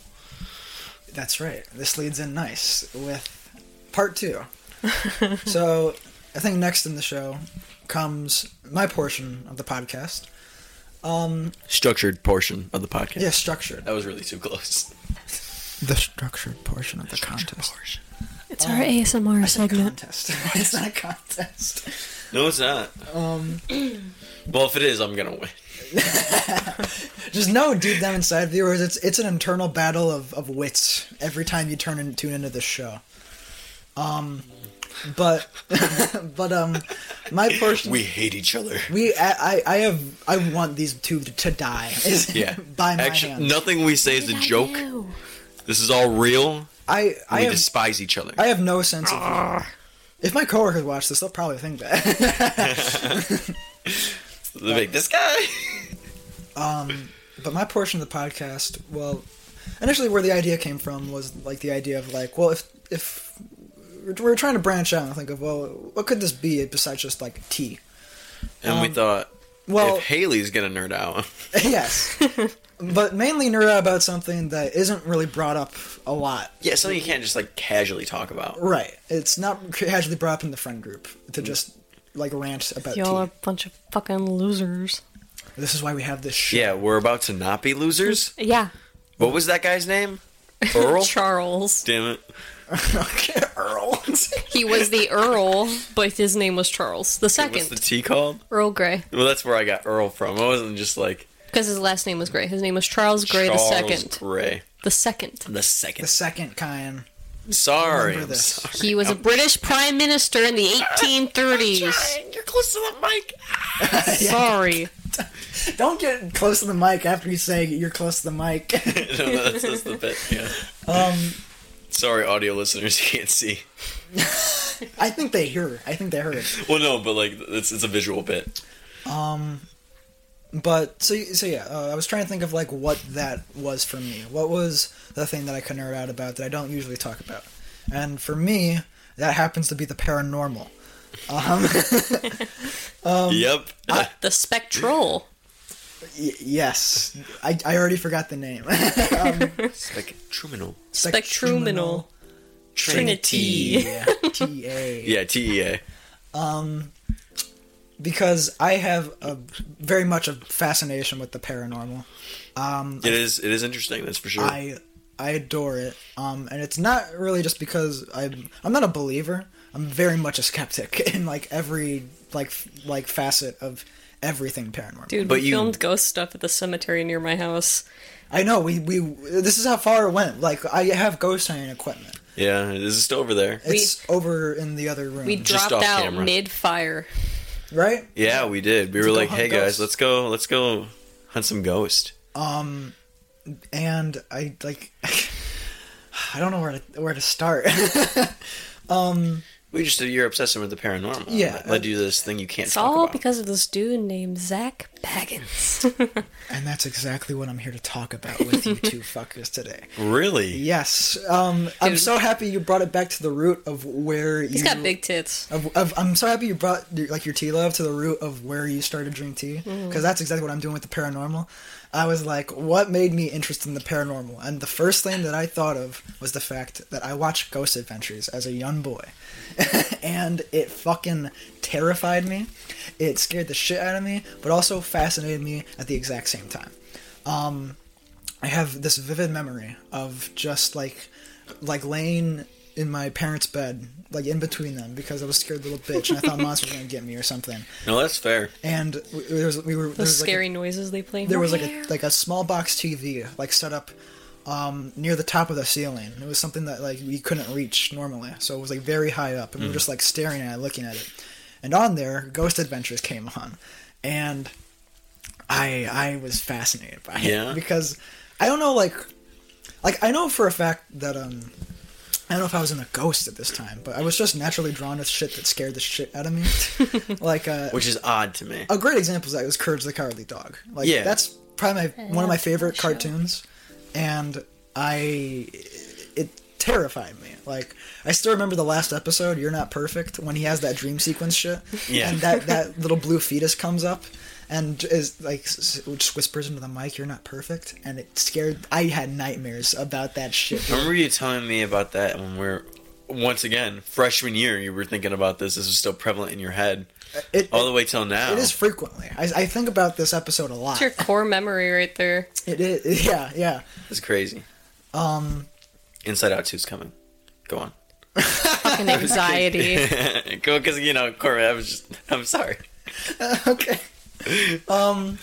[SPEAKER 2] That's right. This leads in nice with part two.
[SPEAKER 3] (laughs)
[SPEAKER 2] so I think next in the show comes my portion of the podcast. Um,
[SPEAKER 1] Structured portion of the podcast.
[SPEAKER 2] Yeah, structured.
[SPEAKER 1] That was really too close.
[SPEAKER 2] The structured portion of the contest.
[SPEAKER 3] It's our ASMR segment.
[SPEAKER 2] Um, Contest. (laughs) it's not a contest.
[SPEAKER 1] No, it's not. Um. (clears throat) Well, if it is, I'm gonna win.
[SPEAKER 2] Just know deep down inside viewers, it's it's an internal battle of, of wits every time you turn and tune into this show. Um but (laughs) but um my portion
[SPEAKER 1] We hate each other.
[SPEAKER 2] we I, I I have I want these two to die (laughs) is-
[SPEAKER 1] Yeah.
[SPEAKER 2] by my
[SPEAKER 1] Actually,
[SPEAKER 2] hand.
[SPEAKER 1] nothing we say is a joke. This is all real.
[SPEAKER 2] I I
[SPEAKER 1] we
[SPEAKER 2] have
[SPEAKER 1] despise each other.
[SPEAKER 2] I have no sense of humor.
[SPEAKER 3] Ah.
[SPEAKER 2] If my coworkers watch this, they'll probably think that.
[SPEAKER 1] They're like, this guy. (laughs)
[SPEAKER 2] but my portion of the podcast, well, initially where the idea came from was like the idea of like, well, if if we're- we're trying to branch out and think of well, what could this be besides just like tea?
[SPEAKER 1] And we thought,
[SPEAKER 2] Um, Well,
[SPEAKER 1] if Haley's gonna nerd out, (laughs)
[SPEAKER 2] (laughs) yes, but mainly nerd out about something that isn't really brought up a lot.
[SPEAKER 1] yeah, something you can't just like casually talk about.
[SPEAKER 2] Right, it's not casually brought up in the friend group to just like rant about
[SPEAKER 3] Y'all are
[SPEAKER 2] tea.
[SPEAKER 3] a bunch of fucking losers.
[SPEAKER 2] This is why we have this show.
[SPEAKER 1] Yeah, we're about to not be losers.
[SPEAKER 3] Yeah.
[SPEAKER 1] What was that guy's name? Earl.
[SPEAKER 3] Charles.
[SPEAKER 1] Damn it.
[SPEAKER 2] okay, (laughs) Earl.
[SPEAKER 3] He was the Earl, (laughs) but his name was Charles. The second.
[SPEAKER 1] What's the tea called?
[SPEAKER 3] Earl Grey.
[SPEAKER 1] Well, that's where I got Earl from. I wasn't just like
[SPEAKER 3] Because his last name was Grey. His name was Charles Grey
[SPEAKER 1] Charles
[SPEAKER 3] the second.
[SPEAKER 1] Gray.
[SPEAKER 3] The second.
[SPEAKER 1] The
[SPEAKER 2] the
[SPEAKER 1] second.
[SPEAKER 2] second kind.
[SPEAKER 1] Sorry.
[SPEAKER 2] Remember
[SPEAKER 1] I'm
[SPEAKER 2] this.
[SPEAKER 1] sorry.
[SPEAKER 3] He was a British prime minister in the
[SPEAKER 1] (laughs)
[SPEAKER 3] 1830s.
[SPEAKER 1] You're close to the mic.
[SPEAKER 3] Sorry.
[SPEAKER 2] Don't get close to the mic after you say you're close to the mic. (laughs)
[SPEAKER 1] no, that's, that's the bit. Yeah. Um. Sorry, audio listeners, (laughs) you can't see.
[SPEAKER 2] I think they heard. I think they heard.
[SPEAKER 1] Well, no, but like it's it's a visual bit.
[SPEAKER 2] But so so yeah, uh, I was trying to think of like what that was for me. What was the thing that I could nerd out about that I don't usually talk about? And for me, that happens to be the paranormal.
[SPEAKER 1] yep. (laughs)
[SPEAKER 3] The spectral.
[SPEAKER 2] Y- yes, I, I already forgot the name. (laughs)
[SPEAKER 1] Spectruminal.
[SPEAKER 3] Spectruminal. Trinity.
[SPEAKER 2] Yeah, (laughs) T A.
[SPEAKER 1] Yeah, E TEA.
[SPEAKER 2] Because I have a very much a fascination with the paranormal.
[SPEAKER 1] It is it is interesting, that's for sure.
[SPEAKER 2] I I adore it. Um, and it's not really just because I'm I'm not a believer. I'm very much a skeptic (laughs) in like every like f- like facet of everything paranormal.
[SPEAKER 3] Dude,
[SPEAKER 1] But
[SPEAKER 3] we
[SPEAKER 1] you-
[SPEAKER 3] filmed ghost stuff at the cemetery near my house.
[SPEAKER 2] I know we we this is how far it went. Like I have ghost hunting equipment.
[SPEAKER 1] yeah, it is still over there.
[SPEAKER 2] It's over in the other room,
[SPEAKER 3] We
[SPEAKER 1] Just off
[SPEAKER 3] dropped out
[SPEAKER 1] camera.
[SPEAKER 3] mid fire.
[SPEAKER 2] right?
[SPEAKER 1] Yeah, we did. We were
[SPEAKER 2] go
[SPEAKER 1] like,
[SPEAKER 2] hunt
[SPEAKER 1] hey guys,
[SPEAKER 2] ghosts."
[SPEAKER 1] let's go let's go hunt some ghost.
[SPEAKER 2] And I (sighs) like I don't know where to where to start.
[SPEAKER 1] We just you're obsessing with the paranormal.
[SPEAKER 2] Yeah,
[SPEAKER 1] That led you to this thing you can't
[SPEAKER 3] It's
[SPEAKER 1] talk
[SPEAKER 3] all
[SPEAKER 1] about.
[SPEAKER 3] because of this dude named Zach Baggins.
[SPEAKER 2] (laughs)
[SPEAKER 3] (laughs)
[SPEAKER 2] And that's exactly what I'm here to talk about with you
[SPEAKER 3] (laughs)
[SPEAKER 2] two fuckers today.
[SPEAKER 1] really?
[SPEAKER 2] Yes. Um, I'm
[SPEAKER 3] Dude.
[SPEAKER 2] so happy you brought it back to the root of where
[SPEAKER 3] He's
[SPEAKER 2] you.
[SPEAKER 3] got big tits.
[SPEAKER 2] Of, of, I'm so happy you brought your- like your tea love to the root of where you started Dream Tea because that's exactly what I'm doing with the paranormal. I was like, what made me interested in the paranormal? And the first thing that I thought of was the fact that I watched Ghost Adventures as a young boy, (laughs) and it fucking terrified me. It scared the shit out of me, but also fascinated me at the exact same time. Um, I have this vivid memory of just like like laying in my parents' bed, like in between them, because I was a scared little bitch and I thought (laughs) monsters were gonna get me or something.
[SPEAKER 1] No, that's fair.
[SPEAKER 2] And w- there was we were there
[SPEAKER 3] Those
[SPEAKER 2] was, like, a-
[SPEAKER 3] scary noises they play.
[SPEAKER 2] there was like a like a small box TV like set up um, near the top of the ceiling. It was something that like we couldn't reach normally, so it was like very high up, and we were just like staring at it, looking at it. And on there, Ghost Adventures came on, and I I was fascinated by
[SPEAKER 1] Yeah.
[SPEAKER 2] it because I don't know like like I know for a fact that um I don't know if I was in a ghost at this time, but I was just naturally drawn to shit that scared the shit out of me. like uh,
[SPEAKER 1] Which is odd to me.
[SPEAKER 2] a great example is that was Courage the Cowardly Dog. Like
[SPEAKER 1] Yeah.
[SPEAKER 2] that's probably my, one of my
[SPEAKER 3] that's a
[SPEAKER 2] favorite
[SPEAKER 3] good show.
[SPEAKER 2] cartoons, and I it terrified me. Like I still remember the last episode, "You're Not Perfect," when he has that dream sequence shit,
[SPEAKER 1] Yeah.
[SPEAKER 2] and
[SPEAKER 1] (laughs)
[SPEAKER 2] that that little blue fetus comes up. And is like s- s- just whispers into the mic, "You're not perfect," and it scared. I had nightmares about that shit.
[SPEAKER 1] I remember you telling me about that when we are once again freshman year. You were thinking about this. This was still prevalent in your head
[SPEAKER 2] It,
[SPEAKER 1] all the way till now.
[SPEAKER 2] it is frequently. I, I think about this episode a lot.
[SPEAKER 3] That's your core memory
[SPEAKER 2] (laughs)
[SPEAKER 3] right there.
[SPEAKER 2] It is, yeah, yeah.
[SPEAKER 1] It's crazy.
[SPEAKER 2] Um,
[SPEAKER 1] Inside Out 2's coming. Go on. (laughs)
[SPEAKER 3] Fucking
[SPEAKER 2] (laughs)
[SPEAKER 3] anxiety.
[SPEAKER 1] Go, because you know, Corbin. I was just. I'm sorry.
[SPEAKER 2] (laughs) okay. Um,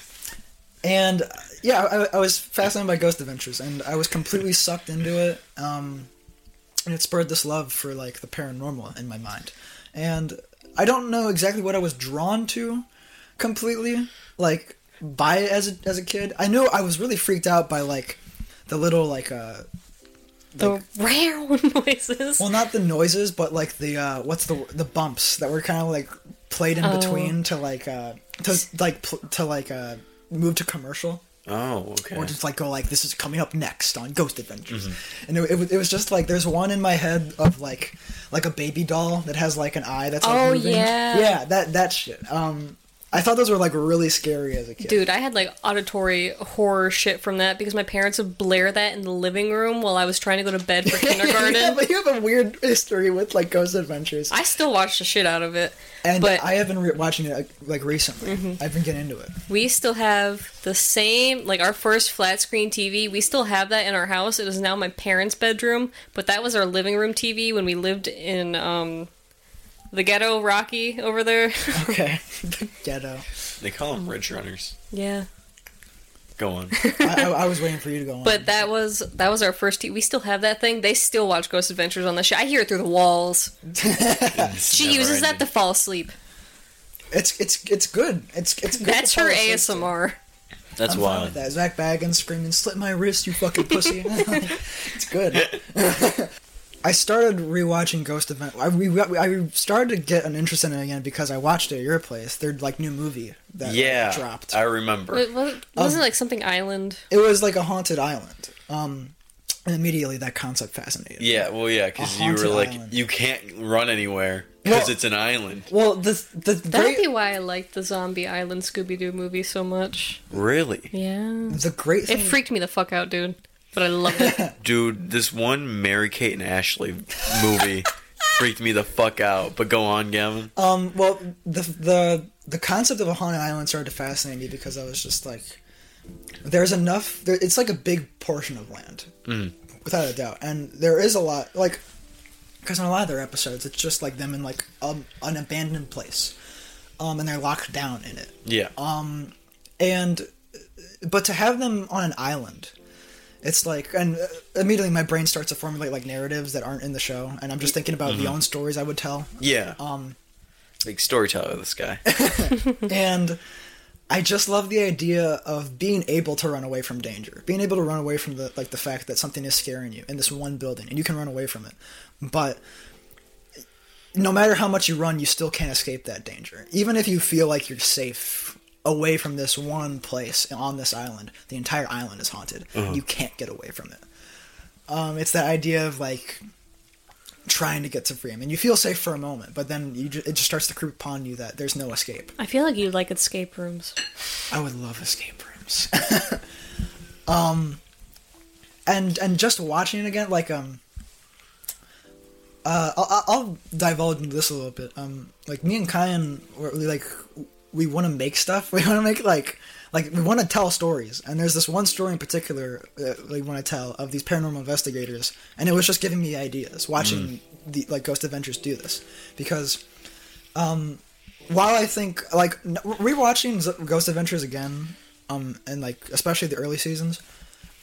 [SPEAKER 2] and uh, yeah, I, I was fascinated by Ghost Adventures, and I was completely sucked into it. Um, and it spurred this love for like the paranormal in my mind. And I don't know exactly what I was drawn to completely, like by it as a, as a kid. I know I was really freaked out by like the little like uh
[SPEAKER 3] the rare (laughs) noises.
[SPEAKER 2] well not the noises but like the uh what's the the bumps that were kind of like played in
[SPEAKER 3] Oh.
[SPEAKER 2] between to like uh to like pl- to like uh move to commercial
[SPEAKER 1] Oh, okay.
[SPEAKER 2] or just like go like this is coming up next on Ghost Adventures, and it, it, was- it was just like there's one in my head of like like a baby doll that has like an eye that's like,
[SPEAKER 3] Oh,
[SPEAKER 2] moving.
[SPEAKER 3] yeah.
[SPEAKER 2] yeah that that shit. Um, I thought those were like really scary as a kid.
[SPEAKER 3] Dude, I had like auditory horror shit from that because my parents would blare that in the living room while I was trying to go to bed for
[SPEAKER 2] (laughs) (laughs)
[SPEAKER 3] kindergarten.
[SPEAKER 2] yeah, but you have a weird history with like Ghost Adventures,
[SPEAKER 3] I still watch the shit out of it.
[SPEAKER 2] and
[SPEAKER 3] but- Mm-hmm.
[SPEAKER 2] I have been re- watching it like, like recently. I've been getting into it.
[SPEAKER 3] We still have the same, like our first flat screen TV. We still have that in our house. It is now my parents' bedroom, but that was our living room TV when we lived in um, the ghetto Rocky over there.
[SPEAKER 2] (laughs) Okay, the ghetto.
[SPEAKER 1] They call them Ridge Runners.
[SPEAKER 3] yeah.
[SPEAKER 1] Go
[SPEAKER 2] (laughs)
[SPEAKER 1] on.
[SPEAKER 2] I, I, I was waiting for you to go on.
[SPEAKER 3] But that was that was our first. T- we still have that thing. They still watch Ghost Adventures on the show. I hear it through the walls.
[SPEAKER 1] It's
[SPEAKER 3] She
[SPEAKER 1] never
[SPEAKER 3] uses that to
[SPEAKER 1] ending.
[SPEAKER 3] fall asleep.
[SPEAKER 2] (laughs) it's it's it's good. It's it's good
[SPEAKER 3] That's
[SPEAKER 2] to
[SPEAKER 3] her
[SPEAKER 2] fall asleep to.
[SPEAKER 3] ASMR.
[SPEAKER 1] That's
[SPEAKER 2] I'm fine
[SPEAKER 1] wild.
[SPEAKER 2] with that. Zach Baggins screaming, "Slit my wrist, you fucking
[SPEAKER 3] (laughs)
[SPEAKER 2] pussy!" (laughs) it's good. (laughs) I started rewatching Ghost Event. I, we, I started to get an interest in it again because I watched it at your place. Their like new movie that like,
[SPEAKER 1] Yeah,
[SPEAKER 2] dropped.
[SPEAKER 1] I remember.
[SPEAKER 3] Wait, was, wasn't it like something Island?
[SPEAKER 2] It was like a haunted island. Um, and immediately that concept fascinated. me.
[SPEAKER 1] Yeah, well, yeah, because you were
[SPEAKER 2] haunted
[SPEAKER 1] like,
[SPEAKER 2] island.
[SPEAKER 1] you can't run anywhere because
[SPEAKER 2] Well-
[SPEAKER 1] it's an island.
[SPEAKER 2] Well, the the
[SPEAKER 3] That'd
[SPEAKER 2] great
[SPEAKER 3] be why I liked the Zombie Island Scooby Doo movie so much.
[SPEAKER 1] Really,
[SPEAKER 3] Yeah.
[SPEAKER 2] the great
[SPEAKER 3] It
[SPEAKER 2] thing
[SPEAKER 3] freaked me the fuck out, dude. But I loved it.
[SPEAKER 1] dude, this one Mary Kate and Ashley
[SPEAKER 3] (laughs)
[SPEAKER 1] movie freaked me the fuck out. But go on, Gavin.
[SPEAKER 2] Um, well, the the the concept of a haunted island started to fascinate me because I was just like, there's enough. There, it's like a big portion of land, without a doubt, and there is a lot. Like, because in a lot of their episodes, it's just like them in like um, an abandoned place, um, and they're locked down in it
[SPEAKER 1] Yeah,
[SPEAKER 2] and but to have them on an island it's like and uh, immediately my brain starts to formulate like narratives that aren't in the show and i'm just thinking about the own stories i would tell
[SPEAKER 1] yeah.
[SPEAKER 2] uh.
[SPEAKER 1] Um, like storyteller, this guy.
[SPEAKER 2] and I just love the idea of being able to run away from danger, being able to run away from the like the fact that something is scaring you in this one building, and you can run away from it, but no matter how much you run, you still can't escape that danger. Even if you feel like you're safe away from this one place on this island, the entire island is haunted. You can't get away from it. Um, it's that idea of like trying to get to freedom, and you feel safe for a moment, but then you ju- it just starts to creep upon you that there's no escape.
[SPEAKER 3] (laughs) I feel like you like escape rooms.
[SPEAKER 2] I would love escape (laughs) rooms. um, and and just watching it again, like um, uh, I'll- I'll, I'll divulge into this a little bit. Um, like me and Kyan, were we, like we want to make stuff. (laughs) We want to make like like we want to tell stories. And there's this one story in particular that we want to tell of these paranormal investigators, and it was just giving me ideas watching the like Ghost Adventures do this because um, while I think like n- rewatching Z- Ghost Adventures again, um, and like especially the early seasons,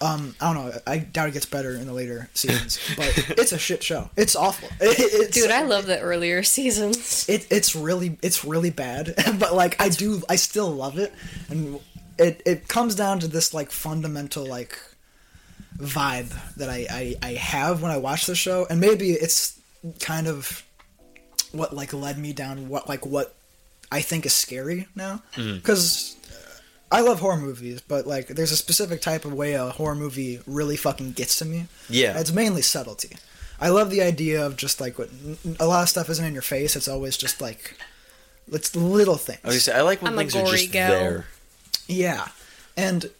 [SPEAKER 2] um, I don't know. I doubt it gets better in the later seasons, but it's a shit show. It's awful. It, it's,
[SPEAKER 3] Dude, I love the earlier seasons.
[SPEAKER 2] it, it's really it's really bad, (laughs) but like I do I still love it, and it it comes down to this like fundamental like vibe that I I, I have when I watch the show, and maybe it's kind of what like led me down what like what I think is scary now because. I love horror movies, but like, there's a specific type of way a horror movie really fucking gets to me.
[SPEAKER 1] Yeah.
[SPEAKER 2] it's mainly subtlety. I love the idea of just like what a lot of stuff isn't in your face. It's always just like it's little things.
[SPEAKER 1] I was gonna say, I like when
[SPEAKER 3] I'm a
[SPEAKER 1] things are
[SPEAKER 3] gory
[SPEAKER 1] just
[SPEAKER 3] gal.
[SPEAKER 1] there.
[SPEAKER 2] Yeah, and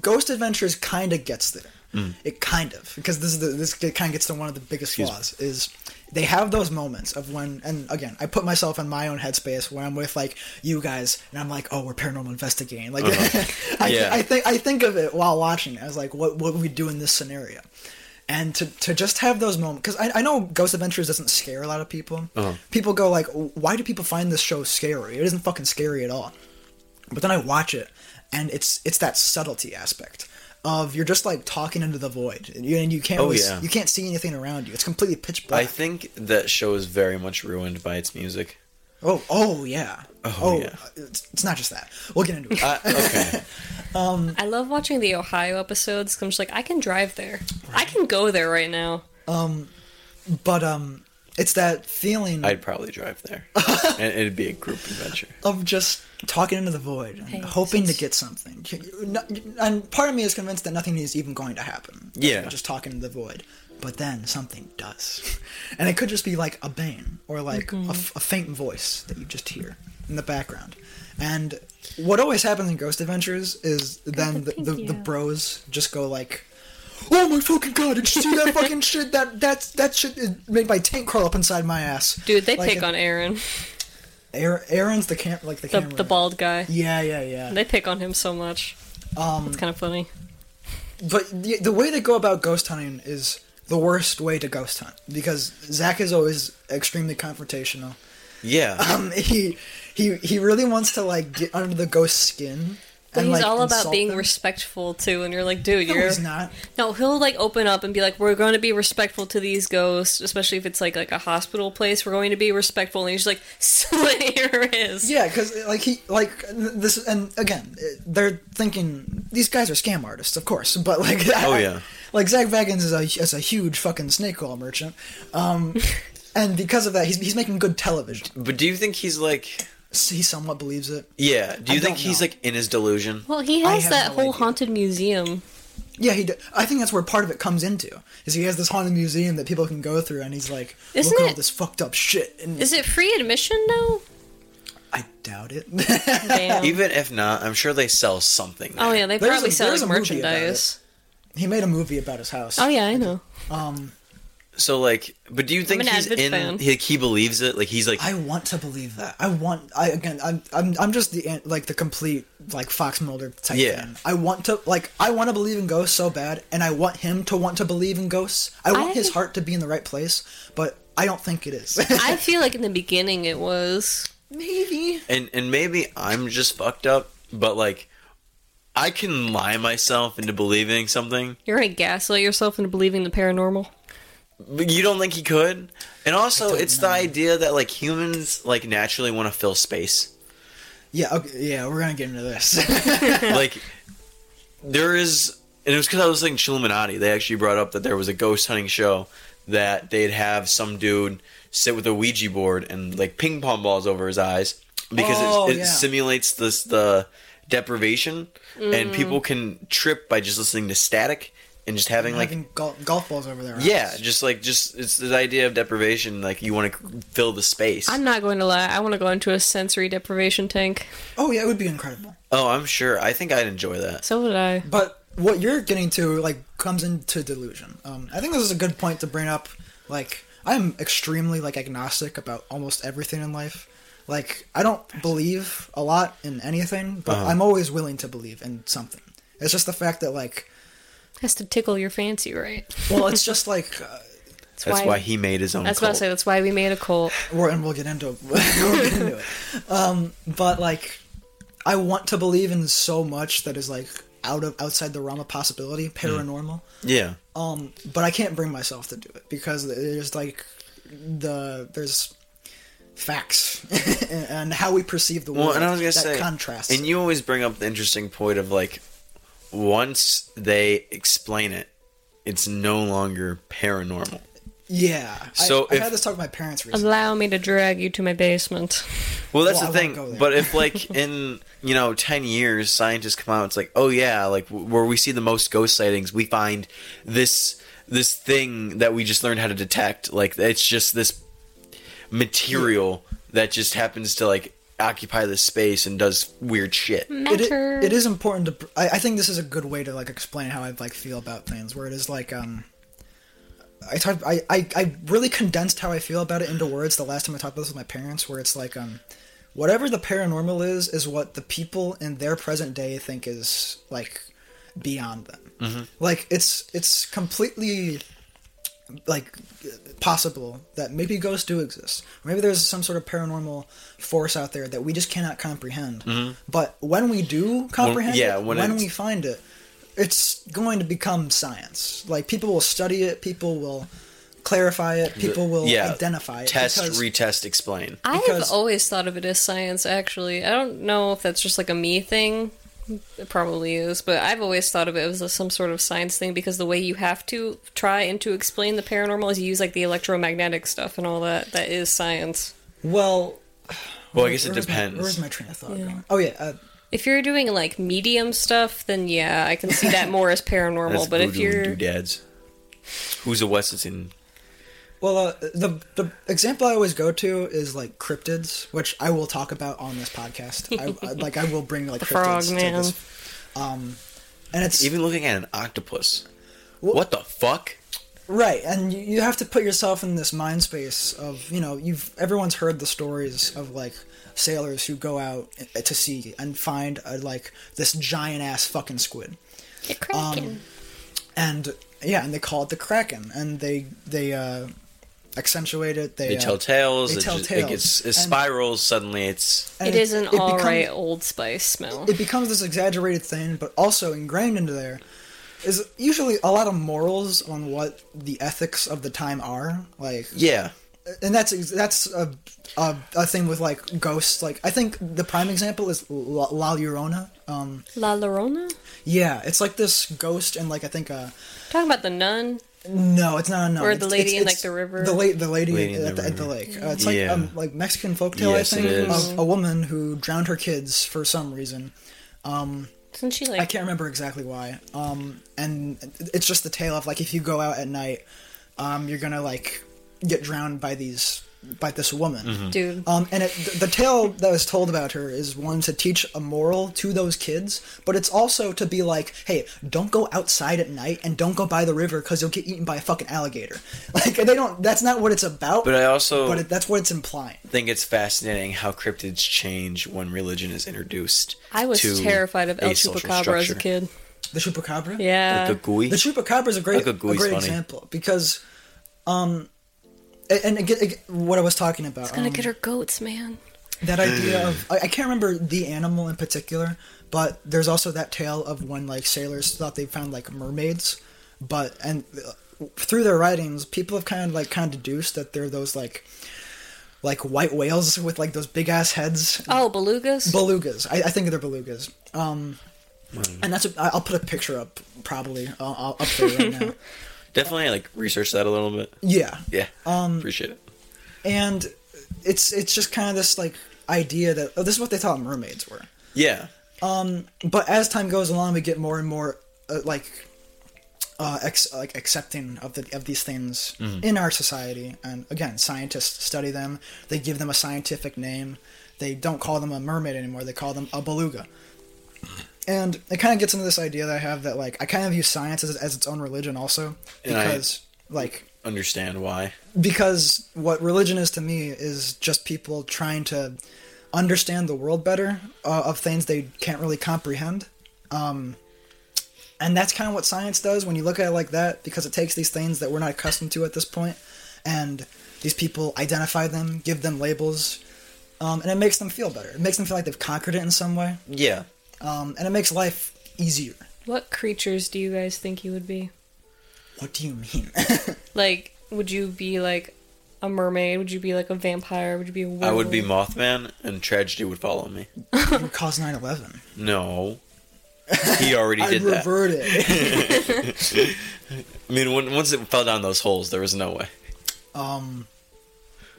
[SPEAKER 2] Ghost Adventures kind of gets there. It kind of because this is the, this kind of gets to one of the biggest flaws is they have those moments of when and again I put myself in my own headspace when I'm with like you guys and I'm like oh we're paranormal investigating like (laughs) I,
[SPEAKER 1] Yeah.
[SPEAKER 2] I think I think of it while watching it. I was like what what would we do in this scenario and to, to just have those moments because I, I know Ghost Adventures doesn't scare a lot of people people go like why do people find this show scary it isn't fucking scary at all but then I watch it, and it's it's that subtlety aspect of you're just like talking into the void, and you, and you can't
[SPEAKER 1] Oh,
[SPEAKER 2] really,
[SPEAKER 1] yeah.
[SPEAKER 2] you can't see anything around you. It's completely pitch black.
[SPEAKER 1] I think that show is very much ruined by its music.
[SPEAKER 2] oh, oh yeah. Oh,
[SPEAKER 1] yeah.
[SPEAKER 2] It's, it's not just that. We'll get into it.
[SPEAKER 1] Uh,
[SPEAKER 2] (laughs)
[SPEAKER 1] okay.
[SPEAKER 3] I love watching the Ohio episodes. 'cause I'm just like, I can drive there. I can go there right now.
[SPEAKER 2] but um, it's that feeling
[SPEAKER 1] I'd probably drive there. and it'd be a group adventure.
[SPEAKER 2] of just talking into the void, and hoping to get something. You- you- no- And part of me is convinced that nothing is even going to happen.
[SPEAKER 1] Yeah.
[SPEAKER 2] just talking into the void. But then something does, (laughs) and it could just be like a bane or like
[SPEAKER 3] Mm-hmm.
[SPEAKER 2] a f a a faint voice that you just hear in the background. And what always happens in Ghost Adventures is then the, the, the bros just go like, "Oh my fucking god! Did you see that
[SPEAKER 3] (laughs)
[SPEAKER 2] fucking shit? That that's that shit it made my tank curl up inside my ass."
[SPEAKER 3] Dude, they
[SPEAKER 2] Like,
[SPEAKER 3] pick on Aaron,
[SPEAKER 2] Aaron- Aaron's the camp like the,
[SPEAKER 3] the,
[SPEAKER 2] camera
[SPEAKER 3] the bald guy.
[SPEAKER 2] Yeah, yeah, yeah.
[SPEAKER 3] They pick on him so much. Um, it's kind of funny.
[SPEAKER 2] but the, the way they go about ghost hunting is the worst way to ghost hunt because Zach is always extremely confrontational. (clears throat)
[SPEAKER 1] Yeah.
[SPEAKER 2] Um, he he he really wants to like get under the ghost's skin.
[SPEAKER 3] But
[SPEAKER 2] and,
[SPEAKER 3] he's
[SPEAKER 2] like,
[SPEAKER 3] all about
[SPEAKER 2] insult
[SPEAKER 3] being
[SPEAKER 2] them.
[SPEAKER 3] respectful too, and you're like, dude,
[SPEAKER 2] No,
[SPEAKER 3] you're
[SPEAKER 2] he's not.
[SPEAKER 3] No, he'll like open up and be like, "We're going to be respectful to these ghosts, especially if it's like like a hospital place. We're going to be respectful." And he's like, (laughs) "Slayer is."
[SPEAKER 2] Yeah, because like he like this and again they're thinking these guys are scam artists, of course. But like,
[SPEAKER 1] (laughs) Oh, yeah.
[SPEAKER 2] (laughs) like Zach Bagans is a is a huge fucking snake oil merchant, um,
[SPEAKER 3] (laughs)
[SPEAKER 2] and because of that, he's he's making good television.
[SPEAKER 1] but do you think he's like.
[SPEAKER 2] He somewhat believes it.
[SPEAKER 1] Yeah. Do you
[SPEAKER 2] I don't
[SPEAKER 1] think he's
[SPEAKER 2] know.
[SPEAKER 1] like in his delusion?
[SPEAKER 3] Well, he
[SPEAKER 2] I
[SPEAKER 3] has
[SPEAKER 2] have
[SPEAKER 3] that
[SPEAKER 2] no
[SPEAKER 3] whole
[SPEAKER 2] idea.
[SPEAKER 3] haunted museum.
[SPEAKER 2] Yeah, he. d I I think that's where part of it comes into. Is he has this haunted museum that people can go through, and he's like,
[SPEAKER 3] Isn't
[SPEAKER 2] "Look at all
[SPEAKER 3] it-
[SPEAKER 2] this fucked up shit." And
[SPEAKER 3] Is it free admission now?
[SPEAKER 2] I doubt it. (laughs)
[SPEAKER 3] (laughs) Damn.
[SPEAKER 1] Even if not, I'm sure they sell something.
[SPEAKER 3] Oh
[SPEAKER 1] there.
[SPEAKER 3] yeah, they
[SPEAKER 2] There's
[SPEAKER 3] probably
[SPEAKER 2] a-
[SPEAKER 3] sell
[SPEAKER 2] there's
[SPEAKER 3] like
[SPEAKER 2] a movie about
[SPEAKER 3] merchandise.
[SPEAKER 2] he made a movie about his house.
[SPEAKER 3] Oh yeah, I know.
[SPEAKER 2] Um,
[SPEAKER 1] So like, but do you think
[SPEAKER 3] an
[SPEAKER 1] he's
[SPEAKER 3] avid
[SPEAKER 1] in?
[SPEAKER 3] fan.
[SPEAKER 1] He, he believes it. Like he's like,
[SPEAKER 2] I want to believe that. I want. I again. I'm. I'm. I'm just the an- like the complete like Fox Mulder type.
[SPEAKER 1] Yeah.
[SPEAKER 2] fan. I want to like. I want to believe in ghosts so bad, and I want him to want to believe in ghosts. I want
[SPEAKER 3] I-
[SPEAKER 2] his heart to be in the right place, but I don't think it is. (laughs)
[SPEAKER 3] (laughs) I feel like in the beginning it was.
[SPEAKER 2] Maybe.
[SPEAKER 1] and and maybe I'm just fucked up. But like, I can lie myself into believing something.
[SPEAKER 3] You're gonna gaslight yourself into believing the paranormal.
[SPEAKER 1] But you don't think he could? And also, it's the idea that like humans like naturally want to fill space.
[SPEAKER 2] Yeah. Okay, yeah. We're gonna get into this. (laughs)
[SPEAKER 3] (laughs)
[SPEAKER 1] like, there is, and it was because I was thinking Chilluminati. They actually brought up that there was a ghost hunting show that they'd have some dude sit with a Ouija board and like ping pong balls over his eyes because
[SPEAKER 2] Oh,
[SPEAKER 1] it, it
[SPEAKER 2] yeah.
[SPEAKER 1] simulates this the deprivation,
[SPEAKER 3] Mm.
[SPEAKER 1] and people can trip by just listening to static and just having like
[SPEAKER 2] Having gol- golf balls over there.
[SPEAKER 1] yeah, just like just it's the idea of deprivation. Like you want to fill the space.
[SPEAKER 3] I'm not going to lie. I want to go into a sensory deprivation tank.
[SPEAKER 2] Oh yeah, it would be incredible.
[SPEAKER 1] oh, I'm sure. I think I'd enjoy that.
[SPEAKER 3] So would I.
[SPEAKER 2] But what you're getting to like comes into delusion. Um, I think this is a good point to bring up. Like I'm extremely like agnostic about almost everything in life. Like I don't believe a lot in anything, but I'm always willing to believe in something. It's just the fact that like
[SPEAKER 3] Has to tickle your fancy, right?
[SPEAKER 2] well, it's just like (laughs) uh,
[SPEAKER 1] That's why he made his own.
[SPEAKER 3] That's what I
[SPEAKER 1] cult.
[SPEAKER 3] say. That's why we made a
[SPEAKER 1] (laughs)
[SPEAKER 3] cult.
[SPEAKER 2] we're, and we'll get into (laughs) we'll get into it. Um, but like, I want to believe in so much that is like out of outside the realm of possibility, paranormal.
[SPEAKER 1] Yeah,
[SPEAKER 2] Um, but I can't bring myself to do it because there's like the there's facts (laughs) and, and how we perceive the world
[SPEAKER 1] Well, and I was gonna
[SPEAKER 2] that
[SPEAKER 1] say
[SPEAKER 2] contrasts.
[SPEAKER 1] And you always bring up the interesting point of like, once they explain it, it's no longer paranormal.
[SPEAKER 2] yeah.
[SPEAKER 1] So
[SPEAKER 2] I,
[SPEAKER 1] if-
[SPEAKER 2] I had this talk with my parents recently.
[SPEAKER 3] Allow me to drag you to my basement.
[SPEAKER 1] Well, that's
[SPEAKER 2] Well,
[SPEAKER 1] the
[SPEAKER 2] I won't go
[SPEAKER 1] thing.
[SPEAKER 2] there.
[SPEAKER 1] But
[SPEAKER 2] (laughs)
[SPEAKER 1] if like in you know ten years, scientists come out, it's like, oh yeah, like w- where we see the most ghost sightings, we find this this thing that we just learned how to detect. Like it's just this material that just happens to like occupy this space and does weird shit.
[SPEAKER 2] It,
[SPEAKER 3] Matter.
[SPEAKER 2] i- it is important to. pr- I, I think this is a good way to like explain how I like feel about things. Where it is like um, I talked. I, I I really condensed how I feel about it into words the last time I talked about this with my parents. Where it's like um, whatever the paranormal is is what the people in their present day think is like beyond them.
[SPEAKER 1] Mm-hmm.
[SPEAKER 2] Like it's it's completely like possible that maybe ghosts do exist or maybe there's some sort of paranormal force out there that we just cannot comprehend but when we do comprehend
[SPEAKER 1] yeah,
[SPEAKER 2] it
[SPEAKER 1] Mm-hmm. when
[SPEAKER 2] when,
[SPEAKER 1] it's-
[SPEAKER 2] we find it it's going to become science like people will study it people will clarify it people will
[SPEAKER 1] yeah,
[SPEAKER 2] identify it
[SPEAKER 1] Test,
[SPEAKER 2] because-
[SPEAKER 1] retest, explain.
[SPEAKER 3] I have
[SPEAKER 2] because-
[SPEAKER 3] always thought of it as science, actually. I don't know if that's just like a me thing. It probably is, but I've always thought of it as a, some sort of science thing because the way you have to try and to explain the paranormal is you use like the electromagnetic stuff and all that. That is science.
[SPEAKER 2] well
[SPEAKER 1] Well, I guess it
[SPEAKER 2] where's my-
[SPEAKER 1] depends.
[SPEAKER 2] where's my train of thought going oh yeah uh,
[SPEAKER 3] If you're doing like medium stuff, then yeah, I can see that
[SPEAKER 1] (laughs)
[SPEAKER 3] more as paranormal.
[SPEAKER 1] That's
[SPEAKER 3] but if
[SPEAKER 1] voodoo and
[SPEAKER 3] you're
[SPEAKER 1] doodads. Who's a Wesleyan?
[SPEAKER 2] Well, uh, the the example I always go to is like cryptids, which I will talk about on this podcast. I,
[SPEAKER 3] (laughs)
[SPEAKER 2] I- like I will bring like
[SPEAKER 3] frog
[SPEAKER 2] cryptids to
[SPEAKER 3] man.
[SPEAKER 2] this, um, and it's
[SPEAKER 1] Even looking at an octopus.
[SPEAKER 2] Wha-
[SPEAKER 1] What the fuck?
[SPEAKER 2] right, and you- you have to put yourself in this mind space of you know you've everyone's heard the stories of like sailors who go out eh, to sea and find a, like this giant ass fucking squid.
[SPEAKER 3] The Kraken.
[SPEAKER 2] um, and yeah, and they call it the Kraken, and they they uh, accentuate it. They,
[SPEAKER 1] They
[SPEAKER 2] uh,
[SPEAKER 1] tell tales.
[SPEAKER 2] they
[SPEAKER 1] it,
[SPEAKER 2] tell
[SPEAKER 1] just,
[SPEAKER 2] tales.
[SPEAKER 1] it gets it
[SPEAKER 2] And-
[SPEAKER 1] spirals. Suddenly, it's
[SPEAKER 2] and
[SPEAKER 3] it is an
[SPEAKER 2] becomes-
[SPEAKER 3] all right Old Spice smell.
[SPEAKER 2] it becomes this exaggerated thing, but also ingrained into there is usually a lot of morals on what the ethics of the time are. Like,
[SPEAKER 1] yeah.
[SPEAKER 2] and that's that's a, a, a thing with like ghosts. Like, I think the prime example is La, La Llorona. Um,
[SPEAKER 3] La Llorona?
[SPEAKER 2] yeah, it's like this ghost and like I think uh
[SPEAKER 3] Talking about the nun.
[SPEAKER 2] no, it's not a no.
[SPEAKER 3] Or
[SPEAKER 2] it's-
[SPEAKER 3] the
[SPEAKER 2] it's-
[SPEAKER 3] lady in,
[SPEAKER 2] it's
[SPEAKER 3] like, the river.
[SPEAKER 2] The late the lady,
[SPEAKER 1] Lady in the
[SPEAKER 2] at, the, at the
[SPEAKER 1] river.
[SPEAKER 2] lake. Uh, it's like
[SPEAKER 1] Yeah.
[SPEAKER 2] um, like Mexican folktale.
[SPEAKER 1] Yes,
[SPEAKER 2] I
[SPEAKER 1] it
[SPEAKER 2] think
[SPEAKER 1] is.
[SPEAKER 2] of a woman who drowned her kids for some reason.
[SPEAKER 3] Isn't she
[SPEAKER 2] I
[SPEAKER 3] like
[SPEAKER 2] can't remember exactly why. Um, and it's just the tale of like if you go out at night, um, you're gonna like get drowned by these by this woman.
[SPEAKER 1] Mm-hmm. Mm.
[SPEAKER 3] dude?
[SPEAKER 2] Um, and it, th- the tale that was told about her is one to teach a moral to those kids, but it's also to be like, hey, don't go outside at night and don't go by the river because you'll get eaten by a fucking alligator. (laughs) Like they don't. That's not what it's about.
[SPEAKER 1] But I also
[SPEAKER 2] but it, that's what it's implying.
[SPEAKER 1] think it's fascinating how cryptids change when religion is introduced.
[SPEAKER 3] I was
[SPEAKER 1] to
[SPEAKER 3] terrified of
[SPEAKER 1] a
[SPEAKER 3] El
[SPEAKER 1] social
[SPEAKER 3] Chupacabra as
[SPEAKER 1] structure.
[SPEAKER 3] a kid.
[SPEAKER 2] The chupacabra.
[SPEAKER 3] Yeah.
[SPEAKER 1] Like a gooey.
[SPEAKER 2] The chupacabra is a great,
[SPEAKER 1] Like a
[SPEAKER 2] a
[SPEAKER 1] gooey's
[SPEAKER 2] great
[SPEAKER 1] funny.
[SPEAKER 2] example because, um, a- and again, ag- what I was talking about,
[SPEAKER 3] gonna
[SPEAKER 2] um,
[SPEAKER 3] get her goats,
[SPEAKER 2] Mm.
[SPEAKER 3] man.
[SPEAKER 2] that idea of I, I can't remember the animal in particular, but there's also that tale of when like sailors thought they found like mermaids, but and uh, through their writings, people have kind of like kind of deduced that they're those like, like white whales with like those big ass heads
[SPEAKER 3] Oh, belugas.
[SPEAKER 2] belugas. I, I think they're belugas.
[SPEAKER 1] Hmm.
[SPEAKER 3] (laughs)
[SPEAKER 2] Um, and that's a, I- I'll put a picture up probably. I'll, I'll up there uh, right now.
[SPEAKER 1] Definitely like research that a little bit.
[SPEAKER 2] Yeah.
[SPEAKER 1] Yeah. Um appreciate it.
[SPEAKER 2] And it's it's just kind of this like idea that oh, this is what they thought mermaids were.
[SPEAKER 1] Yeah.
[SPEAKER 2] But as time goes along, we get more and more uh, like uh, ex- like accepting of the of these things
[SPEAKER 1] Mm-hmm.
[SPEAKER 2] in our society. And again, scientists study them. They give them a scientific name. They don't call them a mermaid anymore. They call them a beluga. And it kind of gets into this idea that I have that like I kind of view science as, as its own religion also
[SPEAKER 1] And I-
[SPEAKER 2] because like
[SPEAKER 1] Understand why.
[SPEAKER 2] because what religion is to me is just people trying to understand the world better uh, of things they can't really comprehend um, and that's kind of what science does when you look at it like that because it takes these things that we're not accustomed to at this point and these people identify them give them labels um, and it makes them feel better it makes them feel like they've conquered it in some way
[SPEAKER 1] Yeah.
[SPEAKER 2] um, and it makes life easier
[SPEAKER 3] What creatures do you guys think you would be?
[SPEAKER 2] what do you mean (laughs)
[SPEAKER 3] Like, would you be like a mermaid? Would you be like a vampire? Would you be a
[SPEAKER 1] I would be
[SPEAKER 3] werewolf?
[SPEAKER 1] Mothman and tragedy would follow me.
[SPEAKER 2] you would cause 9-11
[SPEAKER 1] No. He already
[SPEAKER 2] (laughs) i
[SPEAKER 1] did that.
[SPEAKER 2] revert it
[SPEAKER 1] I mean, when, once it fell down those holes, there was no way.
[SPEAKER 2] Um,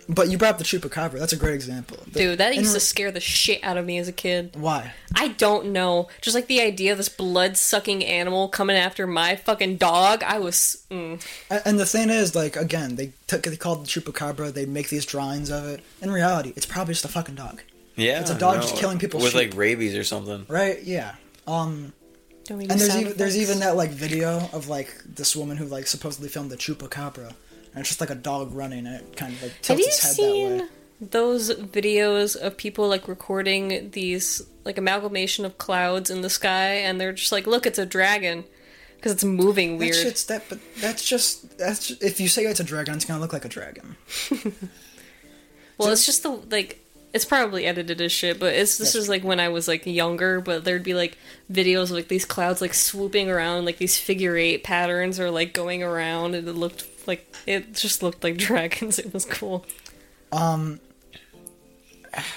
[SPEAKER 2] but you brought up the chupacabra. That's a great example. The-
[SPEAKER 3] Dude, that
[SPEAKER 2] in
[SPEAKER 3] used
[SPEAKER 2] re-
[SPEAKER 3] to scare the shit out of me as a kid.
[SPEAKER 2] Why?
[SPEAKER 3] I don't know. Just like the idea of this blood sucking animal coming after my fucking dog, I was. Mm.
[SPEAKER 2] A- And the thing is, like, again, they took they called the chupacabra. They make these drawings of it. In reality, it's probably just a fucking dog,
[SPEAKER 1] Yeah.
[SPEAKER 2] It's a dog just killing people's
[SPEAKER 1] With
[SPEAKER 2] sheep.
[SPEAKER 1] like rabies or something.
[SPEAKER 2] right? Yeah. Um,
[SPEAKER 3] Don't even
[SPEAKER 2] and there's
[SPEAKER 3] sound
[SPEAKER 2] even there's
[SPEAKER 3] effects.
[SPEAKER 2] even that like video of like this woman who like supposedly filmed the chupacabra, and it's just like a dog running, and it kind of like
[SPEAKER 3] Have
[SPEAKER 2] tilts
[SPEAKER 3] you
[SPEAKER 2] its head that
[SPEAKER 3] seen
[SPEAKER 2] way.
[SPEAKER 3] those videos of people like recording these like amalgamation of clouds in the sky, and they're just like, "Look, it's a dragon," because it's moving
[SPEAKER 2] That
[SPEAKER 3] weird.
[SPEAKER 2] shit's that, but that's just that's ju- if you say it's a dragon, it's gonna look like a dragon.
[SPEAKER 3] well, it's just the like. It's probably edited as shit, but it's this is like when I was like younger. But there'd be like videos of like these clouds like swooping around, like these figure eight patterns, or like going around, and it looked like it just looked like (laughs) dragons. It was cool.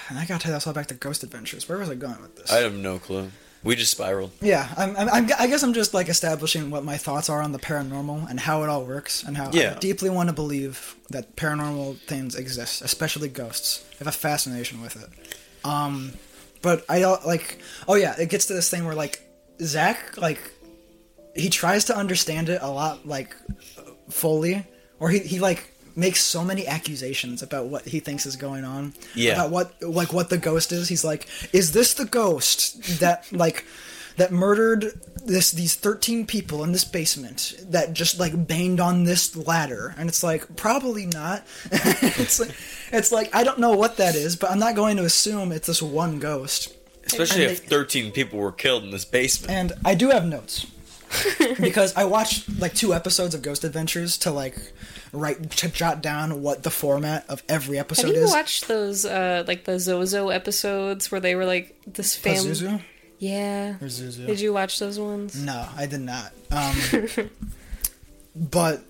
[SPEAKER 2] And I gotta tie this all back to Ghost Adventures. Where was I going with this?
[SPEAKER 1] I have no clue. We just spiraled.
[SPEAKER 2] Yeah, I'm, I'm, I'm, I guess I'm just like establishing what my thoughts are on the paranormal and how it all works, and how
[SPEAKER 1] Yeah.
[SPEAKER 2] I deeply want to believe that paranormal things exist, especially ghosts. I have a fascination with it. Um, but I don't like. Oh yeah, it gets to this thing where like Zach like he tries to understand it a lot like fully, or he he like makes so many accusations about what he thinks is going on.
[SPEAKER 1] Yeah.
[SPEAKER 2] About what like what the ghost is. He's like, is this the ghost that like that murdered this these 13 people in this basement that just like banged on this ladder and it's like probably not (laughs) it's like it's like i don't know what that is but i'm not going to assume it's this one ghost
[SPEAKER 1] Especially
[SPEAKER 2] And
[SPEAKER 1] if 13 people were killed in this basement.
[SPEAKER 2] and I do have
[SPEAKER 3] (laughs)
[SPEAKER 2] notes because I watched like two episodes of Ghost Adventures to like write to jot down what the format of every episode
[SPEAKER 3] Have you
[SPEAKER 2] is.
[SPEAKER 3] watched those uh like the Zozo episodes where they were like this family?
[SPEAKER 2] Pazuzu?
[SPEAKER 3] Yeah.
[SPEAKER 2] Zuzu?
[SPEAKER 3] Did you watch those ones?
[SPEAKER 2] No, I did not. Um,
[SPEAKER 3] (laughs)
[SPEAKER 2] but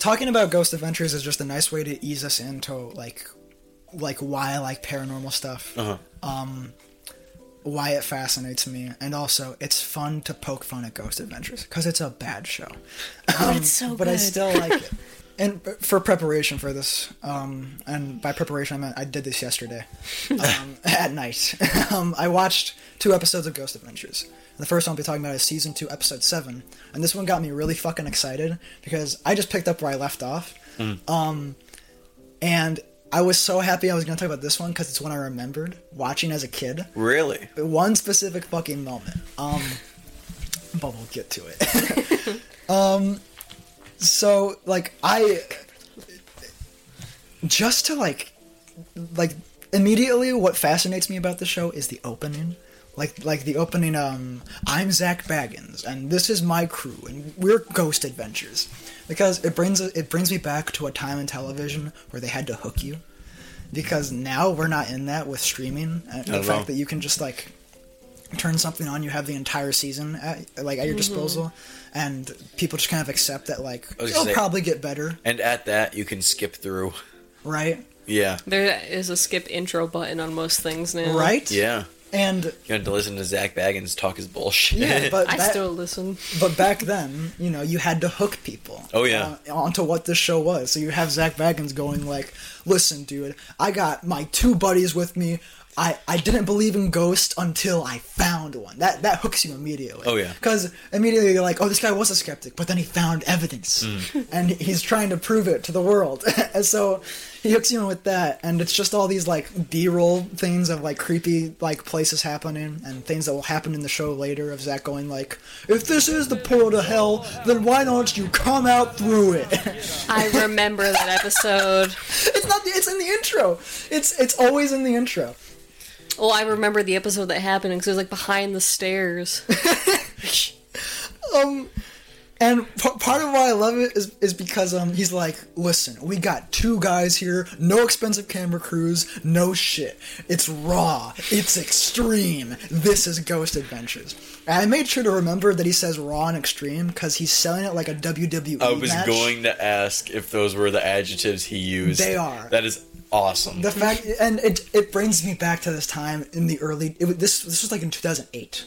[SPEAKER 2] talking about Ghost Adventures is just a nice way to ease us into like like why I like paranormal stuff. um,
[SPEAKER 1] Uh-huh.
[SPEAKER 2] why it fascinates me, and also it's fun to poke fun at Ghost Adventures because it's a bad show. Um,
[SPEAKER 3] it's so
[SPEAKER 2] but I
[SPEAKER 3] good.
[SPEAKER 2] still like
[SPEAKER 3] (laughs)
[SPEAKER 2] it. And for preparation for this, um, and by preparation I meant I did this
[SPEAKER 3] (laughs)
[SPEAKER 2] yesterday um, at night. (laughs) um, I watched two episodes of Ghost Adventures. The first one I'll be talking about is season two, episode seven, and this one got me really fucking excited because I just picked up where I left off
[SPEAKER 3] Mm.
[SPEAKER 2] Um, and I was so happy I was going to talk about this one because it's one I remembered watching as a kid.
[SPEAKER 1] Really?
[SPEAKER 2] One specific fucking moment. Um, but we'll get to it. um, so like I just to like like immediately what fascinates me about the show is the opening. Like, like the opening, um, I'm Zach Baggins, and this is my crew, and we're Ghost Adventures, because it brings it brings me back to a time in television where they had to hook you, because now we're not in that with streaming, and the
[SPEAKER 1] at all.
[SPEAKER 2] fact that you can just like turn something on, you have the entire season at, like at
[SPEAKER 3] Mm-hmm.
[SPEAKER 2] your disposal, and people just kind of accept that like
[SPEAKER 1] was gonna
[SPEAKER 2] it'll
[SPEAKER 1] say-
[SPEAKER 2] probably get better,
[SPEAKER 1] And at that, you can skip through.
[SPEAKER 2] right?
[SPEAKER 1] Yeah.
[SPEAKER 3] There is a skip intro button on most things now.
[SPEAKER 2] Right?
[SPEAKER 1] Yeah. (laughs)
[SPEAKER 2] And
[SPEAKER 1] You had to listen to Zach Baggins talk his bullshit.
[SPEAKER 2] yeah, but
[SPEAKER 3] I
[SPEAKER 2] that-
[SPEAKER 3] still listen.
[SPEAKER 2] but back then, you know, you had to hook people.
[SPEAKER 1] Oh, yeah.
[SPEAKER 2] uh, onto what this show was. So you have Zach Baggins going like, "Listen, dude, I got my two buddies with me. I, I didn't believe in ghosts until I found one. That that hooks you immediately.
[SPEAKER 1] Oh, yeah.
[SPEAKER 2] Because immediately you're like, oh, this guy was a skeptic, but then he found evidence, (laughs) and he's trying to prove it to the world. (laughs) and so he hooks you in with that, and it's just all these like B-roll things of like creepy like places happening, and things that will happen in the show later of Zach going like, if this is the portal to hell, then why don't you come out through it? (laughs)
[SPEAKER 3] I remember that episode.
[SPEAKER 2] it's not. The, it's in the intro. It's it's always in the intro.
[SPEAKER 3] Oh, I remember the episode that happened because it was like behind the stairs.
[SPEAKER 2] Um, And p- part of why I love it is, is because um he's like, listen, we got two guys here, no expensive camera crews, no shit. It's raw, it's extreme. This is Ghost Adventures. And I made sure to remember that he says raw and extreme because he's selling it like a
[SPEAKER 1] (laughs)
[SPEAKER 2] WWE
[SPEAKER 1] I was
[SPEAKER 2] match.
[SPEAKER 1] going to ask if those were the adjectives he used.
[SPEAKER 2] They are.
[SPEAKER 1] That is awesome.
[SPEAKER 2] The fact, and it it brings me back to this time in the early. It, was- this this was like in 2008,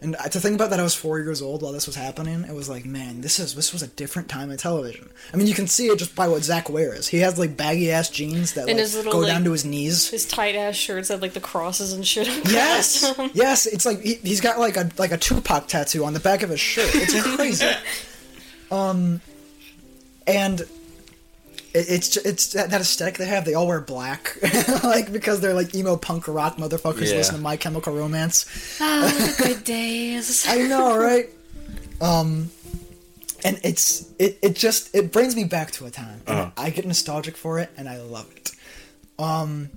[SPEAKER 2] and I- to think about that, I was four years old while this was happening. It was like, man, this is this was a different time in television. I mean, you can see it just by what Zach wears. He has like baggy ass jeans that like,
[SPEAKER 3] his little,
[SPEAKER 2] go
[SPEAKER 3] like-
[SPEAKER 2] down to his knees.
[SPEAKER 3] His tight ass shirts had like the crosses and shit. on
[SPEAKER 2] (laughs) Yes,
[SPEAKER 3] them.
[SPEAKER 2] yes, it's like he, he's got like a like a Tupac tattoo on the back of his shirt. It's crazy. um, and it, it's ju- it's that, that aesthetic they have. They all wear black, (laughs) like because they're like emo punk rock motherfuckers.
[SPEAKER 1] Yeah.
[SPEAKER 2] Listen to My Chemical Romance.
[SPEAKER 3] Ah, the
[SPEAKER 2] (laughs)
[SPEAKER 3] good (laughs) days.
[SPEAKER 2] I know, right? Um, and it's it it just it brings me back to a time. And I get nostalgic for it, and I love it. Um,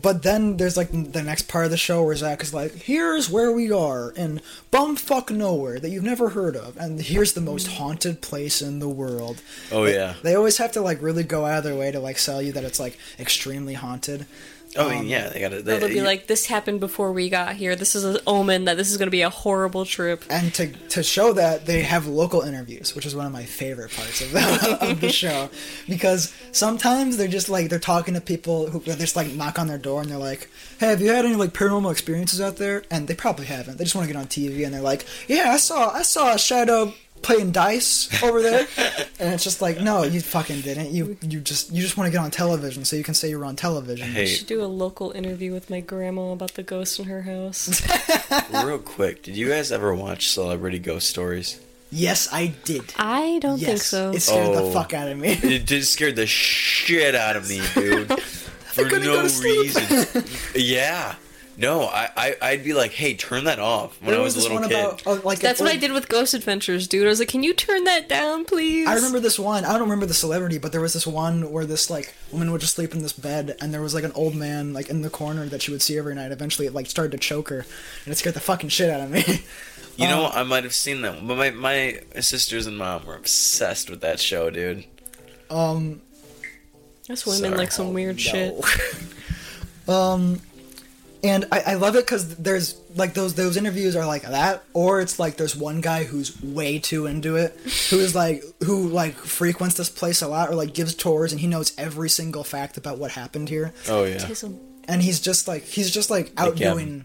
[SPEAKER 2] But then there's like the next part of the show where Zach is like, "Here's where we are in bumfuck nowhere that you've never heard of, and here's the most haunted place in the world."
[SPEAKER 1] Oh yeah.
[SPEAKER 2] They always have to like really go out of their way to like sell you that it's like extremely haunted.
[SPEAKER 1] Oh I mean, yeah. They got to
[SPEAKER 3] They'll be like, "This happened before we got here. This is an omen that this is going to be a horrible trip."
[SPEAKER 2] and to to show that they have local interviews, which is one of my favorite parts of the, (laughs) of the show, because sometimes they're just like they're talking to people who they just like knock on their door and they're like, "Hey, have you had any like paranormal experiences out there?" And they probably haven't. They just want to get on TV and they're like, "Yeah, I saw I saw a shadow." playing dice over
[SPEAKER 1] (laughs)
[SPEAKER 2] there and it's just like no you fucking didn't you you just you just want to get on television so you can say you were on television
[SPEAKER 1] Hey,
[SPEAKER 3] Should do a local interview with my grandma about the ghost in her
[SPEAKER 2] (laughs)
[SPEAKER 3] house.
[SPEAKER 1] real quick, did you guys ever watch Celebrity Ghost Stories?
[SPEAKER 2] yes i did
[SPEAKER 3] I don't
[SPEAKER 2] yes
[SPEAKER 3] think so.
[SPEAKER 2] it scared the
[SPEAKER 1] Oh.
[SPEAKER 2] fuck out of me
[SPEAKER 1] It did scared the shit out
[SPEAKER 2] (laughs)
[SPEAKER 1] of me, dude. For
[SPEAKER 2] couldn't
[SPEAKER 1] no
[SPEAKER 2] go to sleep.
[SPEAKER 1] reason.
[SPEAKER 2] (laughs)
[SPEAKER 1] yeah. No, I, I I'd be like, hey, turn that off when
[SPEAKER 2] there
[SPEAKER 1] I
[SPEAKER 2] was
[SPEAKER 1] was,
[SPEAKER 2] this
[SPEAKER 1] a
[SPEAKER 2] one
[SPEAKER 1] little kid.
[SPEAKER 2] about oh, like an
[SPEAKER 3] That's what I
[SPEAKER 2] old-
[SPEAKER 3] did with Ghost Adventures, dude. I was like, "Can you turn that down, please?"
[SPEAKER 2] I remember this one. I don't remember the celebrity, but there was this one where this like woman would just sleep in this bed, and there was like an old man like in the corner that she would see every night. Eventually, it like started to choke her, and it scared the fucking shit out of me. (laughs)
[SPEAKER 1] you know,
[SPEAKER 2] Uh-huh.
[SPEAKER 1] I might have seen that, but my my sisters and mom were obsessed with that show, dude.
[SPEAKER 2] um,
[SPEAKER 3] That's women
[SPEAKER 1] Sorry.
[SPEAKER 3] like some weird
[SPEAKER 2] (laughs)
[SPEAKER 3] shit.
[SPEAKER 2] Um, and I, I love it because there's like those those interviews are like that, or it's like there's one guy who's way too into it, who is like who like frequents this place a lot, or like gives tours, and he knows every single fact about what happened here.
[SPEAKER 1] Oh yeah.
[SPEAKER 3] Tism.
[SPEAKER 2] and he's just like he's just like
[SPEAKER 1] Gavin.
[SPEAKER 2] outdoing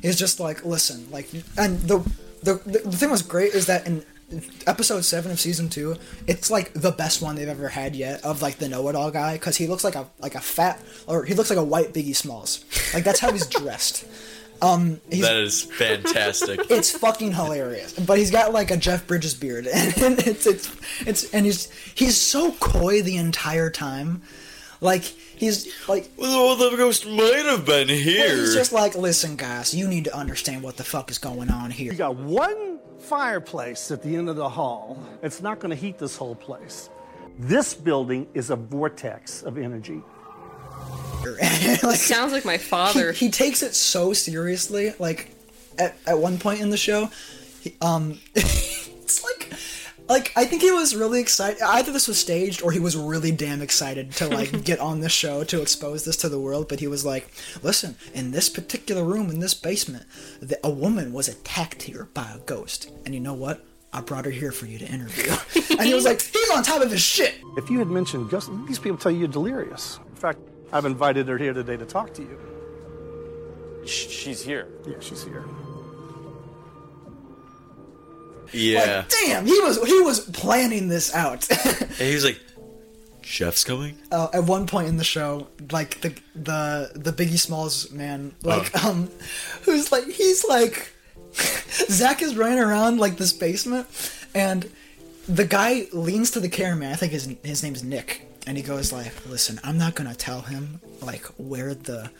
[SPEAKER 2] he's just like listen like and the the, the thing was great is that in episode 7 of season 2 it's like the best one they've ever had yet of like the know-it-all guy because he looks like a like a fat or he looks like a white biggie smalls like that's how he's dressed
[SPEAKER 1] (laughs) That is
[SPEAKER 2] (laughs)
[SPEAKER 1] fantastic.
[SPEAKER 2] it's fucking hilarious. But he's got like a Jeff Bridges beard, (laughs) and it's it's it's and he's he's so coy the entire time, like he's like
[SPEAKER 1] well, the ghost might have been here.
[SPEAKER 2] he's just like listen guys, you need to understand what the fuck is going on here.
[SPEAKER 4] You got one fireplace at the end of the hall. It's not going to heat this whole place. This building is a vortex of energy.
[SPEAKER 2] (laughs) like,
[SPEAKER 3] (laughs) Sounds like my
[SPEAKER 2] he,
[SPEAKER 3] father.
[SPEAKER 2] he takes it so seriously. Like at, at one point in the show, he, um, (laughs) it's like like I think he was really excited. Either this was staged or he was really damn excited to like get on this show to expose this to the world. But he was like, "Listen, in this particular room in this basement, the, a woman was attacked here by a ghost, and you know what?" I brought her here for you to interview. and he was like, he's on top of his shit.
[SPEAKER 4] If you had mentioned Gus, these people tell you you're delirious. In fact, I've invited her here today to talk to you.
[SPEAKER 5] Sh- She's here.
[SPEAKER 4] Yeah, she's here.
[SPEAKER 1] Yeah.
[SPEAKER 2] Like, damn, he was he was planning this out.
[SPEAKER 1] (laughs)
[SPEAKER 2] (laughs)
[SPEAKER 1] and he's like, Chef's coming?
[SPEAKER 2] uh, at one point in the show, like the the the Biggie Smalls man,
[SPEAKER 1] Uh.
[SPEAKER 2] like (laughs) um, who's like he's like (laughs) Zach is running around like this basement, and the guy leans to the cameraman. I think his his name's Nick, and he goes like, "Listen, I'm not gonna tell him like where the."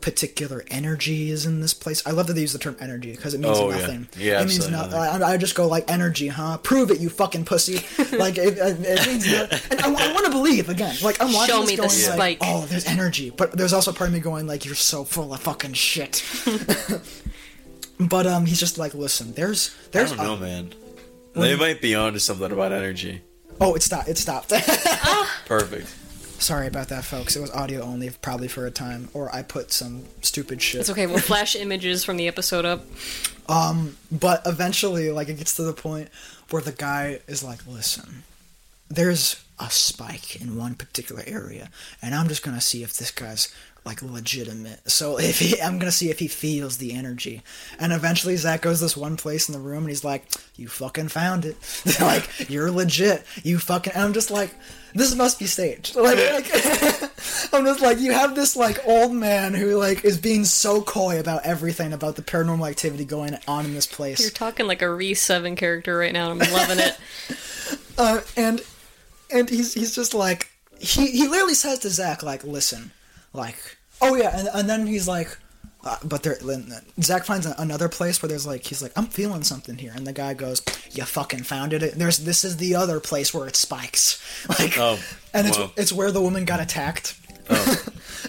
[SPEAKER 2] particular energy is in this place. I love that they use the term energy because it means
[SPEAKER 1] Oh, yeah.
[SPEAKER 2] nothing.
[SPEAKER 1] Yeah,
[SPEAKER 2] it means
[SPEAKER 1] absolutely
[SPEAKER 2] nothing.
[SPEAKER 1] nothing.
[SPEAKER 2] I, I just go like energy, huh? Prove it, you fucking
[SPEAKER 3] (laughs)
[SPEAKER 2] pussy. Like it, it, it means nothing. And I, want to believe again. Like I'm watching
[SPEAKER 3] Show
[SPEAKER 2] this
[SPEAKER 3] me the
[SPEAKER 2] going
[SPEAKER 3] spike.
[SPEAKER 2] like, oh, there's energy, but there's also part of me going like, you're so full of fucking shit. (laughs) but um, he's just like, listen, there's
[SPEAKER 1] I
[SPEAKER 2] there's
[SPEAKER 1] don't know, man. They might be onto something about energy.
[SPEAKER 2] oh, it stopped. It stopped. (laughs)
[SPEAKER 1] Perfect.
[SPEAKER 2] Sorry about that, folks. It was audio only, probably for a time, or I put some stupid shit.
[SPEAKER 3] It's okay. We'll flash images from the episode up.
[SPEAKER 2] but eventually like it gets to the point where the guy is like listen there's a spike in one particular area and i'm just gonna see if this guy's like legitimate so (laughs) if he i'm gonna see if he feels the energy and eventually zach goes this one place in the room and he's like you fucking found it (laughs) like you're legit you fucking and i'm just like this must be staged (laughs) like, like (laughs) I'm just like, you have this like old man who like is being so coy about everything about the paranormal activity going on in this
[SPEAKER 3] You're
[SPEAKER 2] place,
[SPEAKER 3] talking like a Re Seven character right now. and I'm loving it.
[SPEAKER 2] uh, and and he's he's just like he he literally says to Zach like, listen, like oh yeah, and and then he's like. Uh, but there, then Zach finds a- another place where there's like he's like I'm feeling something here, and the guy goes, "You fucking found it." There's this is the other place where it spikes, (laughs) like,
[SPEAKER 1] Oh,
[SPEAKER 2] and it's
[SPEAKER 1] wow.
[SPEAKER 2] it's where the woman got attacked.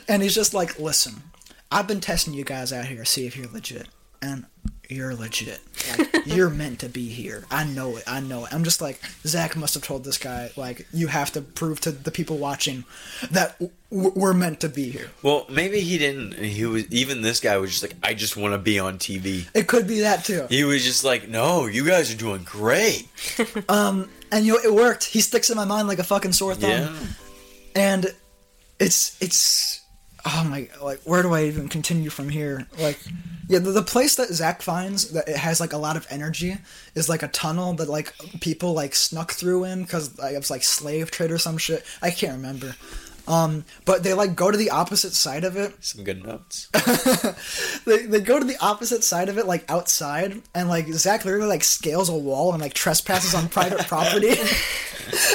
[SPEAKER 2] and he's just like, listen, I've been testing you guys out here to see if you're legit. And you're legit. Like, you're meant to be here. I know it. I know it. I'm just like, Zach must have told this guy, like, you have to prove to the people watching that w- w- we're meant to be here.
[SPEAKER 1] Well, maybe he didn't. He was even this guy was just like, I just want to be on TV.
[SPEAKER 2] It could be that too.
[SPEAKER 1] He was just like, No, you guys are doing great.
[SPEAKER 2] And you know, it worked. He sticks in my mind like a fucking sore thumb.
[SPEAKER 1] Yeah.
[SPEAKER 2] and it's it's oh my like where do I even continue from here? Like yeah, the, the place that Zach finds that it has like a lot of energy is like a tunnel that like people like snuck through in because like, it was like slave trade or some shit. I can't remember. Um, but they like go to the opposite side of it
[SPEAKER 1] Some good notes.
[SPEAKER 2] they, they go to the opposite side of it, like outside, and like Zach literally like scales a wall and like trespasses on private property,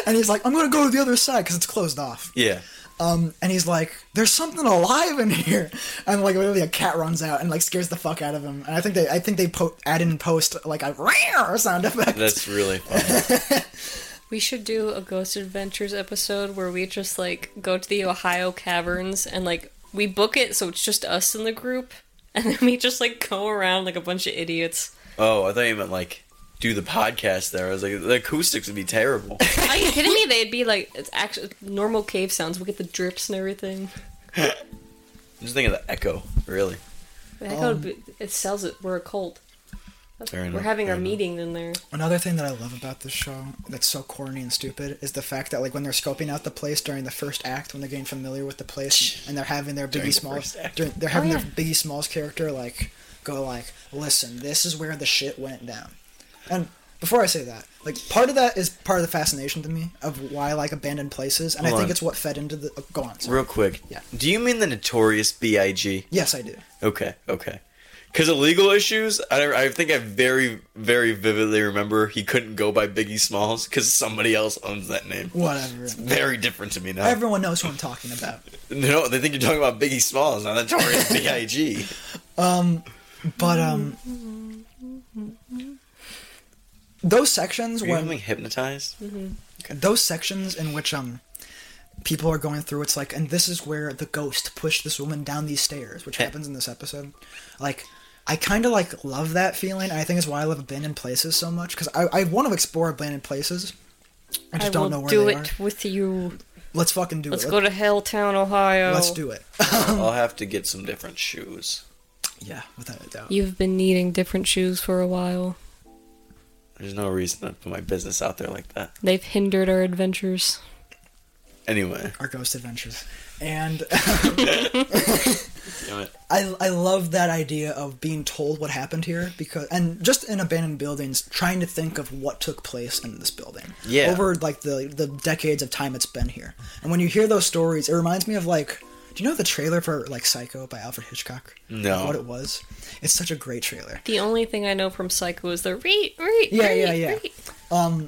[SPEAKER 2] and he's like, "I'm gonna go to the other side because it's closed off."
[SPEAKER 1] Yeah.
[SPEAKER 2] Um, and he's like, "There's something alive in here," (laughs) and like literally a cat runs out and like scares the fuck out of him. And I think they I think they po- add in post like a (laughs) rare sound effect.
[SPEAKER 1] That's really funny.
[SPEAKER 3] (laughs) We should do a Ghost Adventures episode where we just like go to the Ohio caverns and like we book it so it's just us in the group and then we just like go around like a bunch of idiots.
[SPEAKER 1] Oh, I thought you meant like do the podcast there. I was like, the acoustics would be terrible.
[SPEAKER 3] Are you kidding me? (laughs) They'd be like it's actually normal cave sounds. We'll get the drips and everything.
[SPEAKER 1] I'm just thinking of the echo, really.
[SPEAKER 3] That would be, it sells it. We're a cult.
[SPEAKER 1] Fair enough,
[SPEAKER 3] We're having
[SPEAKER 1] fair
[SPEAKER 3] our
[SPEAKER 1] enough.
[SPEAKER 3] meeting in there.
[SPEAKER 2] Another thing that I love about this show that's so corny and stupid is the fact that like when they're scoping out the place during the first act, when they're getting familiar with the place and they're having their Biggie Smalls, during, they're having
[SPEAKER 3] yeah.
[SPEAKER 2] their Biggie Smalls character like go like, listen, this is where the shit went down. And before I say that, like part of that is part of the fascination to me of why I like abandoned places, and I
[SPEAKER 1] Hold
[SPEAKER 2] think
[SPEAKER 1] on.
[SPEAKER 2] it's what fed into the. oh, go on. sorry.
[SPEAKER 1] Real quick.
[SPEAKER 2] Yeah.
[SPEAKER 1] Do you mean the notorious B.I.G.?
[SPEAKER 2] Yes, I do.
[SPEAKER 1] Okay, okay. Because of legal issues, I, I think I very, very vividly remember he couldn't go by Biggie Smalls because somebody else owns that name.
[SPEAKER 2] Whatever.
[SPEAKER 1] Very different to me now.
[SPEAKER 2] (laughs) Everyone knows who I'm talking about.
[SPEAKER 1] no, they think you're talking about Biggie Smalls, not
[SPEAKER 2] (laughs)
[SPEAKER 1] Notorious B.I.G.
[SPEAKER 2] But um, those sections
[SPEAKER 1] Are you
[SPEAKER 2] when Mm-hmm.
[SPEAKER 1] being hypnotized?
[SPEAKER 2] those sections in which um people are going through it's like and this is where the ghost pushed this woman down these stairs which happens in this episode like i kind of like love that feeling and i think it's why i love abandoned places so much because i, I want to explore abandoned places i just
[SPEAKER 3] I
[SPEAKER 2] don't
[SPEAKER 3] will
[SPEAKER 2] know where
[SPEAKER 3] do
[SPEAKER 2] they
[SPEAKER 3] it
[SPEAKER 2] are
[SPEAKER 3] with you.
[SPEAKER 2] let's fucking do
[SPEAKER 3] Let's
[SPEAKER 2] it
[SPEAKER 3] go to Helltown, Ohio.
[SPEAKER 2] let's do it
[SPEAKER 1] I'll have to get some different shoes.
[SPEAKER 2] yeah without a doubt
[SPEAKER 3] You've been needing different shoes for a while.
[SPEAKER 1] There's no reason to put my business out there like that.
[SPEAKER 3] They've hindered our adventures.
[SPEAKER 1] Anyway,
[SPEAKER 2] our ghost adventures. And
[SPEAKER 1] damn it.
[SPEAKER 2] I, I love that idea of being told what happened here because and just in abandoned buildings trying to think of what took place in this building
[SPEAKER 1] Yeah.
[SPEAKER 2] over like the the decades of time it's been here and when you hear those stories it reminds me of like do you know the trailer for like Psycho by Alfred Hitchcock
[SPEAKER 1] No.
[SPEAKER 2] what it was it's such a great trailer
[SPEAKER 3] The only thing I know from Psycho is the reet, reet,
[SPEAKER 2] Yeah,
[SPEAKER 3] reet,
[SPEAKER 2] yeah, yeah. Um,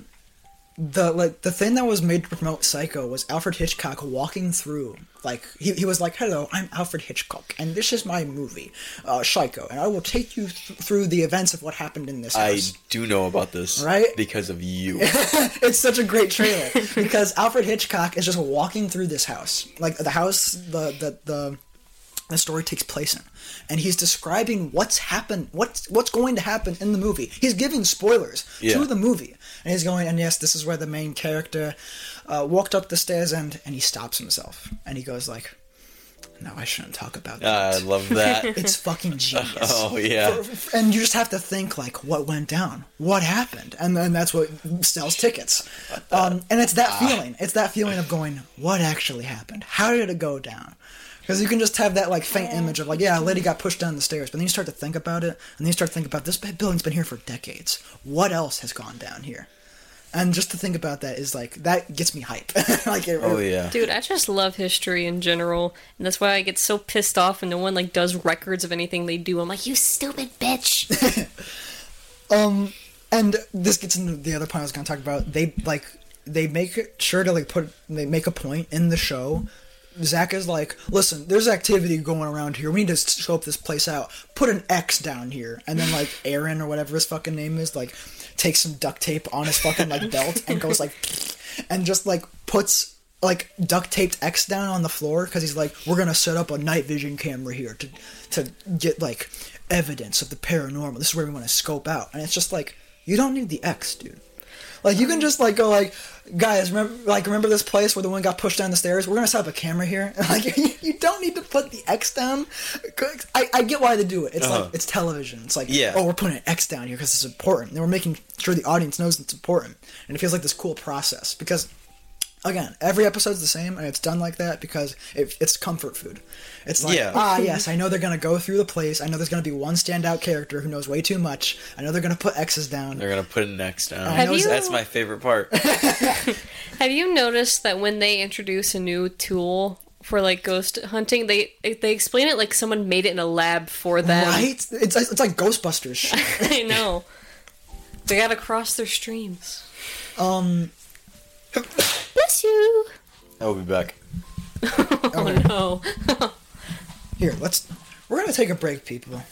[SPEAKER 3] reet.
[SPEAKER 2] the like the thing that was made to promote Psycho was Alfred Hitchcock walking through like he, he was like hello I'm Alfred Hitchcock and this is my movie uh, Psycho and I will take you th- through the events of what happened in this
[SPEAKER 1] I
[SPEAKER 2] house.
[SPEAKER 1] do know about this,
[SPEAKER 2] Right?
[SPEAKER 1] Because of
[SPEAKER 2] (laughs)
[SPEAKER 1] you.
[SPEAKER 2] It's such a great trailer because Alfred Hitchcock is just walking through this house like the house the the the the story takes place in and he's describing what's happened what's what's going to happen in the movie he's giving spoilers
[SPEAKER 1] Yeah.
[SPEAKER 2] to the movie and he's going and yes this is where the main character uh, walked up the stairs and and he stops himself and he goes like no i shouldn't talk about that
[SPEAKER 1] I love
[SPEAKER 2] (laughs)
[SPEAKER 1] that.
[SPEAKER 2] it's fucking genius
[SPEAKER 1] Uh, (laughs) Oh yeah.
[SPEAKER 2] and you just have to think like what went down what happened and then that's what sells tickets um, and it's
[SPEAKER 1] Ah.
[SPEAKER 2] that feeling it's that feeling of going what actually happened how did it go down because you can just have that like faint image of like yeah a lady got pushed down the stairs but then you start to think about it and then you start to think about this building's been here for decades what else has gone down here and just to think about that is like that gets me hype (laughs) like it,
[SPEAKER 1] Oh yeah.
[SPEAKER 3] Dude, I just love history in general, and that's why I get so pissed off when no one like does records of anything they do. I'm like, you stupid bitch.
[SPEAKER 2] Um, and this gets into the other point I was gonna talk about. They like they make it sure to like put they make a point in the show. Zach is like, listen, there's activity going around here. We need to scope this place out. Put an X down here, and then like Aaron or whatever his fucking name is, like takes some duct tape on his fucking like belt and goes like, and just like puts like duct taped X down on the floor because he's like, we're gonna set up a night vision camera here to to get like evidence of the paranormal. This is where we want to scope out, and it's just like you don't need the X, dude. Like you can just like go like, guys, remember like remember this place where the one got pushed down the stairs? We're gonna set up a camera here. (laughs) Like you, you don't need to put the X down. I, I get why they do it. It's like it's television. It's like
[SPEAKER 1] Yeah.
[SPEAKER 2] oh we're putting an X down here because it's important. And we're making sure the audience knows it's important. And it feels like this cool process because again, every episode's the same, and it's done like that because it, it's comfort food. It's like,
[SPEAKER 1] Yeah.
[SPEAKER 2] ah, yes, I know they're gonna go through the place. I know there's gonna be one standout character who knows way too much. I know they're gonna put X's down.
[SPEAKER 1] They're gonna put an X
[SPEAKER 2] Have
[SPEAKER 1] down.
[SPEAKER 3] you-
[SPEAKER 1] That's my favorite
[SPEAKER 2] (laughs)
[SPEAKER 1] part.
[SPEAKER 3] Have you noticed that when they introduce a new tool for like ghost hunting, they they explain it like someone made it in a lab for them.
[SPEAKER 2] Right? It's it's like Ghostbusters. shit.
[SPEAKER 3] (laughs) I know. They gotta cross their streams. (laughs)
[SPEAKER 2] um,
[SPEAKER 3] Bless you.
[SPEAKER 1] I'll be back.
[SPEAKER 3] Oh no.
[SPEAKER 2] here, let's. We're gonna take a break, people.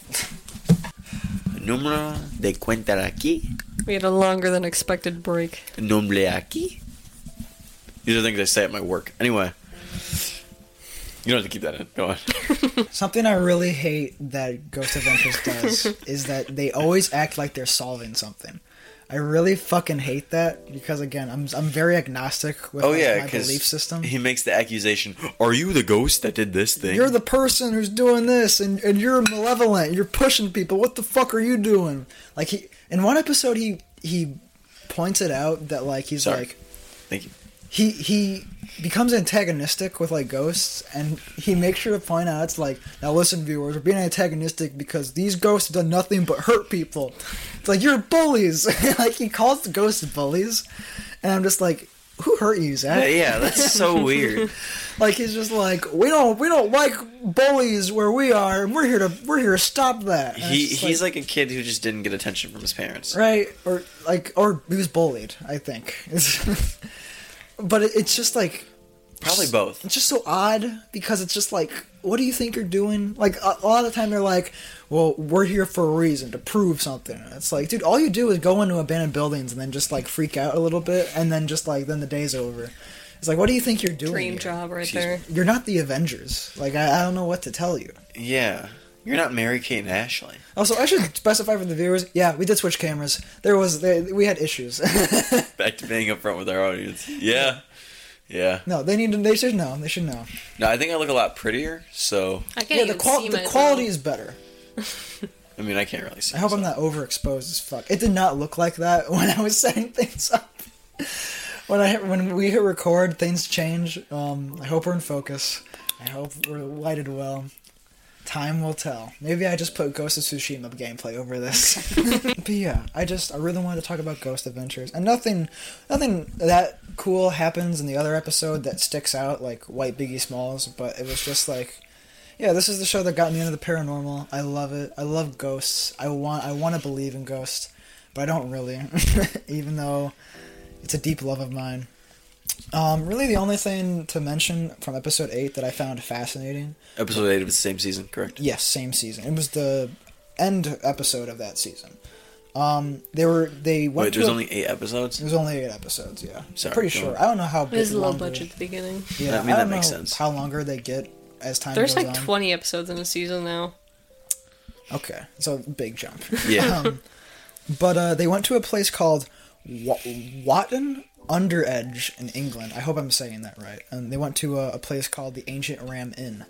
[SPEAKER 1] Número de cuenta aquí.
[SPEAKER 3] We had a longer than expected break.
[SPEAKER 1] Nombre aquí. These are things I say at my work. Anyway. You don't have to keep that in. Go on.
[SPEAKER 2] Something I really hate that Ghost Adventures does is that they always act like they're solving something. I really fucking hate that because again, I'm I'm very agnostic with
[SPEAKER 1] Oh
[SPEAKER 2] like,
[SPEAKER 1] yeah,
[SPEAKER 2] my belief system.
[SPEAKER 1] he makes the accusation. Are you the ghost that did this thing?
[SPEAKER 2] You're the person who's doing this, and, and you're malevolent. You're pushing people. What the fuck are you doing? Like he in one episode, he he pointed out that like he's
[SPEAKER 1] Sorry.
[SPEAKER 2] like
[SPEAKER 1] Thank you.
[SPEAKER 2] he he becomes antagonistic with like ghosts, and he makes sure to point out it's like now listen, viewers, we're being antagonistic because these ghosts have done nothing but hurt people. It's like you're bullies. (laughs) like he calls the ghosts bullies, and I'm just like, who hurt you, Zach?
[SPEAKER 1] (laughs) Yeah,
[SPEAKER 2] (laughs)
[SPEAKER 1] that's so weird.
[SPEAKER 2] Like he's just like we don't we don't like bullies where we are, and we're here to we're here to stop that. And
[SPEAKER 1] he
[SPEAKER 2] it's just
[SPEAKER 1] he's like a kid who just didn't get attention from his parents.
[SPEAKER 2] right or like or he was bullied, I think. It's- (laughs) but it, it's just like
[SPEAKER 1] Probably both.
[SPEAKER 2] it's just so odd because it's just like what do you think you're doing? Like a, a lot of the time they're like, well, we're here for a reason to prove something. And it's like, dude, all you do is go into abandoned buildings and then just like freak out a little bit, and then just like then the day's over. It's like, what do you think you're doing?
[SPEAKER 3] Dream
[SPEAKER 2] here?
[SPEAKER 3] job right
[SPEAKER 1] Excuse
[SPEAKER 3] there.
[SPEAKER 2] You're not the Avengers. Like I, I don't know what to tell you.
[SPEAKER 1] Yeah, you're not Mary Kate and Ashley.
[SPEAKER 2] Also, I should specify for the viewers. Yeah, we did switch cameras. There was there, we had issues. (laughs)
[SPEAKER 1] Back to being upfront with our audience. Yeah, yeah.
[SPEAKER 2] no, they need to. They should know. They should know.
[SPEAKER 1] No, I think I look a lot prettier. So
[SPEAKER 3] I can't
[SPEAKER 2] Yeah, the
[SPEAKER 3] even
[SPEAKER 2] qual
[SPEAKER 3] see
[SPEAKER 2] the
[SPEAKER 3] myself.
[SPEAKER 2] quality is better.
[SPEAKER 1] I mean, I can't really see.
[SPEAKER 2] I hope I'm
[SPEAKER 1] myself.
[SPEAKER 2] (laughs) not overexposed as fuck. It did not look like that when I was setting things up. when I when we hit record, things change. Um, I hope we're in focus. I hope we're lighted well. Time will tell. Maybe I just put Ghost of Tsushima gameplay over this. (laughs) but yeah, I just I really wanted to talk about Ghost Adventures, and nothing, nothing that cool happens in the other episode that sticks out like White Biggie Smalls. But it was just like, yeah, this is the show that got me into the paranormal. I love it. I love ghosts. I want I want to believe in ghosts, but I don't really, (laughs) even though it's a deep love of mine. Um, really, the only thing to mention from episode eight that I found fascinating
[SPEAKER 1] Episode 8 of the same season, correct?
[SPEAKER 2] Yes, same season. It was the end episode of that season. Um, they were they went
[SPEAKER 1] Wait,
[SPEAKER 2] to
[SPEAKER 1] there's
[SPEAKER 2] a-
[SPEAKER 1] only 8 episodes?
[SPEAKER 2] (laughs) it was only eight episodes. Yeah,
[SPEAKER 1] Sorry,
[SPEAKER 2] pretty
[SPEAKER 1] go
[SPEAKER 2] sure.
[SPEAKER 1] on.
[SPEAKER 2] I don't know how
[SPEAKER 3] It
[SPEAKER 2] big
[SPEAKER 3] was low
[SPEAKER 2] longer-
[SPEAKER 3] budget at the beginning.
[SPEAKER 2] Yeah,
[SPEAKER 1] I mean,
[SPEAKER 2] don't
[SPEAKER 1] that makes
[SPEAKER 2] know
[SPEAKER 1] sense.
[SPEAKER 2] How longer they get as time
[SPEAKER 3] There's
[SPEAKER 2] goes
[SPEAKER 3] like
[SPEAKER 2] on.
[SPEAKER 3] 20 episodes in a season now.
[SPEAKER 2] Okay, so big jump.
[SPEAKER 3] (laughs)
[SPEAKER 1] Yeah.
[SPEAKER 2] But uh, they went to a place called Wa- Watton Underedge in England. I hope I'm saying that right. And they went to a, a place called the Ancient Ram Inn.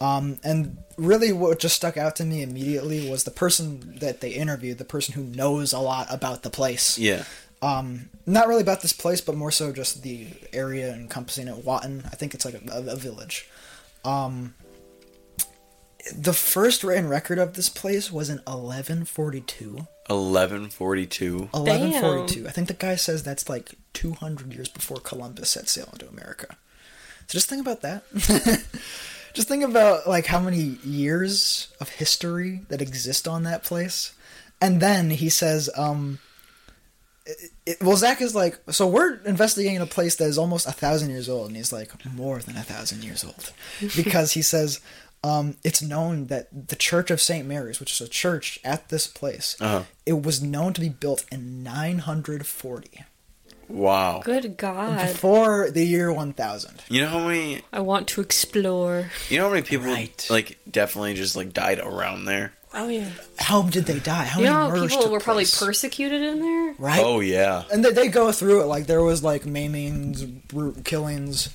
[SPEAKER 2] Um, and really, what just stuck out to me immediately was the person that they interviewed, the person who knows a lot about the place.
[SPEAKER 1] yeah.
[SPEAKER 2] Um, not really about this place, but more so just the area encompassing it. Watton, I think it's like a, a, a village. Um, the first written record of this place was in 1142.
[SPEAKER 1] 1142.
[SPEAKER 2] 1142. I think the guy says that's like 200 years before Columbus set sail into America. So just think about that. (laughs) just think about like how many years of history that exist on that place. And then he says, um, it, it- well, Zach is like, so we're investigating a place that is almost a thousand years old, and he's like, more than a thousand years old, because he says, um, it's known that the Church of Saint Mary's, which is a church at this place,
[SPEAKER 1] Uh-huh.
[SPEAKER 2] it was known to be built in 940
[SPEAKER 1] Wow.
[SPEAKER 3] Good God.
[SPEAKER 2] before the year 1000.
[SPEAKER 1] You know how many
[SPEAKER 3] I want to explore.
[SPEAKER 1] you know how many people
[SPEAKER 2] Right.
[SPEAKER 1] like definitely just like died around there?
[SPEAKER 3] Oh, yeah.
[SPEAKER 2] How did they die? How
[SPEAKER 3] You
[SPEAKER 2] many
[SPEAKER 3] know how
[SPEAKER 2] murders
[SPEAKER 3] people
[SPEAKER 2] took
[SPEAKER 3] were probably
[SPEAKER 2] place?
[SPEAKER 3] persecuted in there?
[SPEAKER 2] right?
[SPEAKER 1] oh yeah.
[SPEAKER 2] and they, they go through it like there was like maimings, brute killings.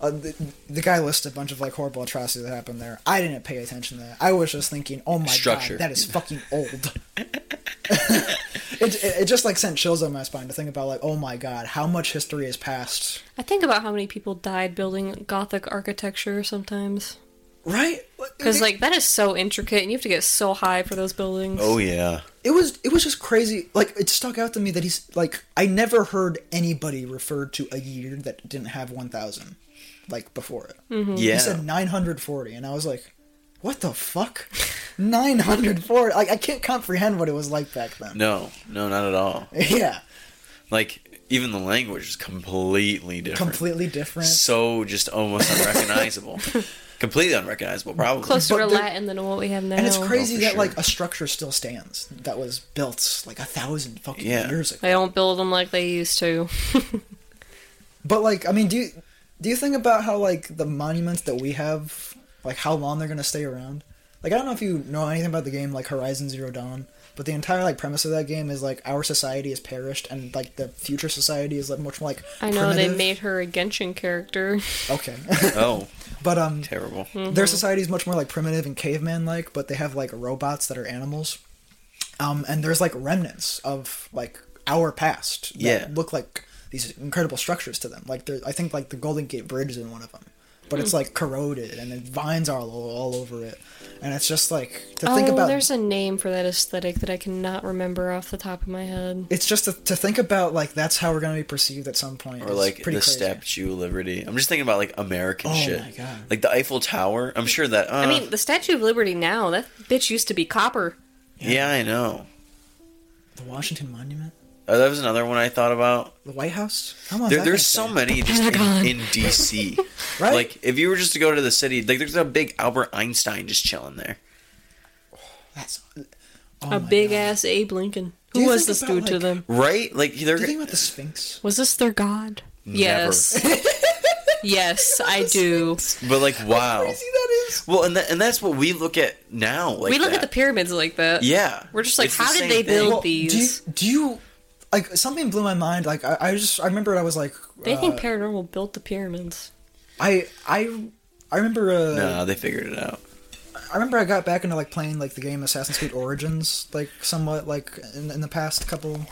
[SPEAKER 2] Uh, the, the guy lists a bunch of like horrible atrocities that happened there. I didn't pay attention to that. I was just thinking, oh my
[SPEAKER 1] Structure.
[SPEAKER 2] god, that is fucking old. (laughs) it, it, it just like sent chills down my spine to think about like, oh my god, how much history has passed.
[SPEAKER 3] I think about how many people died building gothic architecture sometimes.
[SPEAKER 2] Right?
[SPEAKER 3] Because, like, that is so intricate and you have to get so high for those buildings.
[SPEAKER 1] Oh yeah.
[SPEAKER 2] it was it was just crazy. Like it stuck out to me that he's like I never heard anybody refer to a year that didn't have one thousand, like before it.
[SPEAKER 1] Yeah.
[SPEAKER 2] He Mm-hmm. said 940, and I was like, "What the fuck? 940? Like I can't comprehend what it was like back then."
[SPEAKER 1] no, no, not at all.
[SPEAKER 2] (laughs) Yeah,
[SPEAKER 1] Like even the language is completely different.
[SPEAKER 2] completely different.
[SPEAKER 1] so just almost
[SPEAKER 2] (laughs)
[SPEAKER 1] unrecognizable. completely unrecognizable, probably.
[SPEAKER 3] Closer to
[SPEAKER 2] But the-
[SPEAKER 3] Latin than what we have now.
[SPEAKER 2] and it's crazy
[SPEAKER 1] oh, for
[SPEAKER 2] that
[SPEAKER 1] sure.
[SPEAKER 2] like a structure still stands that was built like a thousand fucking
[SPEAKER 1] Yeah.
[SPEAKER 2] years ago.
[SPEAKER 3] They don't build them like they used to.
[SPEAKER 2] But like, I mean, do you do you think about how like the monuments that we have, like how long they're gonna stay around? Like, I don't know if you know anything about the game, like Horizon Zero Dawn, but the entire like premise of that game is like our society has perished, and like the future society is like much more like
[SPEAKER 3] I know
[SPEAKER 2] primitive.
[SPEAKER 3] they made her a Genshin character.
[SPEAKER 2] okay,
[SPEAKER 1] (laughs)
[SPEAKER 2] (laughs)
[SPEAKER 1] Oh,
[SPEAKER 2] but um,
[SPEAKER 1] terrible.
[SPEAKER 2] their society is much more like primitive and caveman like, but they have like robots that are animals. Um, and there's like remnants of like our past that
[SPEAKER 1] Yeah.
[SPEAKER 2] look like these incredible structures to them. Like there, I think like the Golden Gate Bridge is in one of them, but
[SPEAKER 1] Hmm.
[SPEAKER 2] it's like corroded and then vines are all, all over it. And it's just like to think
[SPEAKER 3] oh,
[SPEAKER 2] about
[SPEAKER 3] there's a name for that aesthetic that I cannot remember off the top of my head.
[SPEAKER 2] it's just to, to think about like that's how we're gonna be perceived at some point.
[SPEAKER 1] Or like the
[SPEAKER 2] pretty crazy.
[SPEAKER 1] Statue of Liberty. I'm just thinking about like American
[SPEAKER 2] Oh
[SPEAKER 1] shit.
[SPEAKER 2] my God.
[SPEAKER 1] Like the Eiffel Tower. I'm sure that. Uh,
[SPEAKER 3] I mean, the Statue of Liberty now, that bitch used to be copper.
[SPEAKER 1] yeah, I know.
[SPEAKER 2] The Washington Monument,
[SPEAKER 1] Uh, that was another one I thought about.
[SPEAKER 2] the White House. How long is
[SPEAKER 1] There,
[SPEAKER 2] that
[SPEAKER 1] there's so
[SPEAKER 2] gonna stay?
[SPEAKER 1] many just in, in
[SPEAKER 2] (laughs)
[SPEAKER 1] DC.
[SPEAKER 2] Right?
[SPEAKER 1] Like if you were just to go to the city, like there's a big Albert Einstein just chilling there.
[SPEAKER 2] That's, oh
[SPEAKER 3] a big ass Abe Lincoln.
[SPEAKER 2] Do
[SPEAKER 3] Who
[SPEAKER 2] you
[SPEAKER 3] was
[SPEAKER 2] think
[SPEAKER 3] this
[SPEAKER 2] about,
[SPEAKER 3] dude to
[SPEAKER 2] like-
[SPEAKER 3] them?
[SPEAKER 1] Right? Like they're
[SPEAKER 2] do you think about the Sphinx?
[SPEAKER 3] Was this their god? Yes. (laughs)
[SPEAKER 2] (laughs)
[SPEAKER 3] yes, I do.
[SPEAKER 1] (laughs) but like wow.
[SPEAKER 2] Crazy that is.
[SPEAKER 1] Well, and that, and that's what we look at now. Like
[SPEAKER 3] we look at the
[SPEAKER 1] that.
[SPEAKER 3] pyramids like that.
[SPEAKER 1] Yeah.
[SPEAKER 3] We're just like,
[SPEAKER 1] It's the
[SPEAKER 3] how did
[SPEAKER 1] same
[SPEAKER 3] they
[SPEAKER 1] thing.
[SPEAKER 3] build
[SPEAKER 1] Well,
[SPEAKER 3] these?
[SPEAKER 2] Do you, do you like something blew my mind? Like I, I just I remember I was like
[SPEAKER 3] They
[SPEAKER 2] uh,
[SPEAKER 3] think paranormal built the pyramids.
[SPEAKER 2] I I I remember uh,
[SPEAKER 1] No, they figured it out.
[SPEAKER 2] I remember I got back into like playing like the game Assassin's Creed Origins like somewhat like in, in the past couple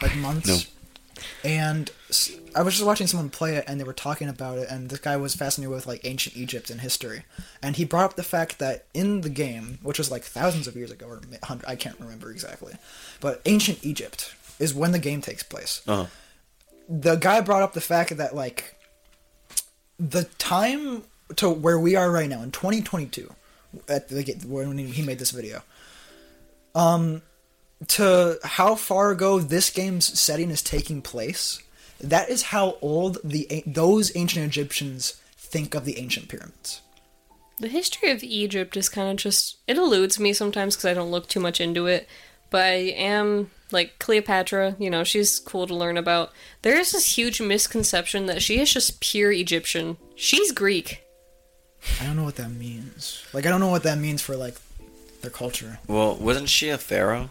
[SPEAKER 2] like months. and s- I was just watching someone play it, and they were talking about it, and this guy was fascinated with like ancient Egypt and history, and he brought up the fact that in the game, which was like thousands of years ago or mi- hundred, I can't remember exactly, but ancient Egypt is when the game takes place.
[SPEAKER 1] Uh-huh.
[SPEAKER 2] The guy brought up the fact that like the time to where we are right now in 2022, at the when he made this video, um, to how far ago this game's setting is taking place, that is how old the an- those ancient Egyptians think of the ancient pyramids.
[SPEAKER 3] The history of Egypt is kind of just it eludes me sometimes because I don't look too much into it. But I am like Cleopatra, you know, she's cool to learn about. There is this huge misconception that she is just pure Egyptian. She's Greek.
[SPEAKER 2] I don't know what that means. Like I don't know what that means for like their culture.
[SPEAKER 1] Well, wasn't she a pharaoh?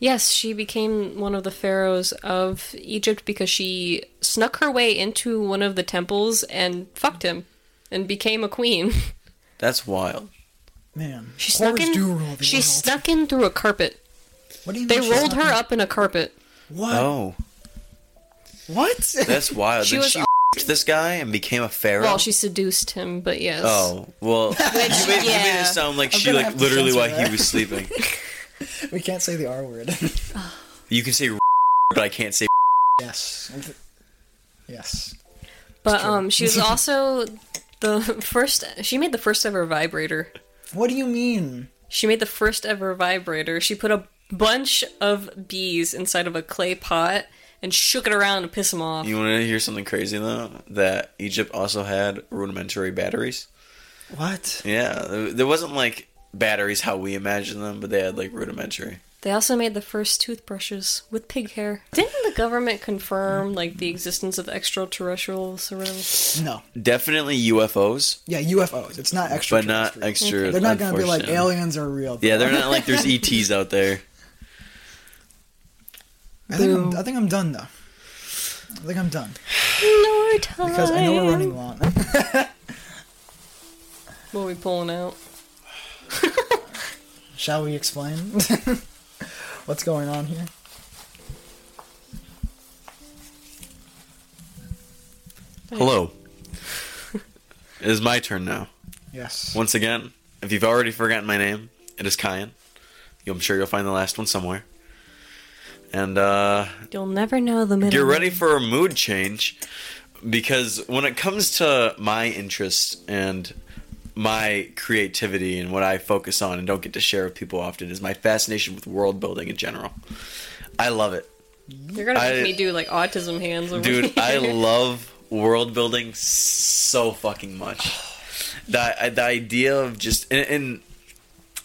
[SPEAKER 3] Yes, she became one of the pharaohs of Egypt because she snuck her way into one of the temples and fucked him and became a queen. (laughs)
[SPEAKER 1] That's wild.
[SPEAKER 2] Man,
[SPEAKER 3] She
[SPEAKER 2] horrors
[SPEAKER 3] snuck in.
[SPEAKER 2] do rule the
[SPEAKER 3] she
[SPEAKER 2] world.
[SPEAKER 3] snuck in through a carpet.
[SPEAKER 2] What do you
[SPEAKER 3] They
[SPEAKER 2] mean she
[SPEAKER 3] rolled
[SPEAKER 2] snuck
[SPEAKER 3] her
[SPEAKER 2] in?
[SPEAKER 3] up in a carpet.
[SPEAKER 2] What?
[SPEAKER 1] Oh,
[SPEAKER 2] What? (laughs)
[SPEAKER 1] that's wild.
[SPEAKER 3] She
[SPEAKER 1] then
[SPEAKER 3] was
[SPEAKER 1] she this guy and became a pharaoh.
[SPEAKER 3] Well, she seduced him, but yes.
[SPEAKER 1] Oh well, (laughs) you made, you made
[SPEAKER 3] yeah.
[SPEAKER 1] it sound like
[SPEAKER 2] I'm
[SPEAKER 1] she
[SPEAKER 2] gonna
[SPEAKER 1] like
[SPEAKER 2] have to
[SPEAKER 1] literally while
[SPEAKER 2] censor
[SPEAKER 1] he
[SPEAKER 2] that.
[SPEAKER 1] was sleeping.
[SPEAKER 2] we can't say the R word. (laughs)
[SPEAKER 1] You can say, but I can't say.
[SPEAKER 2] yes. Yes.
[SPEAKER 3] But um, she was also the first. She made the first ever vibrator.
[SPEAKER 2] What do you mean?
[SPEAKER 3] She made the first ever vibrator. She put a bunch of bees inside of a clay pot and shook it around to piss him off.
[SPEAKER 1] You want to hear something crazy though? That Egypt also had rudimentary batteries.
[SPEAKER 2] What?
[SPEAKER 1] Yeah, there there wasn't like batteries how we imagine them, but they had like rudimentary.
[SPEAKER 3] They also made the first toothbrushes with pig hair. Didn't the government confirm like the existence of extraterrestrials around?
[SPEAKER 2] No.
[SPEAKER 1] Definitely UFOs,
[SPEAKER 2] Yeah, UFOs. It's not extra.
[SPEAKER 1] but not extra.
[SPEAKER 2] They're not gonna be like
[SPEAKER 1] unfortunately.
[SPEAKER 2] aliens are real.
[SPEAKER 1] Yeah, they're not like
[SPEAKER 2] (laughs)
[SPEAKER 1] there's ETs out there.
[SPEAKER 2] I think, I'm, I think I'm done though. I think I'm done
[SPEAKER 3] No time.
[SPEAKER 2] because I know we're running long.
[SPEAKER 3] What are we pulling out?
[SPEAKER 2] Shall we explain (laughs) what's going on here?
[SPEAKER 1] Hello. it is my turn now.
[SPEAKER 2] Yes.
[SPEAKER 1] Once again, if you've already forgotten my name, it is Kyan. I'm sure you'll find the last one somewhere. And uh,
[SPEAKER 3] You'll never know the middle.
[SPEAKER 1] get ready for a mood change because when it comes to my interests and my creativity and what I focus on and don't get to share with people often is my fascination with world building in general. I love
[SPEAKER 3] (laughs)
[SPEAKER 1] it.
[SPEAKER 3] You're gonna make
[SPEAKER 1] I-
[SPEAKER 3] me do like autism hands. Over
[SPEAKER 1] Dude,
[SPEAKER 3] here.
[SPEAKER 1] I love world building so fucking much. The, the idea of just and, and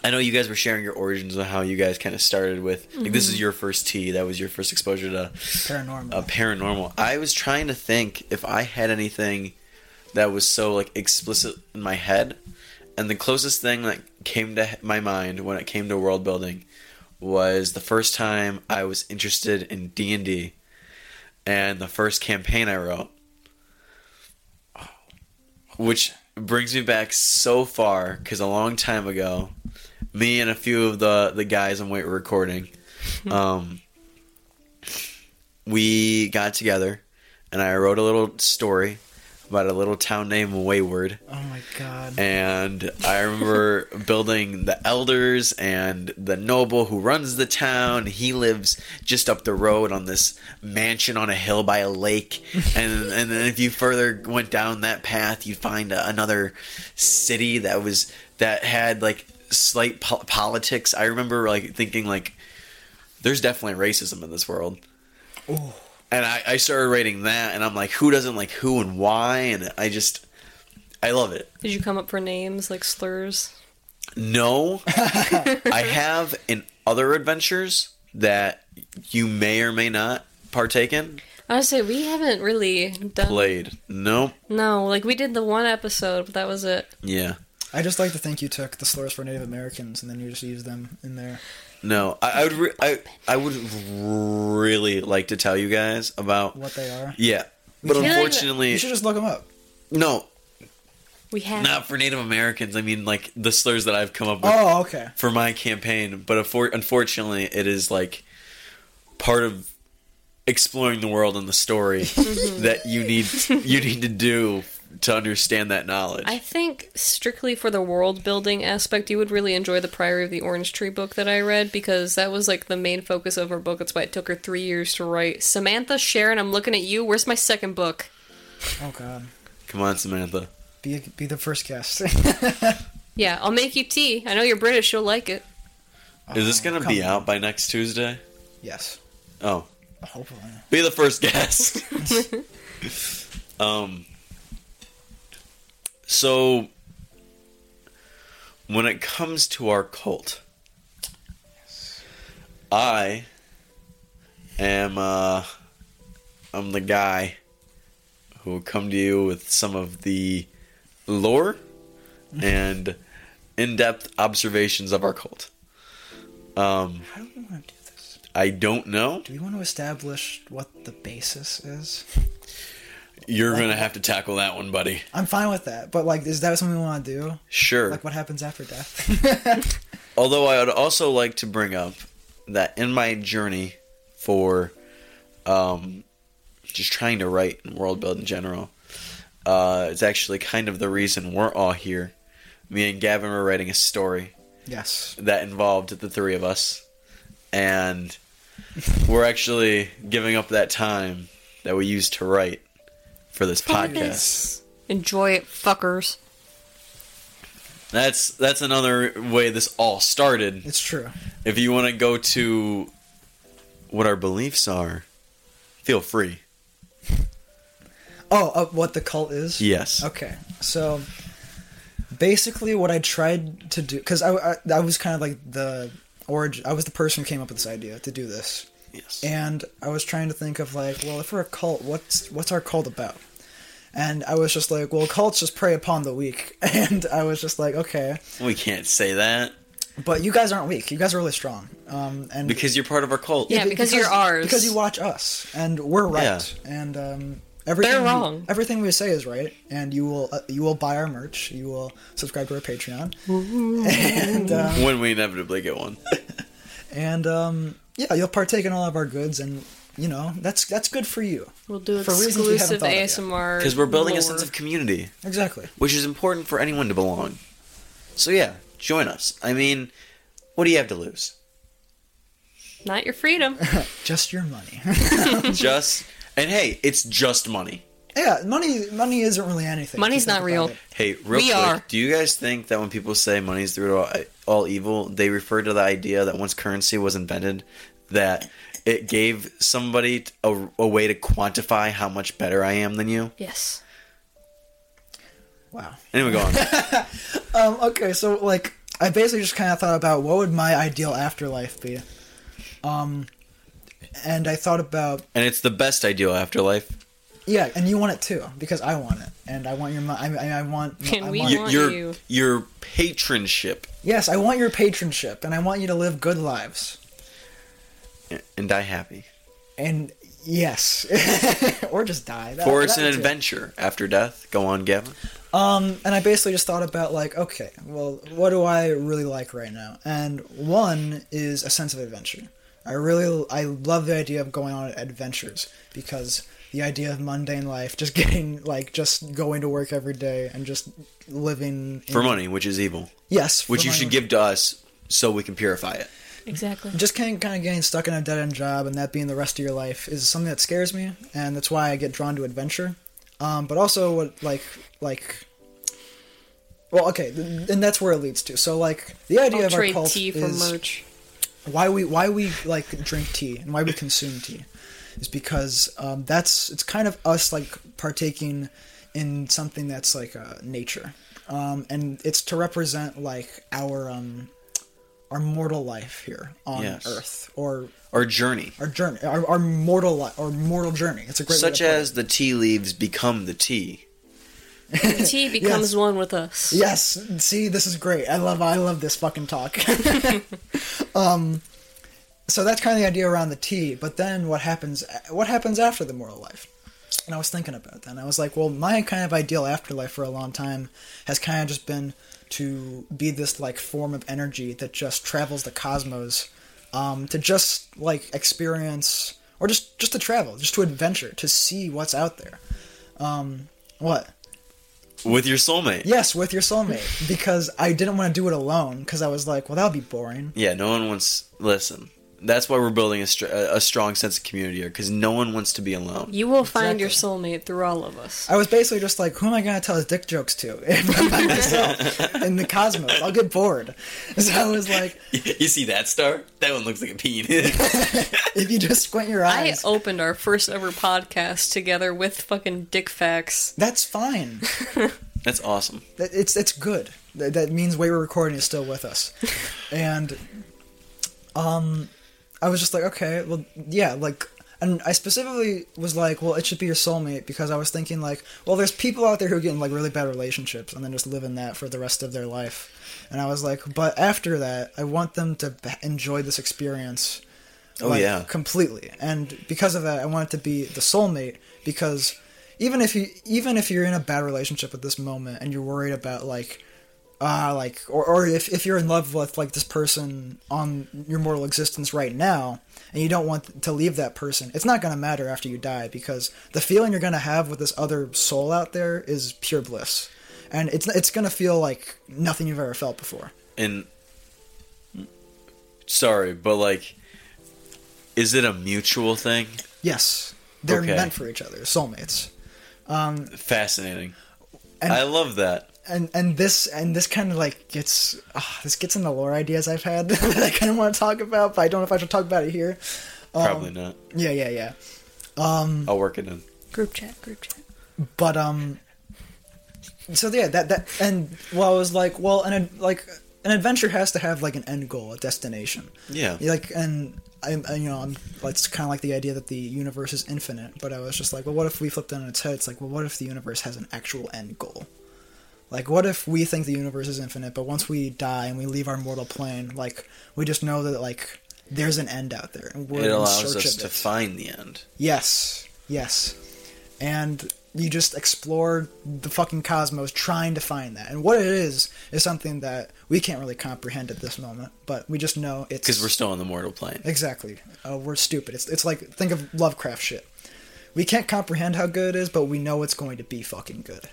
[SPEAKER 1] I know you guys were sharing your origins on how you guys kind of started with like this
[SPEAKER 3] Mm-hmm.
[SPEAKER 1] is your first tea that was your first exposure to
[SPEAKER 2] Paranormal.
[SPEAKER 1] a paranormal. I was trying to think if I had anything that was so like explicit in my head, and the closest thing that came to my mind when it came to world building was the first time I was interested in D and D, and the first campaign I wrote, which brings me back so far because a long time ago, me and a few of the the guys I'm wait recording. Um, we got together and I wrote a little story about a little town named Wayward.
[SPEAKER 2] oh my god.
[SPEAKER 1] And I remember building the elders and the noble who runs the town. He lives just up the road on this mansion on a hill by a lake. And and then if you further went down that path, you'd find a, another city that was that had like slight po- politics. I remember like thinking like there's definitely racism in this world and I, I started rating that and i'm like who doesn't like who and why and i just i love it
[SPEAKER 3] (laughs) Did you come up for names like slurs?
[SPEAKER 1] no i have in other adventures that you may or may not partake in
[SPEAKER 3] I would say we haven't really done.
[SPEAKER 1] played nope
[SPEAKER 3] No, like we did the one episode, but that was it.
[SPEAKER 1] yeah
[SPEAKER 2] I just like to think you took the slurs for Native Americans and then you just used them in there.
[SPEAKER 1] no i, I would re- I, I would really like to tell you guys about
[SPEAKER 2] What they are.
[SPEAKER 1] yeah but
[SPEAKER 3] can't-
[SPEAKER 1] unfortunately
[SPEAKER 2] You should just look them up.
[SPEAKER 1] no
[SPEAKER 3] We have.
[SPEAKER 1] not for native americans i mean like the slurs that i've come up with
[SPEAKER 2] Oh, okay.
[SPEAKER 1] for my campaign, but affor- unfortunately, it is like part of exploring the world and the story that you need you need to do to understand that knowledge.
[SPEAKER 3] I think strictly for the world building aspect, you would really enjoy the Priory of the Orange Tree book that I read because that was like the main focus of her book. That's why it took her three years to write. Samantha Sharon, I'm looking at you. Where's my second book?
[SPEAKER 2] Oh God,
[SPEAKER 1] Come on, Samantha.
[SPEAKER 2] be be the first guest. (laughs)
[SPEAKER 3] Yeah, I'll make you tea. I know you're British. You'll like it.
[SPEAKER 1] Is this gonna
[SPEAKER 2] Uh, come
[SPEAKER 1] be
[SPEAKER 2] on.
[SPEAKER 1] out by next Tuesday?
[SPEAKER 2] yes,
[SPEAKER 1] Oh,
[SPEAKER 2] hopefully.
[SPEAKER 1] be the first guest. um. So, when it comes to our cult, I am uh, I'm the guy who will come to you with some of the lore and in-depth observations of our cult. Um,
[SPEAKER 2] How do we want to do this?
[SPEAKER 1] I don't know.
[SPEAKER 2] Do we want to establish what the basis is?
[SPEAKER 1] You're gonna have to tackle that one, buddy.
[SPEAKER 2] I'm fine with that, but like, is that something we want to do?
[SPEAKER 1] Sure.
[SPEAKER 2] Like, what happens after death?
[SPEAKER 1] Although I would also like to bring up that in my journey for um, just trying to write and world build in general, uh, it's actually kind of the reason we're all here. Me and Gavin were writing a story
[SPEAKER 2] yes.
[SPEAKER 1] that involved the three of us, and we're actually giving up that time that we used to write for this podcast.
[SPEAKER 3] Enjoy it, fuckers.
[SPEAKER 1] That's that's another way this all started.
[SPEAKER 2] It's true.
[SPEAKER 1] if you want to go to what our beliefs are, feel free.
[SPEAKER 2] Oh, uh, what the cult is?
[SPEAKER 1] Yes.
[SPEAKER 2] Okay, so basically, what I tried to do, because I, I, I was kind of like the origin, I was the person who came up with this idea to do this,
[SPEAKER 1] Yes.
[SPEAKER 2] and I was trying to think of like, well, if we're a cult, what's what's our cult about? And I was just like, well, cults just prey upon the weak, (laughs) and I was just like, okay,
[SPEAKER 1] We can't say that
[SPEAKER 2] but you guys aren't weak, you guys are really strong, um, and
[SPEAKER 1] because you're part of our cult.
[SPEAKER 3] Yeah. because you're ours.
[SPEAKER 2] because you watch us, and we're right, and um. Everything we-
[SPEAKER 3] wrong.
[SPEAKER 2] everything we say is right, and you will uh, you will buy our merch. You will subscribe to our Patreon, and um,
[SPEAKER 1] When we inevitably get one.
[SPEAKER 2] and um, yeah, you'll partake in all of our goods, and you know that's that's good for you.
[SPEAKER 3] We'll do
[SPEAKER 2] For reasons we haven't
[SPEAKER 3] exclusive
[SPEAKER 2] thought of yet.
[SPEAKER 3] ASMR.
[SPEAKER 1] Because we're building a
[SPEAKER 3] lore.
[SPEAKER 1] sense of community,
[SPEAKER 2] Exactly.
[SPEAKER 1] which is important for anyone to belong. So yeah, join us. I mean, what do you have to lose?
[SPEAKER 3] not
[SPEAKER 2] (laughs)
[SPEAKER 3] your freedom.
[SPEAKER 2] Just your money.
[SPEAKER 1] just and hey, it's just money.
[SPEAKER 2] yeah, money money isn't really anything. if you
[SPEAKER 3] Money's
[SPEAKER 2] think
[SPEAKER 3] not
[SPEAKER 2] about
[SPEAKER 3] real.
[SPEAKER 2] it.
[SPEAKER 1] Hey, real
[SPEAKER 3] We
[SPEAKER 1] quick,
[SPEAKER 3] are.
[SPEAKER 1] do you guys think that when people say money's the root of all, all evil, they refer to the idea that once currency was invented, that it gave somebody t- a, a way to quantify how much better I am than you?
[SPEAKER 3] Yes.
[SPEAKER 2] Wow.
[SPEAKER 1] Anyway, go on.
[SPEAKER 3] (laughs)
[SPEAKER 2] Um, okay, so like I basically just kind of thought about what would my ideal afterlife be, um, and I thought about
[SPEAKER 1] and it's the best ideal afterlife.
[SPEAKER 2] yeah, and you want it too because I want it, and I want your money. I, I want.
[SPEAKER 3] Can
[SPEAKER 2] I
[SPEAKER 3] we
[SPEAKER 2] want-
[SPEAKER 3] I
[SPEAKER 1] Y-
[SPEAKER 3] want
[SPEAKER 1] your
[SPEAKER 3] you.
[SPEAKER 1] your patronship,
[SPEAKER 2] Yes, I want your patronship, and I want you to live good lives.
[SPEAKER 1] a- and die happy.
[SPEAKER 2] And yes, (laughs) or just die. That,
[SPEAKER 1] For it's
[SPEAKER 2] that
[SPEAKER 1] an
[SPEAKER 2] too.
[SPEAKER 1] adventure after death. Go on, Gavin.
[SPEAKER 2] Um, and I basically just thought about like, okay, well, what do I really like right now? And one is a sense of adventure. I really, I love the idea of going on adventures because the idea of mundane life, just (laughs) getting like, just going to work every day and just living. In,
[SPEAKER 1] For money, which is evil,
[SPEAKER 2] yes, for
[SPEAKER 1] which you
[SPEAKER 2] money.
[SPEAKER 1] should give to us so we can purify it.
[SPEAKER 3] Exactly.
[SPEAKER 2] Just kind of, kind of getting stuck in a dead end job and that being the rest of your life is something that scares me, and that's why I get drawn to adventure. Um, but also, what like like. Well, okay, th- and that's where it leads to. So, like, the idea
[SPEAKER 3] I'll
[SPEAKER 2] of our
[SPEAKER 3] trade
[SPEAKER 2] cult
[SPEAKER 3] tea for
[SPEAKER 2] is (laughs)
[SPEAKER 3] merch.
[SPEAKER 2] why we why we like drink tea and why we consume tea is because um, that's it's kind of us like partaking in something that's like uh, nature um, and it's to represent like our um, our mortal life here on
[SPEAKER 1] Yes.
[SPEAKER 2] earth or
[SPEAKER 1] Our journey.
[SPEAKER 2] our journey our, our mortal life our mortal journey it's a great way
[SPEAKER 1] Such
[SPEAKER 2] to put it.
[SPEAKER 1] as the tea leaves become the tea.
[SPEAKER 3] The tea becomes one with us.
[SPEAKER 2] Yes. See, this is great. I love I love this fucking talk. (laughs) um so that's kind of the idea around the tea, but then what happens what happens after the moral life? And I was thinking about that. And I was like, well, my kind of ideal afterlife for a long time has kind of just been to be this like form of energy that just travels the cosmos um to just like experience or just just to travel, just to adventure, to see what's out there. Um, what?
[SPEAKER 1] with your soulmate.
[SPEAKER 2] Yes, with your soulmate because I didn't want to do it alone because I was like, well, that would be boring.
[SPEAKER 1] Yeah, no one wants. Listen, that's why we're building a, str- a a strong sense of community here, because no one wants to be alone.
[SPEAKER 3] You will find your soulmate through all of us.
[SPEAKER 2] I was basically just like, who am I going to tell his dick jokes to (laughs) if I'm by myself in the cosmos? I'll get bored. (laughs) So I was like,
[SPEAKER 1] (laughs) you see that star? That one looks like a penis.
[SPEAKER 2] if you just squint your
[SPEAKER 3] I
[SPEAKER 2] eyes,
[SPEAKER 3] opened our first ever podcast together with fucking dick facts.
[SPEAKER 2] that's fine.
[SPEAKER 1] (laughs) that's awesome.
[SPEAKER 2] That- It's it's good. That, that means way we're recording is still with us, and um, I was just like, okay, well, yeah, like. And I specifically was like, well, it should be your soulmate because I was thinking like, well, there's people out there who get in like really bad relationships and then just live in that for the rest of their life. And I was like, but after that, I want them to b- enjoy this experience
[SPEAKER 1] Oh
[SPEAKER 2] like,
[SPEAKER 1] yeah.
[SPEAKER 2] completely. And because of that, I want it to be the soulmate because even if you even if you're in a bad relationship at this moment and you're worried about like ah like or, or if, if you're in love with like this person on your mortal existence right now and you don't want to leave that person it's not going to matter after you die because the feeling you're going to have with this other soul out there is pure bliss and it's it's going to feel like nothing you've ever felt before
[SPEAKER 1] And sorry, but like, is it a mutual thing?
[SPEAKER 2] yes they're
[SPEAKER 1] Okay.
[SPEAKER 2] meant for each other soulmates
[SPEAKER 1] Fascinating.
[SPEAKER 2] And-
[SPEAKER 1] I love that.
[SPEAKER 2] and and this and this kind of like gets uh, this gets in the lore ideas I've had (laughs) that I kind of want to talk about, but I don't know if I should talk about it here. um,
[SPEAKER 1] Probably not.
[SPEAKER 2] Yeah, yeah, yeah. mm.
[SPEAKER 1] I'll work it in.
[SPEAKER 3] Group chat, group chat.
[SPEAKER 2] But um, so yeah, that that and well, I was like, well, an ad- like an adventure has to have like an end goal, a destination.
[SPEAKER 1] Yeah.
[SPEAKER 2] Like and. I, I- you know, I'm, like, it's kind of like the idea that the universe is infinite, but I was just like, well, what if we flipped it on its head? It's like, well, what if the universe has an actual end goal? Like, what if we think the universe is infinite, but once we die and we leave our mortal plane, like, we just know that, like, there's an end out there, and we're
[SPEAKER 1] It
[SPEAKER 2] in
[SPEAKER 1] allows
[SPEAKER 2] search
[SPEAKER 1] us
[SPEAKER 2] of
[SPEAKER 1] to
[SPEAKER 2] it.
[SPEAKER 1] find the end.
[SPEAKER 2] Yes, yes. And you just explore the fucking cosmos trying to find that. And what it is, is something that we can't really comprehend at this moment, but we just know it's.
[SPEAKER 1] Because we're still on the mortal plane.
[SPEAKER 2] Exactly. Uh, we're stupid. It's, it's like, think of Lovecraft shit. We can't comprehend how good it is, but we know it's going to be fucking good.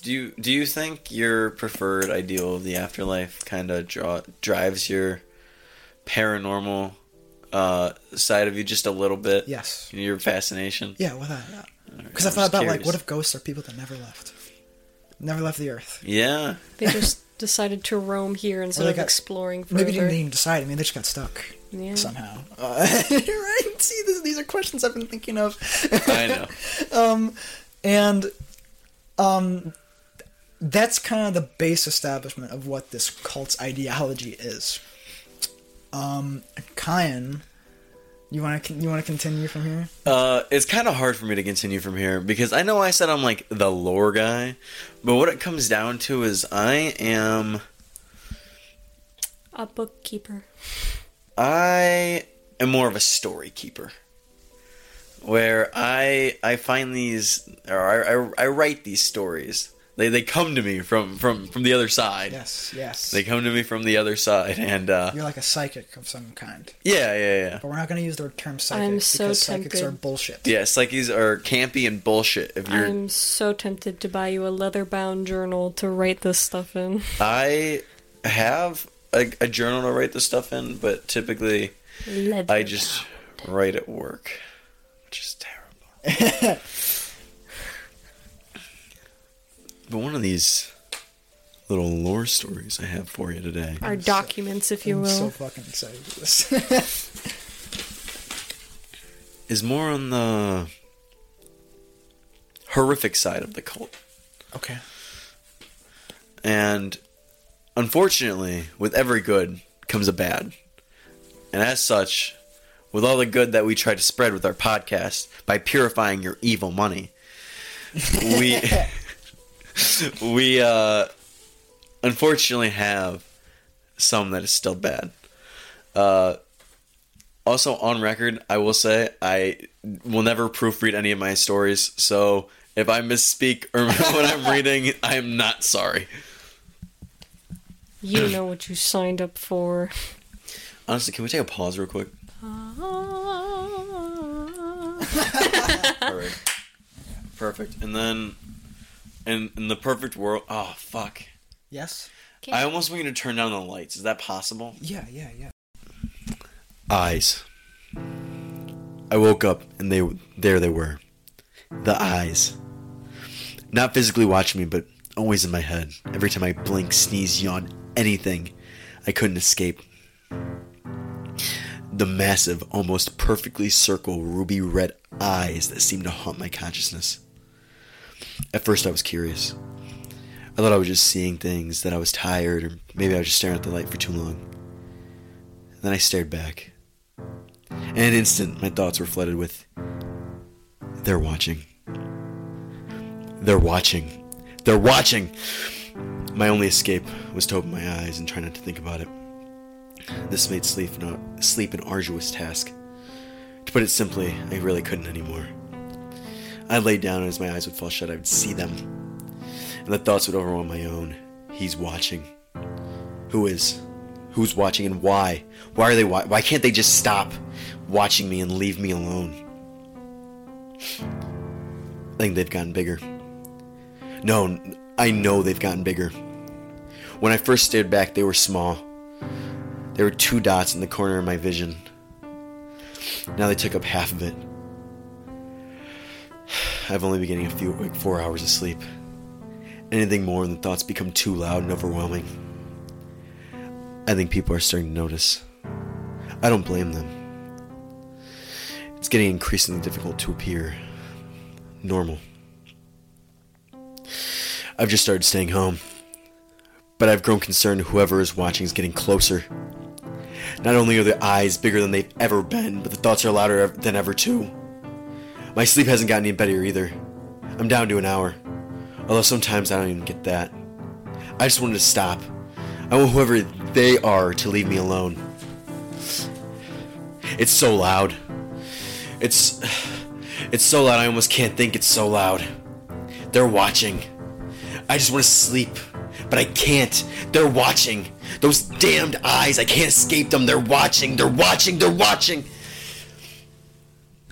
[SPEAKER 1] Do you do you think your preferred ideal of the afterlife kind of draw drives your paranormal uh, side of you just a little bit?
[SPEAKER 2] Yes.
[SPEAKER 1] Your fascination.
[SPEAKER 2] Yeah, without a doubt. Because I
[SPEAKER 1] I'm
[SPEAKER 2] thought
[SPEAKER 1] just
[SPEAKER 2] about, like,
[SPEAKER 1] curious.
[SPEAKER 2] what if ghosts are people that never left? Never left the earth.
[SPEAKER 1] Yeah.
[SPEAKER 3] They just decided to roam here instead
[SPEAKER 2] they
[SPEAKER 3] of
[SPEAKER 2] got-
[SPEAKER 3] exploring further.
[SPEAKER 2] Maybe they didn't even decide. I mean, they just got stuck
[SPEAKER 3] Yeah.
[SPEAKER 2] somehow. (laughs) Uh, right? See, this, these are questions I've been thinking of.
[SPEAKER 1] I
[SPEAKER 2] (laughs)
[SPEAKER 1] know.
[SPEAKER 2] And um that's kind of the base establishment of what this cult's ideology is. Um Kyan, you want to you want to continue from here?
[SPEAKER 1] Uh, it's kind of hard for me to continue from here because I know I said I'm like the lore guy, but what it comes down to is I am
[SPEAKER 3] A bookkeeper.
[SPEAKER 1] I am more of a story keeper, where I I find these or I, I, I write these stories. They they come to me from from from the other side.
[SPEAKER 2] Yes, yes.
[SPEAKER 1] They come to me from the other side, and uh,
[SPEAKER 2] You're like a psychic of some kind.
[SPEAKER 1] yeah, yeah, yeah.
[SPEAKER 2] But we're not going to use the term psychic
[SPEAKER 3] I'm
[SPEAKER 2] because
[SPEAKER 3] so
[SPEAKER 2] psychics
[SPEAKER 3] tempted.
[SPEAKER 2] are bullshit.
[SPEAKER 1] Yeah, psyches are campy and bullshit. If you're,
[SPEAKER 3] I'm so tempted to buy you a leather bound journal to write this stuff in.
[SPEAKER 1] I have a, a journal to write this stuff in, but typically I just write at work, which is terrible. but one of these little lore stories I have for you today.
[SPEAKER 3] Our documents, if you
[SPEAKER 2] I'm so
[SPEAKER 3] will.
[SPEAKER 2] fucking excited for this. (laughs)
[SPEAKER 1] is more on the horrific side of the cult.
[SPEAKER 2] okay.
[SPEAKER 1] And unfortunately, with every good comes a bad. And as such, with all the good that we try to spread with our podcast by purifying your evil money, we (laughs) we uh, unfortunately have some that is still bad. Uh, also, on record, I will say I will never proofread any of my stories. So if I misspeak or (laughs) when I'm reading, I am not sorry.
[SPEAKER 3] You know what you signed up for.
[SPEAKER 1] Honestly, can we take a pause real quick? Perfect. Perfect. And then, in, in the perfect world, oh fuck!
[SPEAKER 2] Yes.
[SPEAKER 1] I almost want you to turn down the lights. Is that possible?
[SPEAKER 2] Yeah, yeah, yeah.
[SPEAKER 1] Eyes. I woke up and they there they were, the eyes. Not physically watching me, but always in my head. Every time I blink, sneeze, yawn, anything, I couldn't escape. The massive, almost perfectly circle ruby red eyes that seemed to haunt my consciousness. At first, I was curious. I thought I was just seeing things, that I was tired, or maybe I was just staring at the light for too long. Then I stared back. In an instant, my thoughts were flooded with They're watching. They're watching. They're watching! My only escape was to open my eyes and try not to think about it. This made sleep an, sleep an arduous task. To put it simply, I really couldn't anymore. I laid down, and as my eyes would fall shut, I would see them. And the thoughts would overwhelm my own. He's watching. Who is? Who's watching and why? Why are they wa- why can't they just stop watching me and leave me alone? I think they've gotten bigger. No, n- I know they've gotten bigger. When I first stared back, they were small. There were two dots in the corner of my vision. Now they took up half of it. (sighs) I've only been getting a few like 4 hours of sleep. Anything more and the thoughts become too loud and overwhelming. I think people are starting to notice. I don't blame them. It's getting increasingly difficult to appear normal. I've just started staying home, but I've grown concerned whoever is watching is getting closer. Not only are the eyes bigger than they've ever been, but the thoughts are louder ev- than ever, too. My sleep hasn't gotten any better either. I'm down to an hour, although sometimes I don't even get that. I just wanted to stop. I want whoever they are to leave me alone. It's so loud. It's. It's so loud, I almost can't think it's so loud. They're watching. I just want to sleep, but I can't. They're watching. Those damned eyes, I can't escape them. They're watching, they're watching, they're watching.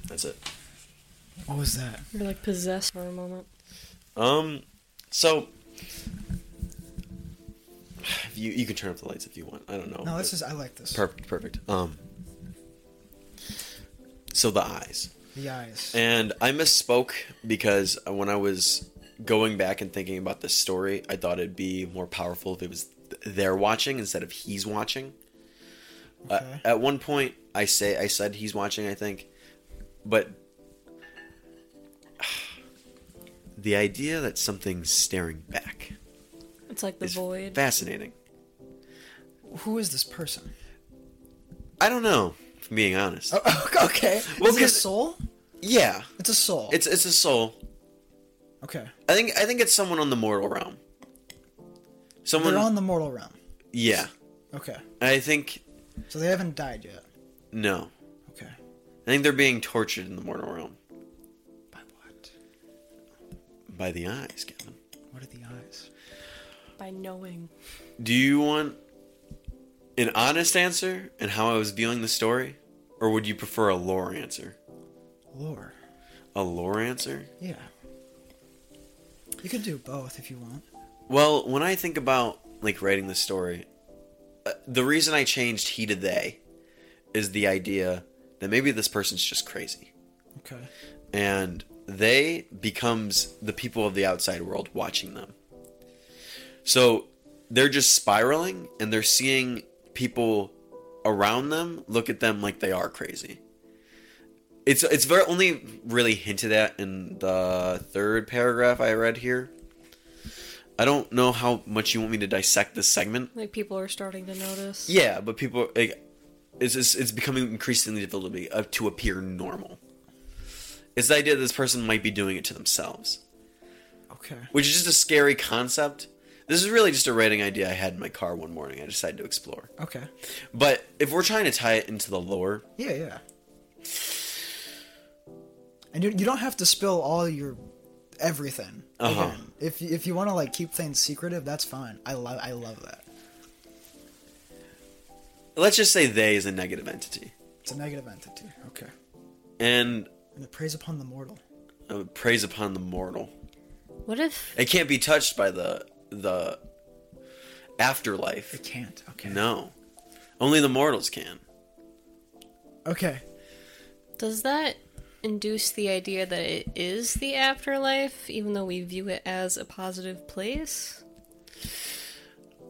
[SPEAKER 1] That's it.
[SPEAKER 2] What was that?
[SPEAKER 3] You're like possessed for a moment.
[SPEAKER 1] Um, so. (sighs) You, you can turn up the lights if you want. I don't know.
[SPEAKER 2] No,
[SPEAKER 1] but-
[SPEAKER 2] this is I like this.
[SPEAKER 1] Perfect, perfect. Um, so the eyes,
[SPEAKER 2] The eyes.
[SPEAKER 1] and I misspoke because when I was going back and thinking about this story, I thought it'd be more powerful if it was th- they're watching instead of he's watching. Uh,
[SPEAKER 2] Okay.
[SPEAKER 1] at one point, I say I said he's watching. I think, but (sighs) the idea that something's staring back
[SPEAKER 3] It's like the
[SPEAKER 1] is
[SPEAKER 3] void.
[SPEAKER 1] fascinating.
[SPEAKER 2] Who is this person?
[SPEAKER 1] I don't know, if I'm being honest.
[SPEAKER 2] Oh, (laughs) okay.
[SPEAKER 1] Well,
[SPEAKER 2] is it a
[SPEAKER 1] 'cause-
[SPEAKER 2] soul?
[SPEAKER 1] Yeah,
[SPEAKER 2] It's a soul.
[SPEAKER 1] it's it's a soul.
[SPEAKER 2] okay.
[SPEAKER 1] I think I think it's someone on the mortal realm. Someone
[SPEAKER 2] They're on the mortal realm.
[SPEAKER 1] Yeah.
[SPEAKER 2] Okay.
[SPEAKER 1] I think
[SPEAKER 2] So they haven't died yet.
[SPEAKER 1] no.
[SPEAKER 2] Okay.
[SPEAKER 1] I think they're being tortured in the mortal realm
[SPEAKER 2] By what?
[SPEAKER 1] by the eyes, Kevin.
[SPEAKER 2] What are the eyes?
[SPEAKER 3] By knowing.
[SPEAKER 1] Do you want an honest answer and how I was viewing the story or would you prefer a lore answer?
[SPEAKER 2] Lore.
[SPEAKER 1] A lore answer?
[SPEAKER 2] Yeah. You could do both if you want.
[SPEAKER 1] Well, when I think about like writing the story, uh, the reason I changed he to they is the idea that maybe this person's just crazy.
[SPEAKER 2] Okay.
[SPEAKER 1] and they becomes the people of the outside world watching them so they're just spiraling and they're seeing people around them look at them like they are crazy it's it's very only really hinted at in the third paragraph i read here i don't know how much you want me to dissect this segment
[SPEAKER 3] Like people are starting to notice.
[SPEAKER 1] yeah but people like it's it's, it's becoming increasingly difficult to, be, uh, to appear normal it's the idea that this person might be doing it to themselves
[SPEAKER 2] Okay.
[SPEAKER 1] which is just a scary concept. This is really just a writing idea I had in my car one morning. I decided to explore.
[SPEAKER 2] Okay.
[SPEAKER 1] But if we're trying to tie it into the lore,
[SPEAKER 2] Yeah, yeah. And you, you don't have to spill all your everything.
[SPEAKER 1] Uh-huh.
[SPEAKER 2] again. If if you want to like keep things secretive, that's fine. I love I love that.
[SPEAKER 1] let's just say they is a negative entity.
[SPEAKER 2] It's a negative entity. Okay.
[SPEAKER 1] And
[SPEAKER 2] and it preys upon the mortal.
[SPEAKER 1] Uh, preys upon the mortal.
[SPEAKER 3] What if
[SPEAKER 1] It can't be touched by the the afterlife.
[SPEAKER 2] It can't. Okay.
[SPEAKER 1] No, only the mortals can.
[SPEAKER 2] Okay.
[SPEAKER 3] does that induce the idea that it is the afterlife, even though we view it as a positive place?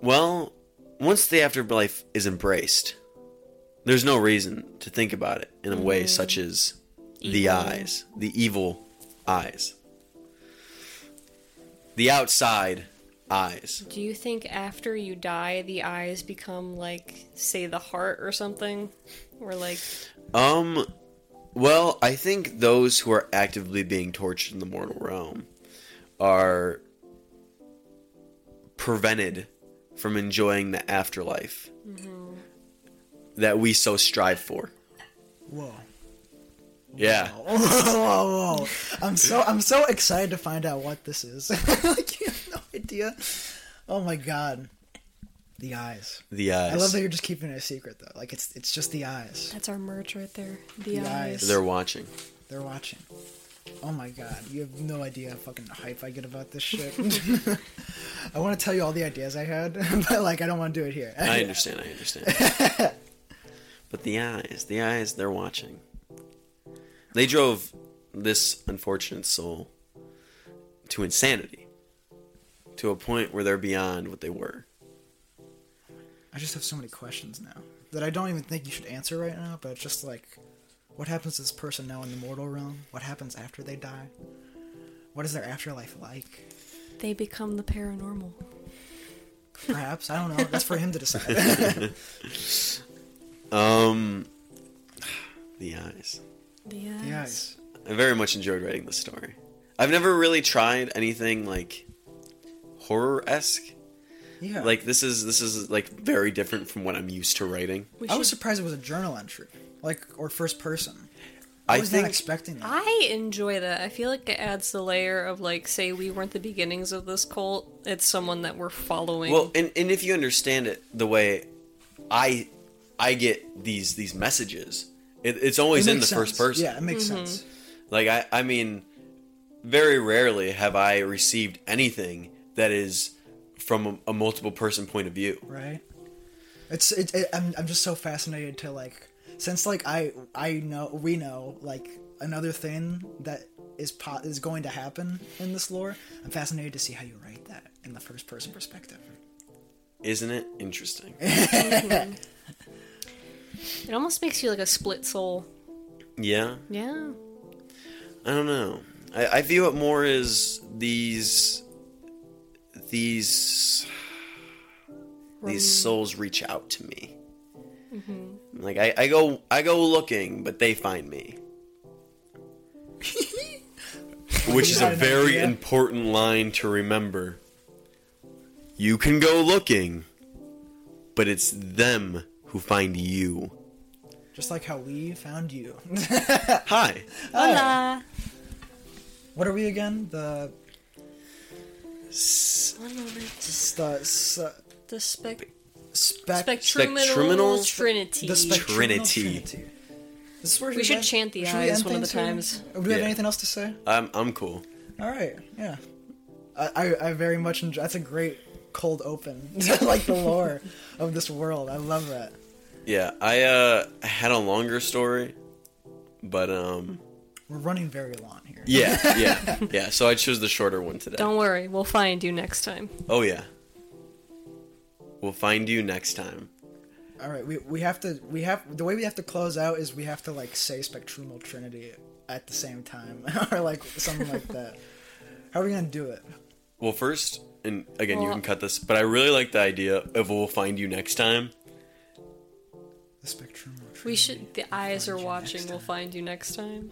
[SPEAKER 1] Well, once the afterlife is embraced, there's no reason to think about it in a way such as the eyes, the evil eyes, the outside eyes.
[SPEAKER 3] Do you think after you die, the eyes become like, say, the heart or something, or like
[SPEAKER 1] Um, well, I think those who are actively being tortured in the mortal realm are prevented from enjoying the afterlife that we so strive for.
[SPEAKER 2] Whoa.
[SPEAKER 1] Yeah.
[SPEAKER 2] Whoa, whoa, whoa. I'm so I'm so excited to find out what this is. (laughs) like you have no idea. Oh my god. The eyes.
[SPEAKER 1] The eyes.
[SPEAKER 2] I love that you're just keeping it a secret though. Like it's it's just the eyes.
[SPEAKER 3] that's our merch right there?
[SPEAKER 2] The
[SPEAKER 3] The,
[SPEAKER 2] eyes.
[SPEAKER 3] eyes.
[SPEAKER 1] They're watching.
[SPEAKER 2] They're watching. Oh my god, you have no idea how fucking hype I get about this shit. (laughs) I want to tell you all the ideas I had, (laughs) but like I don't want to do it here. (laughs)
[SPEAKER 1] I understand. I understand. but the eyes, the eyes, they're watching. They drove this unfortunate soul to insanity, to a point where they're beyond what they were.
[SPEAKER 2] I just have so many questions now that I don't even think you should answer right now, but it's just like what happens to this person now in the mortal realm? What happens after they die? What is their afterlife like?
[SPEAKER 3] They become the paranormal.
[SPEAKER 2] Perhaps. I don't know. That's for him
[SPEAKER 1] (laughs)
[SPEAKER 2] to decide.
[SPEAKER 1] Um, (sighs) the eyes.
[SPEAKER 3] The eyes.
[SPEAKER 2] the eyes.
[SPEAKER 1] I very much enjoyed writing this story. I've never really tried anything like horror esque.
[SPEAKER 2] Yeah.
[SPEAKER 1] Like this is this is like very different from what I'm used to writing.
[SPEAKER 3] We
[SPEAKER 2] I was
[SPEAKER 3] should-
[SPEAKER 2] surprised it was a journal entry, like or first person. I,
[SPEAKER 1] I,
[SPEAKER 2] was
[SPEAKER 1] think
[SPEAKER 2] not expecting that.
[SPEAKER 3] I enjoy that. I feel like it adds the layer of like, say, we weren't the beginnings of this cult. It's someone that we're following.
[SPEAKER 1] Well, and, and if you understand it the way I I get these these messages, it, it's always
[SPEAKER 2] It
[SPEAKER 1] in the
[SPEAKER 2] makes
[SPEAKER 1] first
[SPEAKER 2] sense.
[SPEAKER 1] person.
[SPEAKER 2] Yeah, it makes sense.
[SPEAKER 1] Like I I mean, very rarely have I received anything that is from a, a multiple person point of view.
[SPEAKER 2] right it's it, it I'm, I'm just so fascinated to like since like i i know we know like another thing that is po- is going to happen in this lore i'm fascinated to see how you write that in the first person perspective
[SPEAKER 1] Isn't it
[SPEAKER 2] (laughs)
[SPEAKER 1] interesting?
[SPEAKER 3] it almost makes you like a split soul.
[SPEAKER 1] yeah.
[SPEAKER 3] Yeah.
[SPEAKER 1] I don't know. I, I view it more as these these these souls reach out to me.
[SPEAKER 2] Mm-hmm.
[SPEAKER 1] Like I, I go I go looking, but they find
[SPEAKER 2] (laughs)
[SPEAKER 1] me. Which is a
[SPEAKER 2] Got an
[SPEAKER 1] very
[SPEAKER 2] idea?
[SPEAKER 1] important line to remember. You can go looking, but it's them who find you.
[SPEAKER 2] just like how we found you (laughs)
[SPEAKER 1] Hi.
[SPEAKER 3] Hola.
[SPEAKER 2] what are we again the
[SPEAKER 3] One moment.
[SPEAKER 2] s- the s-
[SPEAKER 3] The spec-
[SPEAKER 2] spec
[SPEAKER 3] spectruminal
[SPEAKER 1] Spectruminal-
[SPEAKER 3] trinity.
[SPEAKER 2] the spectruminal
[SPEAKER 1] Trinity.
[SPEAKER 2] trinity. This is where
[SPEAKER 3] We should
[SPEAKER 2] end-
[SPEAKER 3] chant the
[SPEAKER 2] should we
[SPEAKER 3] eyes
[SPEAKER 2] end
[SPEAKER 3] one of the
[SPEAKER 2] things here?
[SPEAKER 3] times.
[SPEAKER 2] Or do we have
[SPEAKER 1] Yeah.
[SPEAKER 2] anything else to say?
[SPEAKER 1] I'm I'm cool.
[SPEAKER 2] All right, yeah. I, I, I very much enjoy. That's a great cold open, (laughs) to, like the lore of this world. I love that.
[SPEAKER 1] Yeah, I uh had a longer story, but um
[SPEAKER 2] We're running very long here.
[SPEAKER 1] yeah, (laughs) yeah, yeah. So I chose the shorter one today.
[SPEAKER 3] Don't worry, we'll find you next time.
[SPEAKER 1] Oh yeah. We'll find you next time.
[SPEAKER 2] All right, we, we have to we have the way we have to close out is we have to like say spectrumal trinity at the same time (laughs) or like something like that. How are we gonna do it?
[SPEAKER 1] Well, first, and again, you
[SPEAKER 3] Well-
[SPEAKER 1] can cut this, but I really like the idea of we'll find you next time.
[SPEAKER 2] The spectrumal trinity.
[SPEAKER 3] We should. The eyes are
[SPEAKER 2] you
[SPEAKER 3] watching.
[SPEAKER 2] next
[SPEAKER 3] We'll find you next time.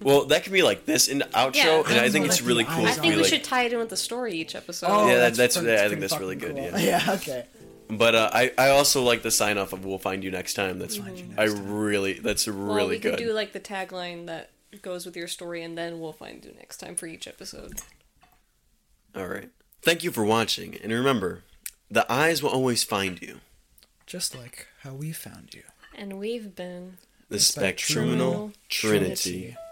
[SPEAKER 1] Well, that could be like this in the outro,
[SPEAKER 3] Yeah,
[SPEAKER 1] and I
[SPEAKER 3] that's
[SPEAKER 1] think
[SPEAKER 3] what
[SPEAKER 1] it's
[SPEAKER 2] I
[SPEAKER 1] really
[SPEAKER 2] think.
[SPEAKER 1] cool.
[SPEAKER 2] I
[SPEAKER 3] I
[SPEAKER 1] to
[SPEAKER 3] think
[SPEAKER 1] be
[SPEAKER 3] we
[SPEAKER 1] like,
[SPEAKER 3] should tie it in with the story each episode.
[SPEAKER 2] Oh,
[SPEAKER 1] Yeah, that- that's-
[SPEAKER 2] pretty-
[SPEAKER 1] yeah, I think
[SPEAKER 2] it's pretty
[SPEAKER 1] that's really
[SPEAKER 2] fucking
[SPEAKER 1] good,
[SPEAKER 2] cool. (laughs) Yeah. Okay.
[SPEAKER 1] But uh, I I also like the sign off of we'll find you next time. That's
[SPEAKER 2] find you
[SPEAKER 1] I
[SPEAKER 2] next time.
[SPEAKER 1] really that's really
[SPEAKER 3] well, we
[SPEAKER 1] good.
[SPEAKER 3] could do like the tagline that goes with your story, and then we'll find you next time for each episode.
[SPEAKER 1] All right. Thank you for watching, and remember, the eyes will always find you.
[SPEAKER 2] Just like how we found you.
[SPEAKER 3] And we've been.
[SPEAKER 1] the
[SPEAKER 2] spectruminal
[SPEAKER 1] spectruminal trinity.
[SPEAKER 2] trinity.